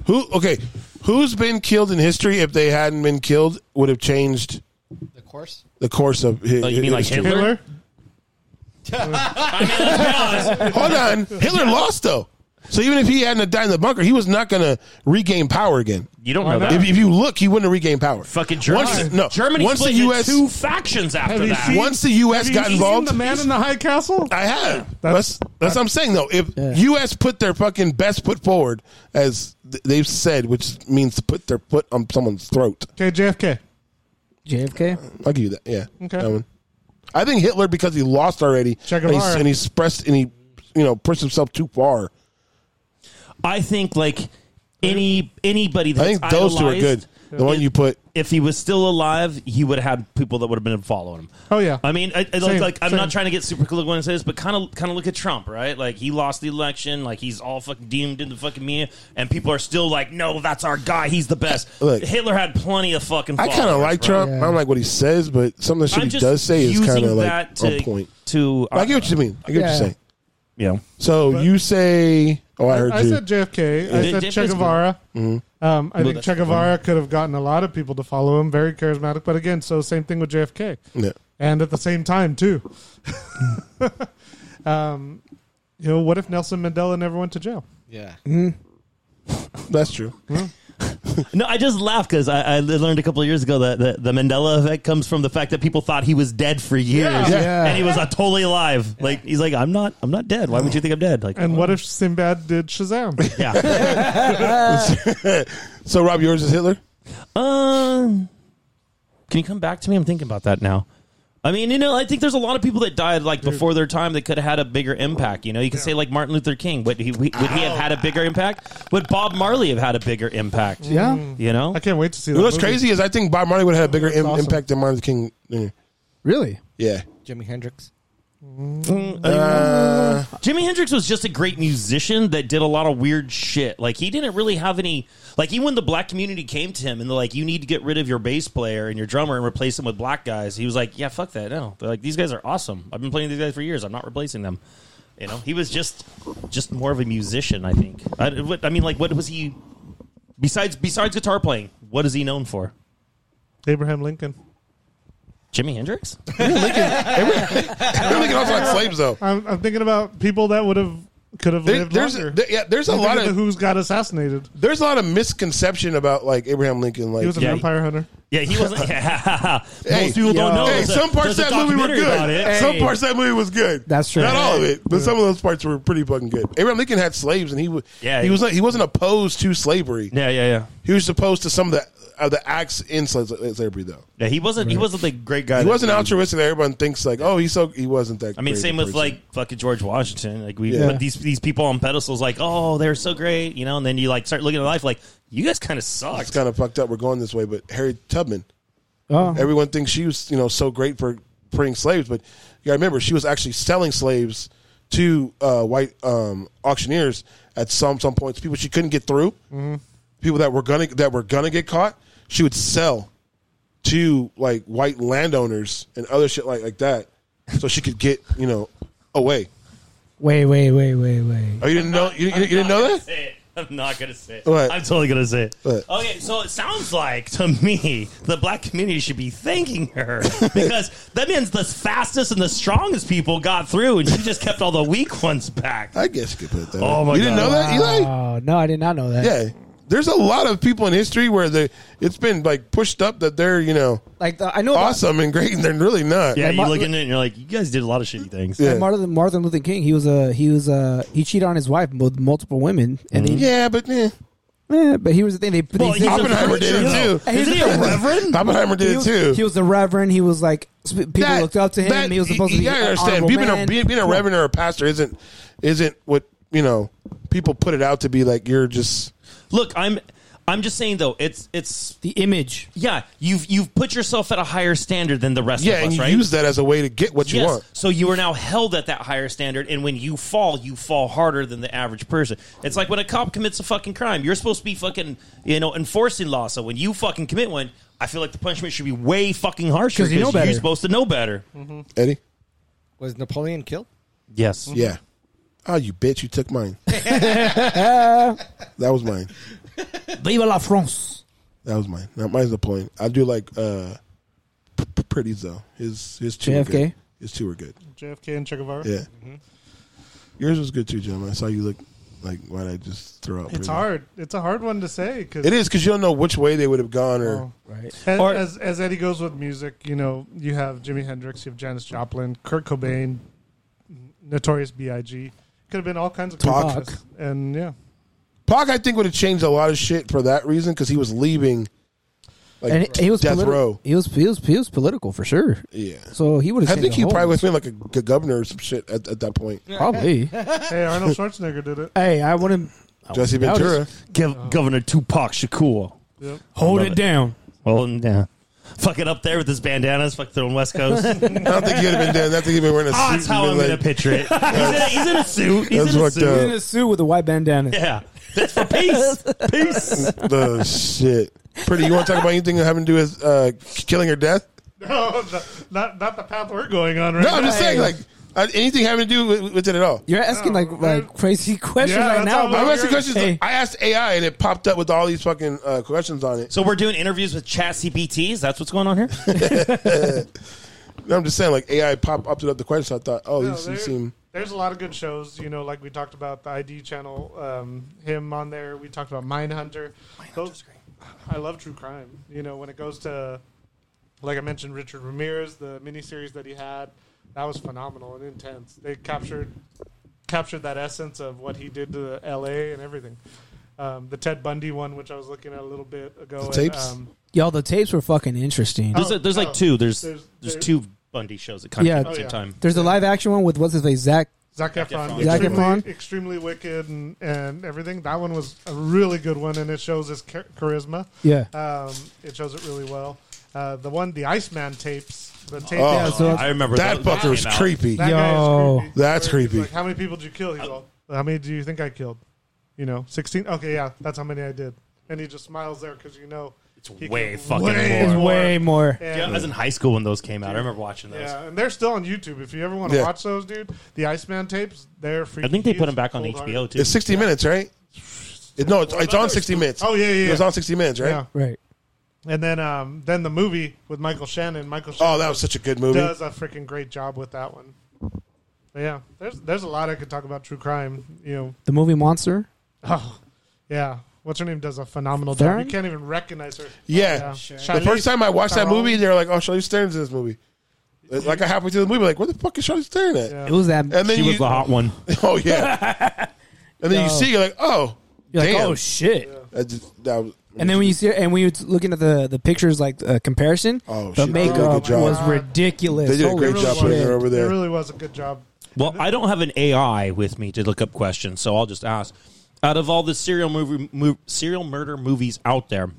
Who? Okay, who's been killed in history? If they hadn't been killed, would have changed
The course.
the course of. Hi-
Oh, you mean like
history.
Hitler?
Hitler.
Hold on, Hitler lost though. So even if he hadn't died in the bunker, he was not going to regain power again.
You don't know that.
If, if you look, he wouldn't have regained power.
Fucking Germany.
Once the- no,
Germany
once
split
the
into
US
two factions after
you
that.
seen-
Once the U.S.
Have
got
you
involved,
Seen the Man in the High Castle.
I have.
That's-
That's that's what I'm saying though. If U.S. put their fucking best foot forward, as th- they've said, which means to put their foot on someone's throat,
Okay, JFK.
JFK.
I'll give you that. Yeah.
Okay.
That one. I think Hitler because he lost already,
Che
and he,
Guevara.
and he expressed and he, you know, pushed himself too far.
I think like any anybody
I
that's
think those two are good.
idolized,
The one you put,
If he was still alive, he would have had people that would have been following him.
Oh, yeah.
I mean, I, I like,
Same,
like I'm
same.
not trying to get super political when I say this, but kind of kind of look at Trump, right? Like he lost the election, like he's all fucking deemed in the fucking media, and people are still like, no, that's our guy, he's the best.
Look,
Hitler had plenty of fucking.
I kind of
followers,
like
bro.
Trump. I don't like what he says, but some of the shit
I'm
he
just
does say is
using
kind of like
that to,
on point.
To
I get what you mean. I get what
Yeah.
you're saying.
yeah.
So you say, oh, I heard
I
you.
said JFK.
Yeah.
I said Che
JFK's
Guevara. Um, I think
that's
Che Guevara could have gotten a lot of people to follow him. Very charismatic. But again, so same thing with JFK.
Yeah.
And at the same time, too. um, you know, what if Nelson Mandela never went to jail?
Yeah.
That's true.
No, I just laugh because I, I learned a couple of years ago that the, the Mandela effect comes from the fact that people thought he was dead for years,
Yeah.
and he was uh, totally alive. Like he's like, I'm not, I'm not dead. Why would you think I'm dead? Like,
And what if Sinbad did Shazam?
yeah.
So Rob, yours is Hitler.
um, can you come back to me? I'm thinking about that now. I mean, you know, I think there's a lot of people that died like before their time that could have had a bigger impact. You know, you could say like Martin Luther King. Would he would he have had a bigger impact? Would Bob Marley have had a bigger impact?
Yeah.
You know,
I can't wait to see that.
You know what's
movie.
crazy is I think Bob Marley would have had a bigger im-
awesome.
impact than Martin Luther King. Jr.
Really?
Yeah.
Jimi Hendrix.
Jimi Hendrix was just a great musician that did a lot of weird shit. Like he didn't really have any like even when the black community came to him and they're like, You need to get rid of your bass player and your drummer and replace them with black guys, he was like, Yeah, fuck that. No. They're like, These guys are awesome. I've been playing these guys for years. I'm not replacing them. You know, he was just just more of a musician, I think. I, what- I mean, like, what was he besides besides guitar playing? What is he known for?
Abraham Lincoln.
Jimi Hendrix?
I don't think it also like slaves though.
I'm, I'm thinking about people that would have could have
There,
lived
there's
longer.
there- yeah, there's a
I'm
lot
thinking
of
who's got assassinated.
there's a lot of misconception about like Abraham Lincoln. Like
He was a
Yeah.
vampire hunter.
Yeah, he wasn't. Yeah.
Hey,
Most people don't know.
Hey,
There's a-
some parts
there's a
of that movie were
documentary about
good.
it.
Some parts of that movie was good.
That's true.
Not all of it, but some of those parts were pretty fucking good. Abraham Lincoln had slaves, and he was
Yeah,
he
he-
was like, he wasn't opposed to slavery.
Yeah, yeah, yeah.
He was opposed to some of the of the acts in sla- slavery though.
Yeah, he wasn't. He wasn't the great guy.
He
that-
wasn't altruistic. That everyone thinks like, oh, he's so he wasn't that.
I mean,
great
same
a
with
person.
like fucking George Washington. Like we
Yeah.
put these these people on pedestals, like oh, they're so great, you know. And then you like start looking at life, like you guys kind of
it's
sucked.
kind of fucked up. We're going this way, but Harriet Tubman.
Oh.
Everyone thinks she was, you know, so great for freeing slaves, but you gotta remember she was actually selling slaves to uh, white um, auctioneers at some some points. People she couldn't get through,
Mm-hmm.
people that were gonna that were gonna get caught, she would sell to like white landowners and other shit like like that, so she could get you know away.
Wait, wait, wait, wait, wait.
Oh, you didn't know you, you, you didn't know that?
Say it. I'm not gonna say it.
What?
I'm totally gonna say it.
What?
Okay, so it sounds like to me the black community should be thanking her because that means the fastest and the strongest people got through, and she just kept all the weak ones back.
I guess you could put it that.
Oh
way.
my
you didn't
God.
know that, Eli?
Oh no, I did not know that.
Yeah. There's a lot of people in history where they it's been like pushed up that they're, you know,
Like the, I know about
awesome and great and they're really not.
Yeah,
Like,
you
my-
look at it and you're like, you guys did a lot of shitty things.
Yeah.
like Martin, Martin Luther King. He was a he was a he cheated on his wife with multiple women, and he,
Yeah, but eh.
eh, but here's the thing. They,
Well,
they, they-
he's a
Oppenheimer did
preacher,
it,
though.
too.
Isn't he a reverend?
Oppenheimer did
he
it
was,
too.
he was the reverend. He was like sp- people
That-
looked up to him.
that-
he was supposed to
you
be.
gotta
an
understand
honorable
being a
man.
being, being a
Come on.
reverend or a pastor isn't isn't what, you know, people put it out to be like you're just
Look, I'm I'm just saying though, it's it's
The image.
yeah, you've you've put yourself at a higher standard than the rest
Yeah,
of
and
us,
you
right?
use that as a way to get what you
Yes.
want.
So you are now held at that higher standard, and when you fall, you fall harder than the average person. It's like when a cop commits a fucking crime, you're supposed to be fucking, you know, enforcing law. So when you fucking commit one, I feel like the punishment should be way fucking harsher
'Cause you know better.
are supposed to know better.
Mm-hmm. Eddie?
Was Napoleon killed?
Yes.
Yeah. Oh, you bitch, you took mine. that was mine.
Vive la France.
That was mine. Not mine's the point. I do like uh p- p- pretties though. His his two were
JFK?
good. His two were good.
JFK and Che Guevara.
Yeah. Yours was good too, Jim. I saw you look like why'd I just throw up?
It's hard. It's a hard one to say because
It is because you don't know which way they would have gone or
As,
Or-
as, as Eddie goes with music, you know, you have Jimi Hendrix, you have Janis Joplin, Kurt Cobain, Notorious B.I.G. Could have been all kinds of
Talk.
cultures. and yeah,
Pac. I think would have changed a lot of shit for that reason because he was leaving. Like
and he was
death
politi-
row.
He was, he was he was political for sure.
Yeah.
So he would
I
have.
think he probably was been like a, g- governor or some shit at, at that point.
probably.
hey, Arnold Schwarzenegger did it.
hey, I wouldn't
Jesse
Oh. that was-
Ventura.
Governor Tupac Shakur.
Yep.
hold
Love
it
it.
down.
Well, yeah. Fucking up there with his bandanas, fuck throwing West Coast. oh,
I don't think he would have been dead. I don't think he'd been wearing a suit.
Ah, that's
and
how
been
I'm
like-
gonna picture it. He's in a, he's in a suit. He's
That's uh,
in a
fucked
suit.
up.
In a suit with a white bandana.
Yeah, that's for peace. peace.
the shit. Pretty, you want to talk about anything having to do with uh, killing or death?
No, the- not not the path we're going on right
No, I'm
now.
just saying, like, uh, anything having to do with, with it at all.
You're asking like
No,
like
man.
crazy questions
Yeah,
right
that's
now.
how
I'm
bro.
it
asking questions.
Hey.
I asked AI and it popped up with all these fucking uh, questions on it.
So we're doing interviews with chat CPTs. That's what's going on here.
And I'm just saying, like, AI popped up with the questions. I thought, oh,
No,
these,
there-
these seem.
there's a lot of good shows, you know, like we talked about the ID channel, um, him on there. We talked about Mindhunter. Those, I love true crime. You know, when it goes to, like I mentioned, Richard Ramirez, the miniseries that he had, that was phenomenal and intense. They captured captured that essence of what he did to L.A. and everything. Um, the Ted Bundy one, which I was looking at a little bit ago, and,
tapes?
um,
Y'all, the tapes were fucking interesting.
There's,
Oh,
there's
oh.
like two. There's
There's-
there's,
there-
two Bundy shows that kind
Yeah.
of came at
Oh,
the same
yeah.
time.
There's a live action one with what's his face, Zach.
Zac Efron,
Efron.
Zac
extremely,
Efron.
extremely wicked and, and everything. That one was a really good one, and it shows his char- charisma.
Yeah.
Um, it shows it really well. Uh, the one, the Iceman tapes, the tape.
Oh,
that
so-
I remember
That
those- those
fucker was
came out.
creepy.
guy is
Yo.
creepy.
That's
Where he's
creepy.
Like, how many people did you kill? He's all, how many do you think I killed? You know, sixteen. Okay, yeah, that's how many I did. And he just smiles there because you know it's
way fucking
It's
more.
way more.
Yeah, I was in high school when those came out. I remember watching those.
Yeah, and they're still on YouTube. If you ever want to
Yeah.
watch those, dude, the Iceman tapes, they're freaking.
I think they put them back on
cold-hearted.
HBO too.
It's 60 minutes, right? It, no, it's, it's on 60 Minutes.
Oh yeah, yeah,
It was
yeah.
on 60 Minutes, right?
Yeah.
Right.
And then, um, then the movie with Michael Shannon. Michael Shannon
Oh, that was such a good movie.
does a freaking great job with that one. But yeah, there's there's a lot I could talk about true crime. You know,
The movie Monster.
oh yeah, what's her name does a phenomenal job. You
Theron?
can't even recognize her.
Yeah. The first time I watched that movie, they were like, oh, Charlize Theron's in this movie. It's Like, I halfway through the movie, like, what the fuck is Charlize Theron at?
It was that.
And then
she
you,
was the hot one.
Oh yeah. and then you
No.
see, you're like, oh,
You're like,
damn.
oh shit.
That just- that was-
And then when you see and when you're looking at the the pictures like uh, comparison,
Oh,
the
she did a good
makeup
job.
was
God.
ridiculous.
they did a
Holy
great job
shit.
putting her over
It
there.
really was a good job.
Well, I don't have an AI with me to look up questions, so I'll just ask. Out of all the serial movie mo- serial murder movies out there,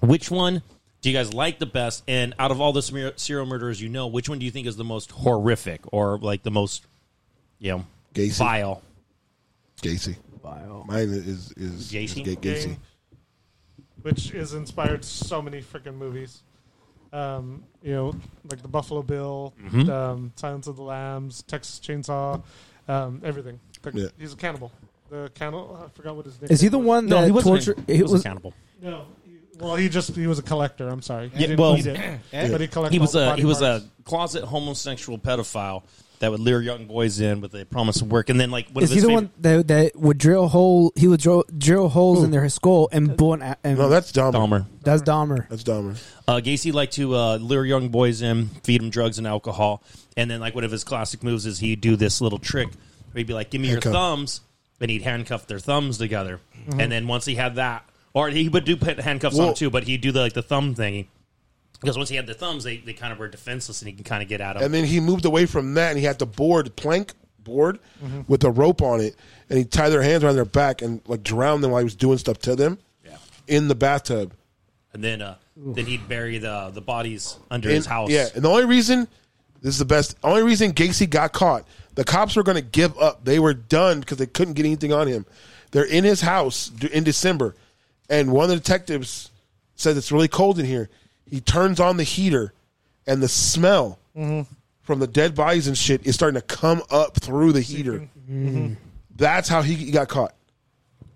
which one do you guys like the best? And out of all the smear- serial murderers you know, which one do you think is the most horrific or like the most, you know,
Gacy.
vile?
Gacy. Mine is is Gacy.
Gacy?
Is Ga- Gacy.
Gang, which has inspired so many freaking movies. Um, you know, like the Buffalo Bill,
Mm-hmm.
um, Silence of the Lambs, Texas Chainsaw, um, everything. The-
Yeah.
He's a cannibal. The cannibal, I forgot what his name
Is he the one that
No, he wasn't.
tortured?
he
It
was
was
accountable.
No. he- Well, he just he was a collector. I'm sorry. He
Yeah,
didn't
well-
eat it, but he collected.
He was
all the
a
body
he was
parts.
a closet homosexual pedophile that would lure young boys in with a promise of work, and then like one
is
of
he
his
the
favorite-
one that that would drill hole? He would drill, drill holes in their skull and bone. a- And
No, that's Dahmer.
Dahmer.
that's Dahmer.
That's Dahmer.
Uh, Gacy liked to uh, lure young boys in, feed them drugs and alcohol, and then like one of his classic moves is he'd do this little trick where he'd be like, "Give me
Handcuff. Mm-hmm.
your thumbs," and he'd handcuff their thumbs together, and then once he had that, or he would do put handcuffs
Well-
on too, but he'd do the, like the thumb thingy because once he had the thumbs, they, they kind of were defenseless and he can kind of get at them.
And then he moved away from that, and he had the board plank board
Mm-hmm.
with a rope on it, and he tied their hands around their back and like drowned them while he was doing stuff to them.
Yeah.
in the bathtub.
and then uh, then he'd bury the the bodies under
In-
his house.
Yeah, and the only reason this is the best. Only reason Gacy got caught. The cops were going to give up. They were done because they couldn't get anything on him. They're in his house d- in December, and one of the detectives said it's really cold in here. He turns on the heater, and the smell from the dead bodies and shit is starting to come up through the heater. That's how he, he got caught.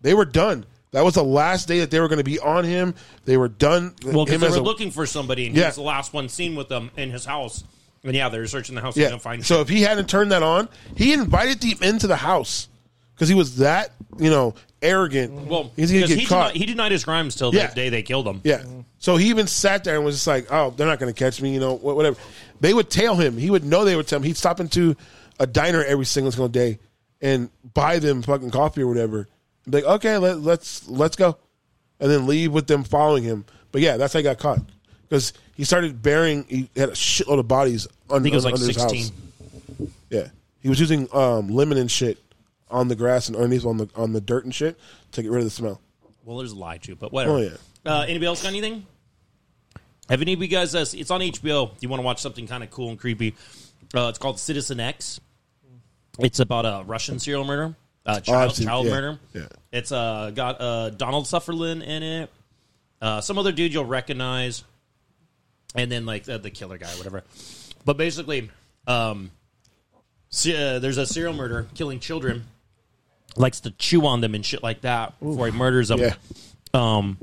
They were done. That was the last day that they were going to be on him. They were done.
Well, because
Him
they
as
were
a-
looking for somebody, and he
Yeah.
was the last one seen with them in his house. And yeah, they were searching the house. Yeah.
Yeah.
They don't find
so if he hadn't turned that on, he invited deep into the house because he was that you know arrogant.
Mm-hmm. well,
he's gonna
because
get
he
caught.
Denied, he denied his crimes till
Yeah.
the day they killed him.
yeah. So he even sat there and was just like, "Oh, they're not going to catch me," you know, wha- whatever. They would tail him. He would know they would tell him. He'd stop into a diner every single single day and buy them fucking coffee or whatever. Be like, okay, let, let's let's go, and then leave with them following him. But yeah, that's how he got caught because he started burying. He had a shitload of bodies under,
I think it was like
under his house.
sixteen.
Yeah, he was using um, lemon and shit on the grass and underneath on the on the dirt and shit to get rid of the smell.
Well, there's a lie to, but whatever.
Oh, yeah.
Uh, anybody else got anything? Have any of you guys? Uh, it's on HBO. If you want to watch something kind of cool and creepy, uh, it's called Citizen X. It's about a Russian serial murder, uh, child,
I've seen-
child
yeah,
murder.
yeah.
It's uh, got uh, Donald Sutherland in it, uh, some other dude you'll recognize, and then like uh, the, the killer guy, whatever. But basically, um, se- uh, there's a serial murderer killing children, likes to chew on them and shit like that before he murders them.
Yeah.
Um,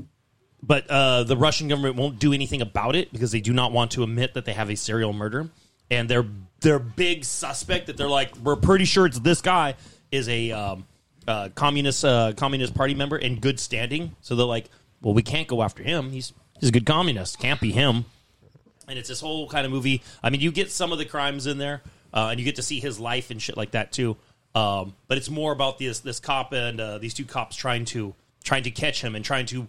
but uh, the Russian government won't do anything about it because they do not want to admit that they have a serial murder, and their their big suspect that they're like we're pretty sure it's this guy is a um, uh, communist uh, communist party member in good standing. So they're like, well, we can't go after him. He's he's a good communist. Can't be him and it's this whole kind of movie. I mean, you get some of the crimes in there, uh, and you get to see his life and shit like that too. Um, but it's more about this this cop and uh, these two cops trying to trying to catch him and trying to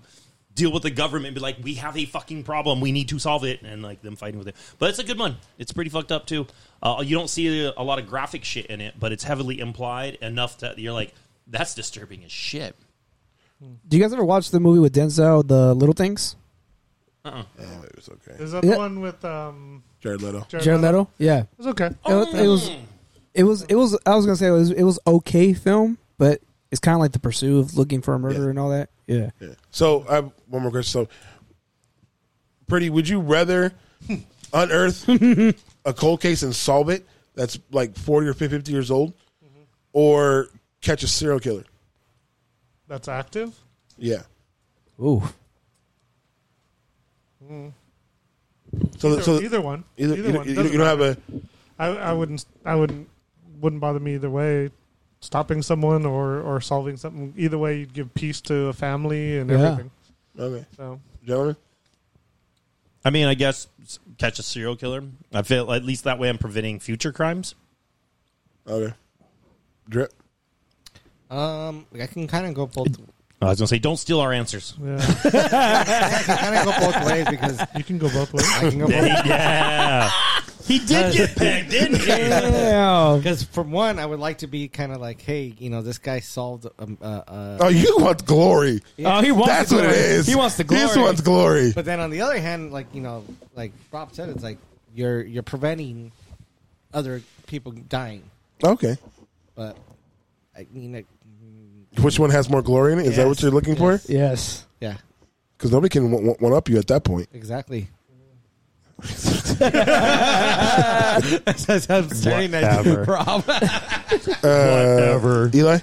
deal with the government and be like, we have a fucking problem, we need to solve it, and like them fighting with it. But it's a good one. It's pretty fucked up too. Uh, you don't see a lot of graphic shit in it, but it's heavily implied enough that you're like, that's disturbing as shit.
Do you guys ever watch the movie with Denzel, The Little Things?
Oh, it was okay.
Is that the
Yeah.
one with um?
Jared Leto.
Jared Leto? Oh. Yeah.
It's okay.
It, it was, it was, it was. I was gonna say it was, it was okay film, but it's kind of like the pursuit of looking for a murder
Yeah.
and all that. Yeah.
Yeah. So I have one more question. So, pretty, would you rather unearth a cold case and solve it that's like forty or fifty years old, Mm-hmm. or catch a serial killer?
That's active.
Yeah.
Ooh.
So,
Either,
so
either one.
either, you- you- you don't have a
I, I wouldn't. I wouldn't. Wouldn't bother me either way. Stopping someone or or solving something. Either way, you'd give peace to a family and
Yeah.
everything.
okay,
So
gentlemen.
I mean, I guess s- catch a serial killer. I feel at least that way I'm preventing future crimes.
Okay, drip.
Um, I can kind of go both.
I was gonna say, don't steal our answers.
yeah,
I can kind of go both ways because
you can go both ways.
I can go both.
yeah, he did get pegged, didn't he?
Yeah.
Because for one, I would like to be kind of like, hey, you know, this guy solved. Um, uh, uh,
Oh, you want glory?
Oh, he wants.
That's
the
what it
glory.
is.
He wants the
He
glory.
just wants glory.
But then on the other hand, like you know, like Rob said, it's like you're you're preventing other people dying.
Okay.
But I mean, like, mm,
Which one has more glory in it? Is that what
Yes.
you're looking for?
Yes.
yes.
yeah,
Because nobody can one, one- one up you at that point.
exactly. I'm staring at you, Rob.
Whatever. Uh, Eli?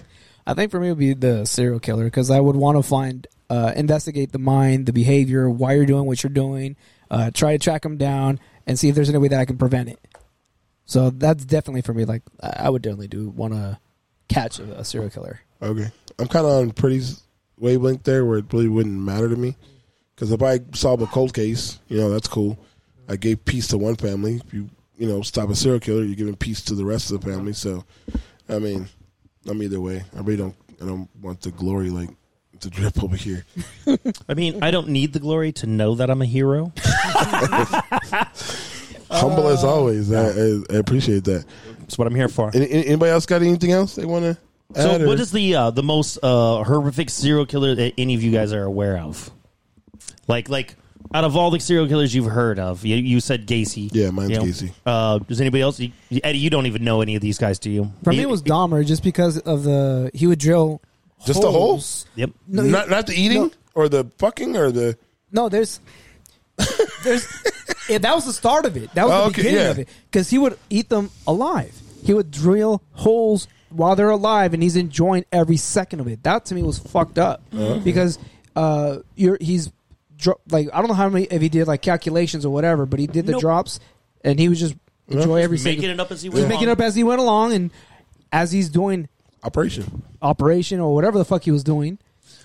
I think for me it would be the serial killer because I would want to find, uh, investigate the mind, the behavior, why you're doing what you're doing, uh, try to track them down and see if there's any way that I can prevent it. So that's definitely for me. Like I I would definitely do want to catch a, a serial killer.
Okay. I'm kind of on pretty's wavelength there where it really wouldn't matter to me. Because if I solve a cold case, you know, that's cool. I gave peace to one family. If you, you know, stop a serial killer, you're giving peace to the rest of the family. So, I mean, I'm either way. I really don't, I don't want the glory like to drip over here.
I mean, I don't need the glory to know that I'm a hero.
Humble as
Uh,
always. I, I, I appreciate that.
That's what I'm here for.
Any, any- anybody else got anything else they want to add?
So,
or-
what is the uh, the most uh, horrific serial killer that any of you guys are aware of? Like like out of all the serial killers you've heard of, you, you said Gacy.
Yeah, mine's
You know,
Gacy.
Uh, does anybody else? you- Eddie, you don't even know any of these guys, do you?
For me, it was Dahmer just because of the he would drill
Just the holes?
Yep.
No,
not not the eating
no.
or the fucking or the
No, there's there's yeah, that was the start of it. That was
Oh,
the
okay,
beginning
yeah.
of it because he would eat them alive. He would drill holes while they're alive, and he's enjoying every second of it. That to me was fucked up
Uh-huh.
because uh, you're he's dro- like I don't know how many if he did like calculations or whatever, but he did the
Nope.
drops and he would just enjoy every
Making
second.
it up as he
He was
went.
making it
along.
up as he went along, and as he's doing
operation.
operation or whatever the fuck he was doing.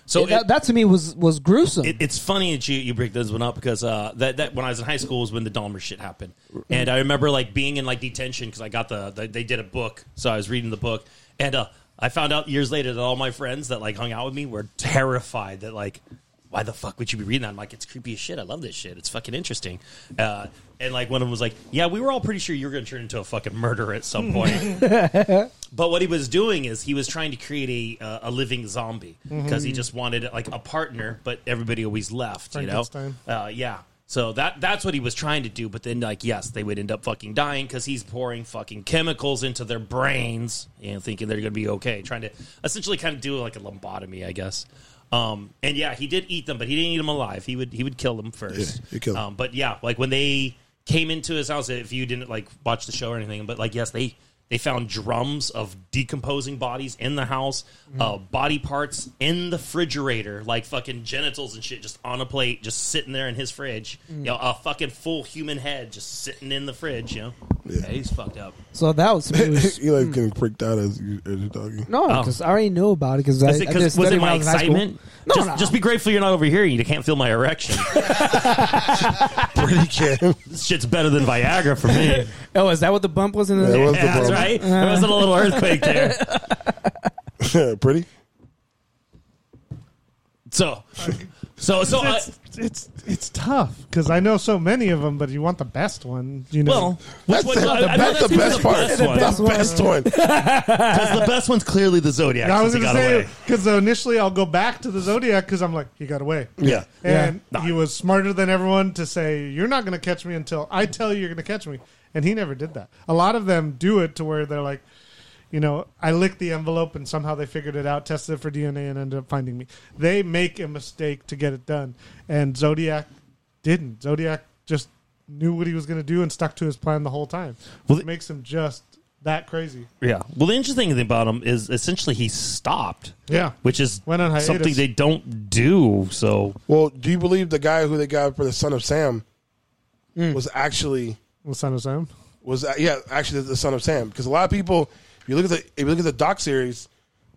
So
that,
it-
that to me was was gruesome.
It, it's funny that you, you break this one up because uh, that that when I was in high school was when the Dahmer shit happened, and I remember like being in like detention because I got the, the they did a book, so I was reading the book, and uh, I found out years later that all my friends that like hung out with me were terrified that like why the fuck would you be reading that? I'm like it's creepy as shit. I love this shit. It's fucking interesting. Uh, and like one of them was like, yeah, we were all pretty sure you were going to turn into a fucking murderer at some point. But what he was doing is he was trying to create a uh, a living zombie because he just wanted like a partner, but everybody always left. You know,
Frankenstein.
uh, yeah. So that that's what he was trying to do. But then, like, yes, they would end up fucking dying because he's pouring fucking chemicals into their brains and thinking they're going to be okay. Trying to essentially kind of do like a lobotomy, I guess. Um, and yeah, he did eat them, but he didn't eat them alive. He would he would kill them first.
Yeah, he'd kill them.
Um, but yeah, like when they came into his house, if you didn't like watch the show or anything, but like yes, they they found drums of decomposing bodies in the house,
Mm-hmm.
uh, body parts in the refrigerator, like fucking genitals and shit, just on a plate, just sitting there in his fridge.
Mm.
You know, a fucking full human head just sitting in the fridge. You know, yeah, he's fucked up.
so that was, to me was
you like getting freaked out as you as you're talking.
No,
Oh.
because I already knew about it. Because
Is it 'cause- was it my excitement?
No,
just,
no.
just be grateful you're not over here. and You can't feel my erection.
Pretty can.
this shit's better than Viagra for me.
Oh, is that what the Uh-huh. bump was in the?
That was
yeah, that's
the
right. There wasn't a little earthquake there.
problem. Pretty.
So, so, so. I,
It's, it's it's tough because I know so many of them, but you want the best one. You know,
well,
That's
which
the,
one- I- I know
that's the
even
best part.
best one.
The best one.
Because the best one's clearly the Zodiac.
I was
since he
going to
got
say
away.
because initially I'll go back to the Zodiac because I'm like he got away.
Yeah.
And
Nah.
he was smarter than everyone to say, You're not going to catch me until I tell you you're going to catch me. And he never did that. A lot of them do it to where they're like, You know, I licked the envelope and somehow they figured it out, tested it for DNA, and ended up finding me. They make a mistake to get it done. And Zodiac didn't. Zodiac just knew what he was going to do and stuck to his plan the whole time.
Well,
Well, it makes him just that crazy.
Yeah. Well, the interesting thing about him is essentially he stopped.
Yeah.
Which is
Went on hiatus.
something they don't do. So
Well, do you believe the guy who they got for the son of Sam was actually
With Son of Sam.
was uh, yeah actually the son of Sam because a lot of people if you look at the if you look at the doc series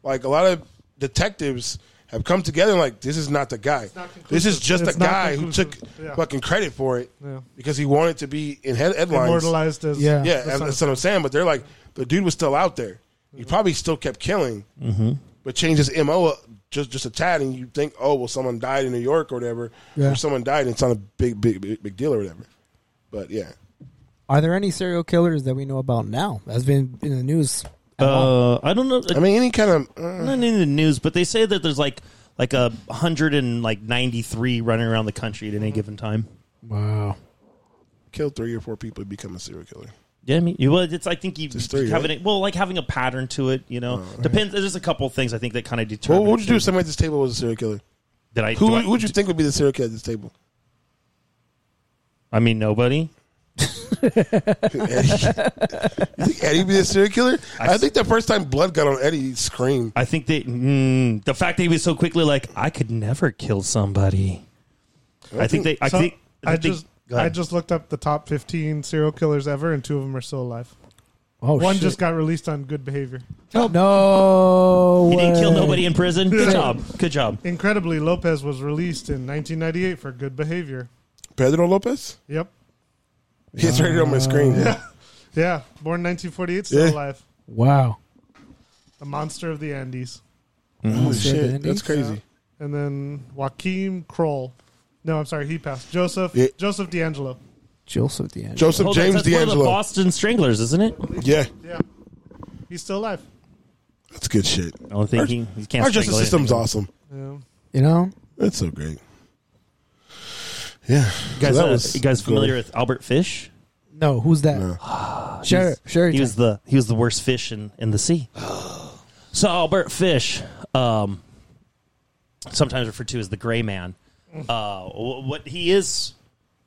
like a lot of detectives have come together and like this is not the guy
not
this is
conclusive.
just
It's
a
not
guy who took
conclusive. Yeah.
fucking credit for it
Yeah.
because he wanted to be in head- headlines
Immortalized as.
Yeah.
yeah
the
as
Son
the
of-
son of Sam but they're like the dude was still out there he probably still kept killing but changed his mo up uh, just just a tad and you think oh well someone died in New York or whatever
Yeah.
or someone died and it's not a big big big, big deal or whatever but yeah
Are there any serial killers that we know about now that's been in the news? at all?
Uh-huh.
uh, I don't know.
I mean any kind of uh,
not in the news, but they say that there's like like a hundred and like ninety three running around the country at
Uh-huh.
any given time.
wow.
kill three or four people and become a serial killer.
Yeah, I mean, you- well, it's I think you
Just three, Oh,
having it, well, like having a pattern to it. You know, depends. There's a couple things I think that kind of
Well,
determine.
what would you do if somebody at this table was a serial killer?
Did I? do
Who
I,
would you think would be the serial killer at this table?
I mean, nobody.
Eddie? you think Eddie would be the serial killer? I, think the first time blood got on Eddie, he screamed.
I think that mm, the fact that he was so quickly like, I could never kill somebody. I think they. I
So,
think.
I
think-
just
go
I
ahead.
just looked up the top 15 serial killers ever, and two of them are still alive.
Oh,
One just got released on good behavior.
no.
He didn't kill
way.
nobody in prison. Good job. Good job.
Incredibly, Lopez was released in 1998 for good behavior.
Pedro Lopez?
Yep.
He's right here on my screen.
Yeah. Born 1948, still
Yeah.
alive.
Wow.
The monster of the Andes.
Mm-hmm.
Holy
Andy?
shit, that's crazy.
And then Joaquin Kroll. No, I'm sorry, he passed. Joseph
Yeah.
Joseph D'Angelo.
Joseph D'Angelo.
Joseph
Hold on,
James
that's one of the
D'Angelo.
Boston Stranglers, isn't it?
Yeah,
Yeah. He's still alive.
that's good shit.
I'm thinking he can't.
Our justice
strangle
system's
anything.
awesome.
Yeah.
You know,
That's so great. Yeah.
You guys,
So that
uh,
was
you guys familiar
good.
with Albert Fish?
No, who's that?
No.
Sure, sure.
He was the he was the worst fish in, in the sea. So Albert Fish, um, sometimes referred to as the Gray Man, uh, wh- what he is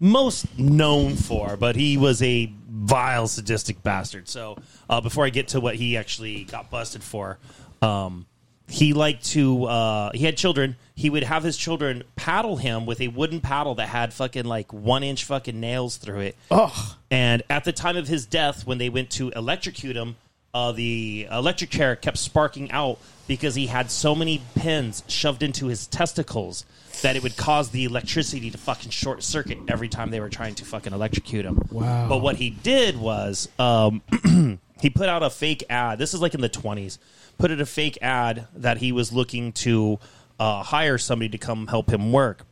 most known for, but he was a vile, sadistic bastard. So uh, before I get to what he actually got busted for, um, he liked to uh, he had children. He would have his children paddle him with a wooden paddle that had fucking like one inch fucking nails through it. And at the time of his death, when they went to electrocute him, uh, the electric chair kept sparking out because he had so many pins shoved into his testicles that it would cause the electricity to fucking short circuit every time they were trying to fucking electrocute him. Wow. But what he did was um, he put out a fake ad. This is like in the 20s. Put out a fake ad that he was looking to uh, hire somebody to come help him work.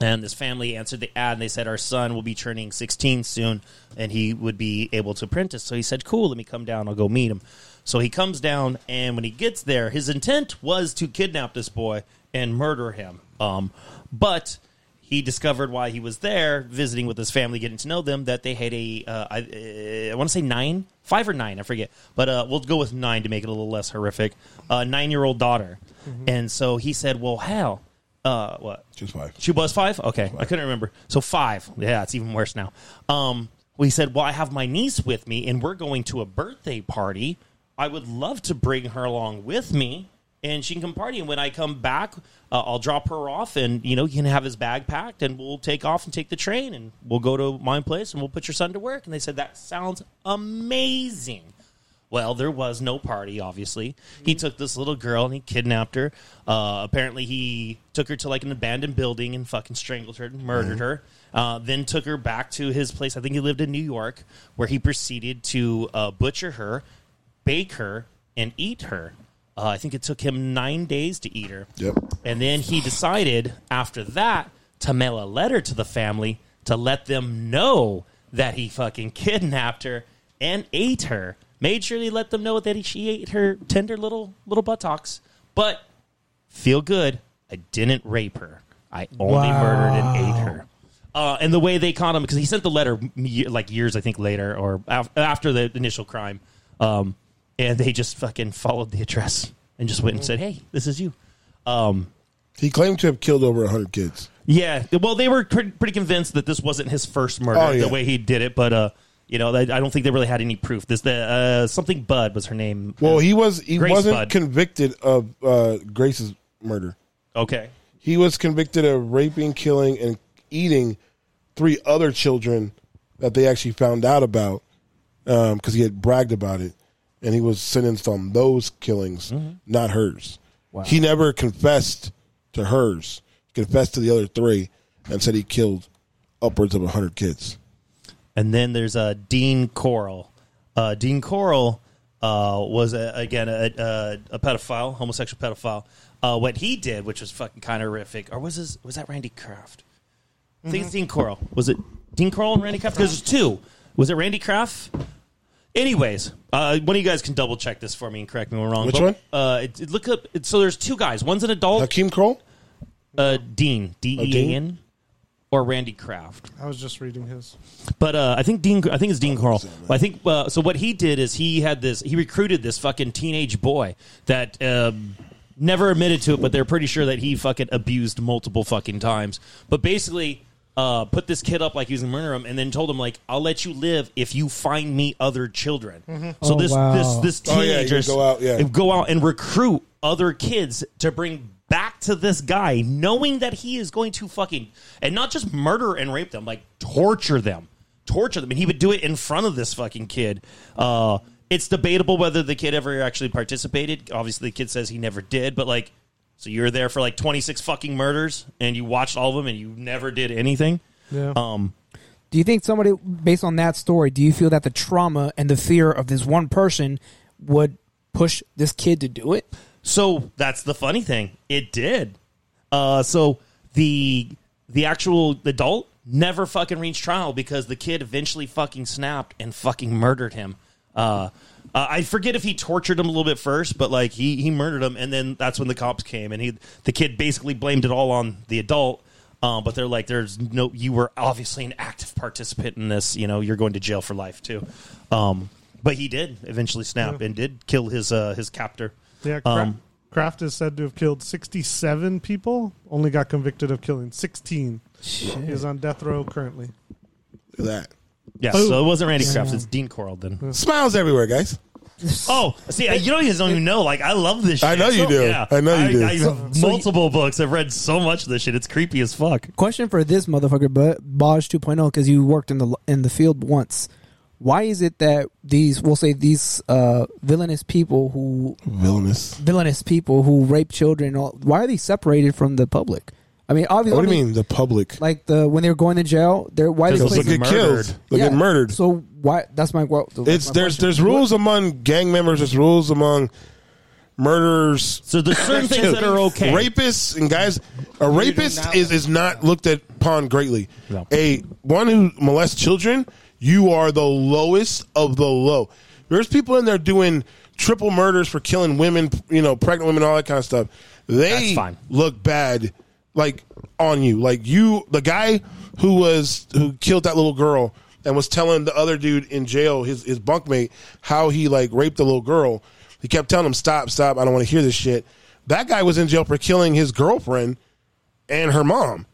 And this family answered the ad and they said, Our son will be turning 16 soon and he would be able to apprentice. So he said, Cool, let me come down. I'll go meet him. So he comes down and when he gets there, his intent was to kidnap this boy and murder him. Um, but he discovered why he was there, visiting with his family, getting to know them, that they had a, uh, I, uh, I want to say nine, five or nine, I forget, but uh, we'll go with nine to make it a little less horrific, uh, nine year old daughter. And so he said, Well, hell, uh, what?
Just five.
She was five. Okay, I couldn't remember. So five. Yeah, it's even worse now. Um, we said, "Well, I have my niece with me, and we're going to a birthday party. I would love to bring her along with me, and she can come party. And when I come back, uh, I'll drop her off, and you know, you can have his bag packed, and we'll take off and take the train, and we'll go to my place, and we'll put your son to work." And they said, "That sounds amazing." Well, there was no party, obviously. He took this little girl and he kidnapped her. Uh, apparently, he took her to like an abandoned building and fucking strangled her and murdered her. Uh, then took her back to his place. I think he lived in New York, where he proceeded to uh, butcher her, bake her, and eat her. Uh, I think it took him nine days to eat her.
Yep.
And then he decided after that to mail a letter to the family to let them know that he fucking kidnapped her and ate her. Made sure he let them know that he, she ate her tender little little buttocks. But feel good, I didn't rape her. I only murdered and ate her. Uh, and the way they caught him because he sent the letter me- like years, I think, later or af- after the initial crime, um, and they just fucking followed the address and just went and said, "Hey, this is you." Um,
He claimed to have killed over 100 kids.
yeah. Well, they were pre- pretty convinced that this wasn't his first murder,
Oh, yeah.
the way he did it. But uh, you know, I, I don't think they really had any proof. This the uh, something Bud was her name.
Well, he was he
Grace
wasn't
Bud.
convicted of uh, Grace's murder.
okay.
He was convicted of raping, killing, and eating three other children that they actually found out about because he had bragged about it, and he was sentenced on those killings, not hers. He never confessed to hers. Confessed to the other three and said he killed upwards of hundred kids.
And then there's uh, Dean Coral. Uh, Dean Coral uh, was a, again a, a, a pedophile, homosexual pedophile. Uh, what he did, which was fucking kind of horrific, or was his, was that Randy Kraft? I think it's Dean Coral. Was it Dean Coral and Randy Kraft? Because there's two. Was it Randy Kraft? Anyways, uh, one of you guys can double check this for me and correct me when I'm wrong.
Which one?
Uh, it, it- look up. It, so there's two guys. One's an adult,
Hakeem Kroll.
uh, Dean D E A
Dean?
N, or Randy Kraft.
I was just reading his.
But uh, I think Dean. I think it's Dean Carl. I think uh, so. What he did is he had this. He recruited this fucking teenage boy that um, never admitted to it, but they're pretty sure that he fucking abused multiple fucking times. But basically, uh, put this kid up like he was gonna murder him, and then told him like, "I'll let you live if you find me other children." So
Oh,
this,
wow.
this this
Oh, yeah, you
teenagers
go out, yeah.
go out and recruit other kids to bring back to this guy, knowing that he is going to fucking and not just murder and rape them, like torture them, torture them, and he would do it in front of this fucking kid. Uh, it's debatable whether the kid ever actually participated. Obviously, the kid says he never did, but like, so you were there for like twenty six fucking murders, and you watched all of them, and you never did anything.
Yeah.
Um,
Do you think somebody, based on that story, do you feel that the trauma and the fear of this one person would push this kid to do it?
So that's the funny thing. It did. Uh, so the the actual adult never fucking reached trial because the kid eventually fucking snapped and fucking murdered him. Uh, uh, I forget if he tortured him a little bit first, but like he he murdered him, and then that's when the cops came, and he the kid basically blamed it all on the adult. Um, but they're like, there's no, you were obviously an active participant in this. You know, you're going to jail for life too. Um, but he did eventually snap and did kill his uh, his captor.
Yeah, Kraft,
Um,
Kraft is said to have killed 67 people, only got convicted of killing 16. He is on death row currently.
Look at
Yeah, so it wasn't Randy Kraft. It's Dean Corll then.
that. Smiles everywhere, guys.
Oh, see, I- you know, you don't even know. Like, I love this shit.
I know you
So-
do. I know you do.
I have multiple books. I've read so much of this shit. It's creepy as fuck.
Question for this motherfucker, but Bosch 2.0, because oh, you worked in the in the field once. Why is it that these, we'll say these uh, villainous people who
Villainous.
villainous people who rape children, all, why are they separated from the public? I mean, obviously,
What do
I
you mean, the public?
Like the when they were going to jail, they're why they
Because
They'll
Like
place,
those
get
murdered.
killed. They'll get
Yeah.
murdered.
So why? That's my. Well,
it's there's there's rules among gang members. There's rules among murderers.
So there's certain things that are okay.
Rapists and guys, a rapist
now.
is is not looked at upon greatly.
No.
A one who molests children, you are the lowest of the low. There's people in there doing triple murders for killing women, you know, pregnant women, all that kind of stuff. They
That's fine.
look bad, like on you. Like you, the guy who was who killed that little girl and was telling the other dude in jail, his his bunkmate, how he like raped the little girl. He kept telling him, "Stop, stop! I don't want to hear this shit." That guy was in jail for killing his girlfriend and her mom,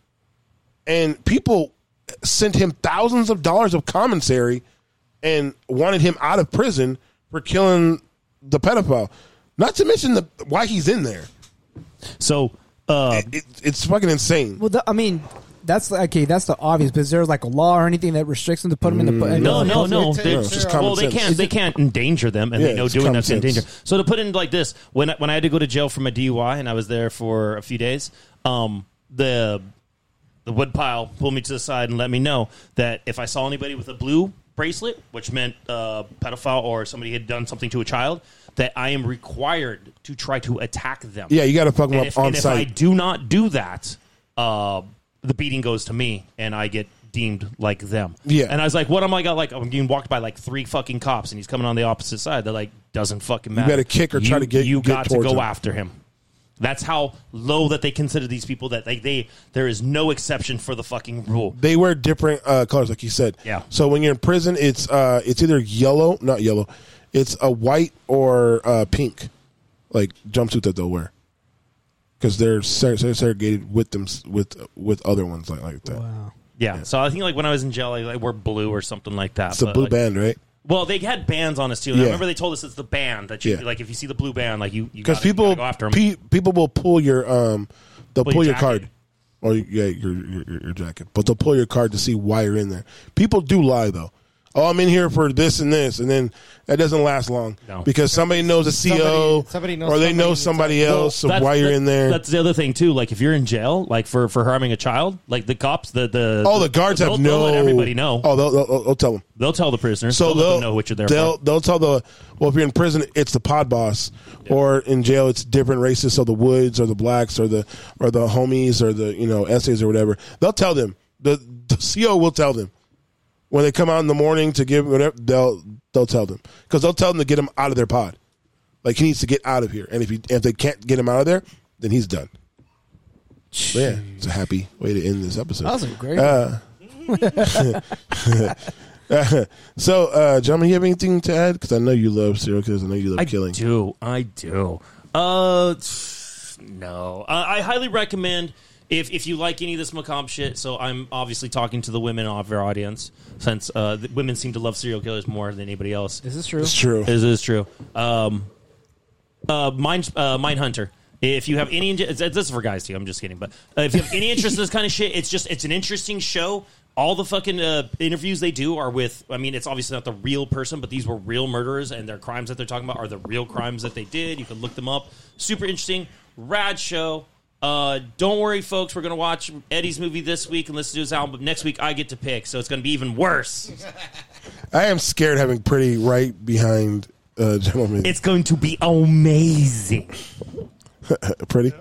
and people sent him thousands of dollars of commissary and wanted him out of prison for killing the pedophile. Not to mention the why he's in there
So, uh,
it, it's fucking insane.
Well, the, I mean, that's okay. That's the obvious. But is there like a law or anything that restricts them to put them in the?
No, no, no.
It's
They,
just
just
common
well, they
sense.
can't. They can't endanger them, and they
Yeah,
know
it's
doing
common
that's in
sense.
danger. So to put it in like this, when I- when I had to go to jail from a DUI, and I was there for a few days, um, the the wood pile pulled me to the side and let me know that if I saw anybody with a blue bracelet, which meant uh, pedophile or somebody had done something to a child, that I am required to try to attack them.
Yeah, you got to fuck them
and
up
if,
on
and if I
site.
do not do that, uh, the beating goes to me, and I get deemed like them.
Yeah.
And I was like, what am I got? Like, I'm getting walked by like three fucking cops, and he's coming on the opposite side. They're like, doesn't fucking matter.
better kick or try to get-
You
get
got to
towards
go
him.
after him. That's how low that they consider these people. That they, they there is no exception for the fucking rule.
They wear different uh, colors, like you said.
Yeah.
So when you're in prison, it's uh, it's either yellow, not yellow, it's a white or uh, pink, like jumpsuit that they'll wear, because they're ser- ser- segregated with them with with other ones like like that.
Yeah. So I think like when I was in jail, I, I wore blue or something like that.
It's a
But,
blue
Uh, like-
band, right?
Well, they had bands on us too. And I
Yeah.
remember they told us it's the band that you
Yeah.
like. If you see the blue band, like Uh, you
Because
because
people
go after 'em.
pe- people will pull your um they'll
Pull
pull,
your
your,
jacket.
card. Or yeah, your, your your- your jacket, but they'll pull your card to see why you're in there. People do lie though. Oh, I'm in here for this and this, and then that doesn't last long
No.
because somebody knows a CO,
Somebody- somebody knows
or they know
somebody
somebody else of
That's-
why you're
that-
in there.
That's the other thing too. Like if you're in jail, like for for harming a child, like the cops, the the
Oh, the guards
they'll-
have
they'll
no.
let everybody know.
Oh, they'll, they'll, they'll tell them.
They'll tell the prisoners.
So
they'll,
they'll,
let them know what you're there
they'll,
for.
they'll tell the well if you're in prison it's the pod boss or in jail it's different races so the woods or the blacks or the or the homies or the you know essays or whatever they'll tell them the, the CO will tell them when they come out in the morning to give whatever they'll they'll tell them because they'll tell them to get him out of their pod like he needs to get out of here and if he if they can't get him out of there then he's done But yeah it's a happy way to end this episode Uh,
That was a great.
so uh gentlemen you have anything to add because I know you love serial killers I know you love
I
killing
do. I do. Uh, tch, no. Uh, I highly recommend if if you like any of this macabre shit. So I'm obviously talking to the women of our audience since uh, the women seem to love serial killers more than anybody else.
this is true.
it's true
This is true. Um, uh, mine, uh, mine Hunter. If you have any, this is for guys too. I'm just kidding, but uh, if you have any interest in this kind of shit, it's just it's an interesting show. All the fucking uh, interviews they do are with. I mean, it's obviously not the real person, but these were real murderers, and their crimes that they're talking about are the real crimes that they did. You can look them up. Super interesting, rad show. Uh, don't worry, folks. We're gonna watch Eddie's movie this week and listen to his album. But next week, I get to pick, so it's gonna be even worse.
I am scared having pretty right behind uh, gentlemen.
It's going to be amazing.
pretty.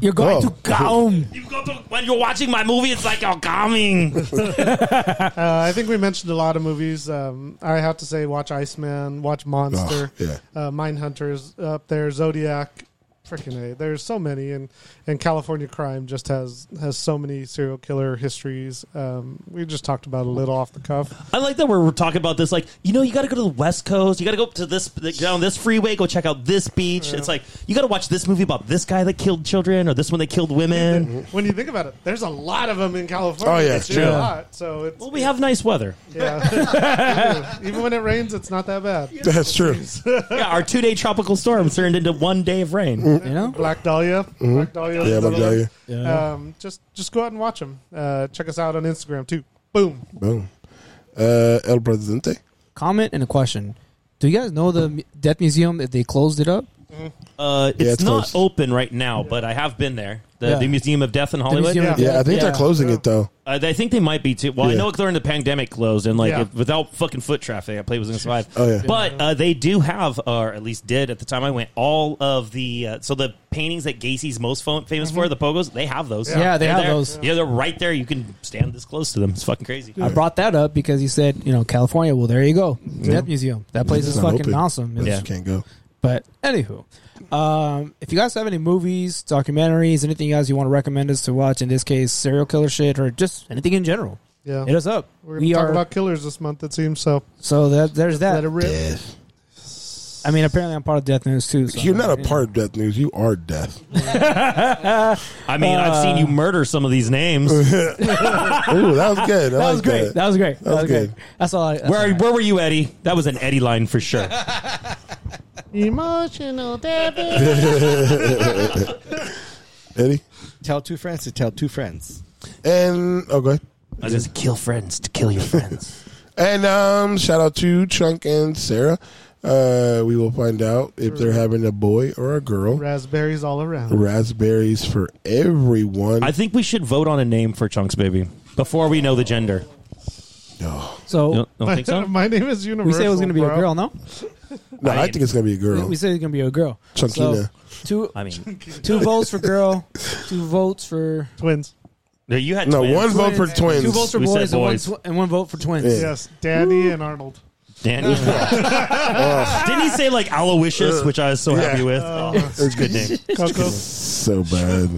You're going
Oh.
to come.
You go to, when you're watching my movie, it's like you're coming.
Uh, I think we mentioned a lot of movies. Um, I have to say, watch Iceman, watch Monster,
Ugh, yeah.
uh, Mindhunters up there, Zodiac, freaking a. There's so many, and and California crime just has has so many serial killer histories. Um, we just talked about a little off the cuff.
I like that we're, we're talking about this. Like, you know, you got to go to the West Coast. You got to go up to this down this freeway. Go check out this beach. It's like you got to watch this movie about this guy that killed children or this one that killed women.
When you think about it, there's a lot of them in California.
Oh, yeah,
It's
it's true.
a lot, so it's
well, we have nice weather.
yeah. even when it rains, it's not that bad.
That's true.
Yeah, our two day tropical storm turned into one day of rain.
You know,
Black Dahlia, Black Dahlia,
Mm-hmm. Yeah, Black Dahlia.
Um, just just go out and watch them. Uh, check us out on Instagram too. Boom.
Boom. Uh, El Presidente.
comment and a question. Do you guys know the mu- Death Museum? If they closed it up,
Uh, it's,
Yeah, it's
not
close.
open right now, but I have been there. The,
Yeah.
the Museum of Death in Hollywood.
Museum
Yeah.
of Death-
Yeah, I think they're
Yeah.
closing it though.
Uh, I think they might be too. Well, I
Yeah.
know during the pandemic closed, and like
Yeah.
if, without fucking foot traffic, I played was gonna survive.
Oh, yeah.
But uh, they do have, or at least did at the time I went, all of the uh, so the paintings that Gacy's most fam- famous for, the pogos, they have those.
Yeah. Yeah,
they
They're
have
there.
those.
Mm-hmm. Yeah, they're right there. You can stand this close to them. It's fucking crazy.
I brought that up because he said, you know, California. Well, there you go, Death Museum. That place
It's
is
not
fucking
open.
awesome. It's-
Yeah.
You can't go.
But anywho, um, if you guys have any movies, documentaries, anything else you want to recommend us to watch, in this case, serial killer shit or just anything in general,
Yeah.
hit us up.
We're gonna
we
talk
are
about killers this month. It seems so.
so that there's that.
Let it rip.
I mean, apparently I'm part of Death News too. So
You're not a part of Death News. You are death.
I mean, I've seen you murder some of these names.
Ooh, that was good.
That
I
was
like
great. That was great. That,
was
was great.
good.
That's all. I, that's all
Where,
I-
where were you, Eddie? That was an Eddie line for sure.
Emotional David.
Eddie.
Tell two friends to tell two friends.
And oh, go ahead.
I was just kill friends to kill your friends.
And um, shout out to Chunk and Sarah. Uh, we will find out if they're having a boy or a girl.
Raspberries all around.
Raspberries for everyone.
I think we should vote on a name for Chunks Baby before we know the gender.
no,
so
You don't, don't think so?
My name is Universal.
we said it was going to be
bro.
a girl. No,
no, I, think it's gonna be a girl.
we said it's going to be a girl. So
Chunkina.
two
I mean,
two votes for girl, two votes for
Twins.
there- you had
no,
twins.
one vote for twins.
two votes for
We said
boys, and, one
boys.
tw- and one vote for twins.
Yeah.
Yes, Danny and Arnold.
Danny. Didn't he say like Aloysius, which I was so happy with? Oh, it's a good name.
Coco.
so bad.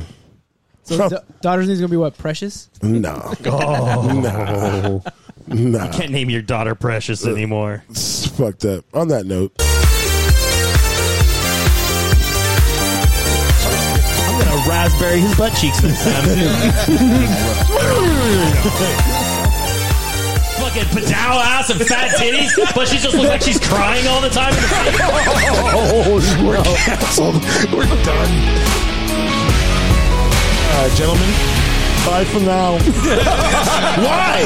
So da- daughter's name is going to be what? Precious.
No, no, no.
Can't name your daughter Precious anymore.
It's fucked up. On that note,
I'm gonna raspberry his butt cheeks this time. Fucking padow ass and fat titties, but she just looks like she's crying all the time.
oh, we're canceled. We're done. Uh, gentlemen, bye for now. Why?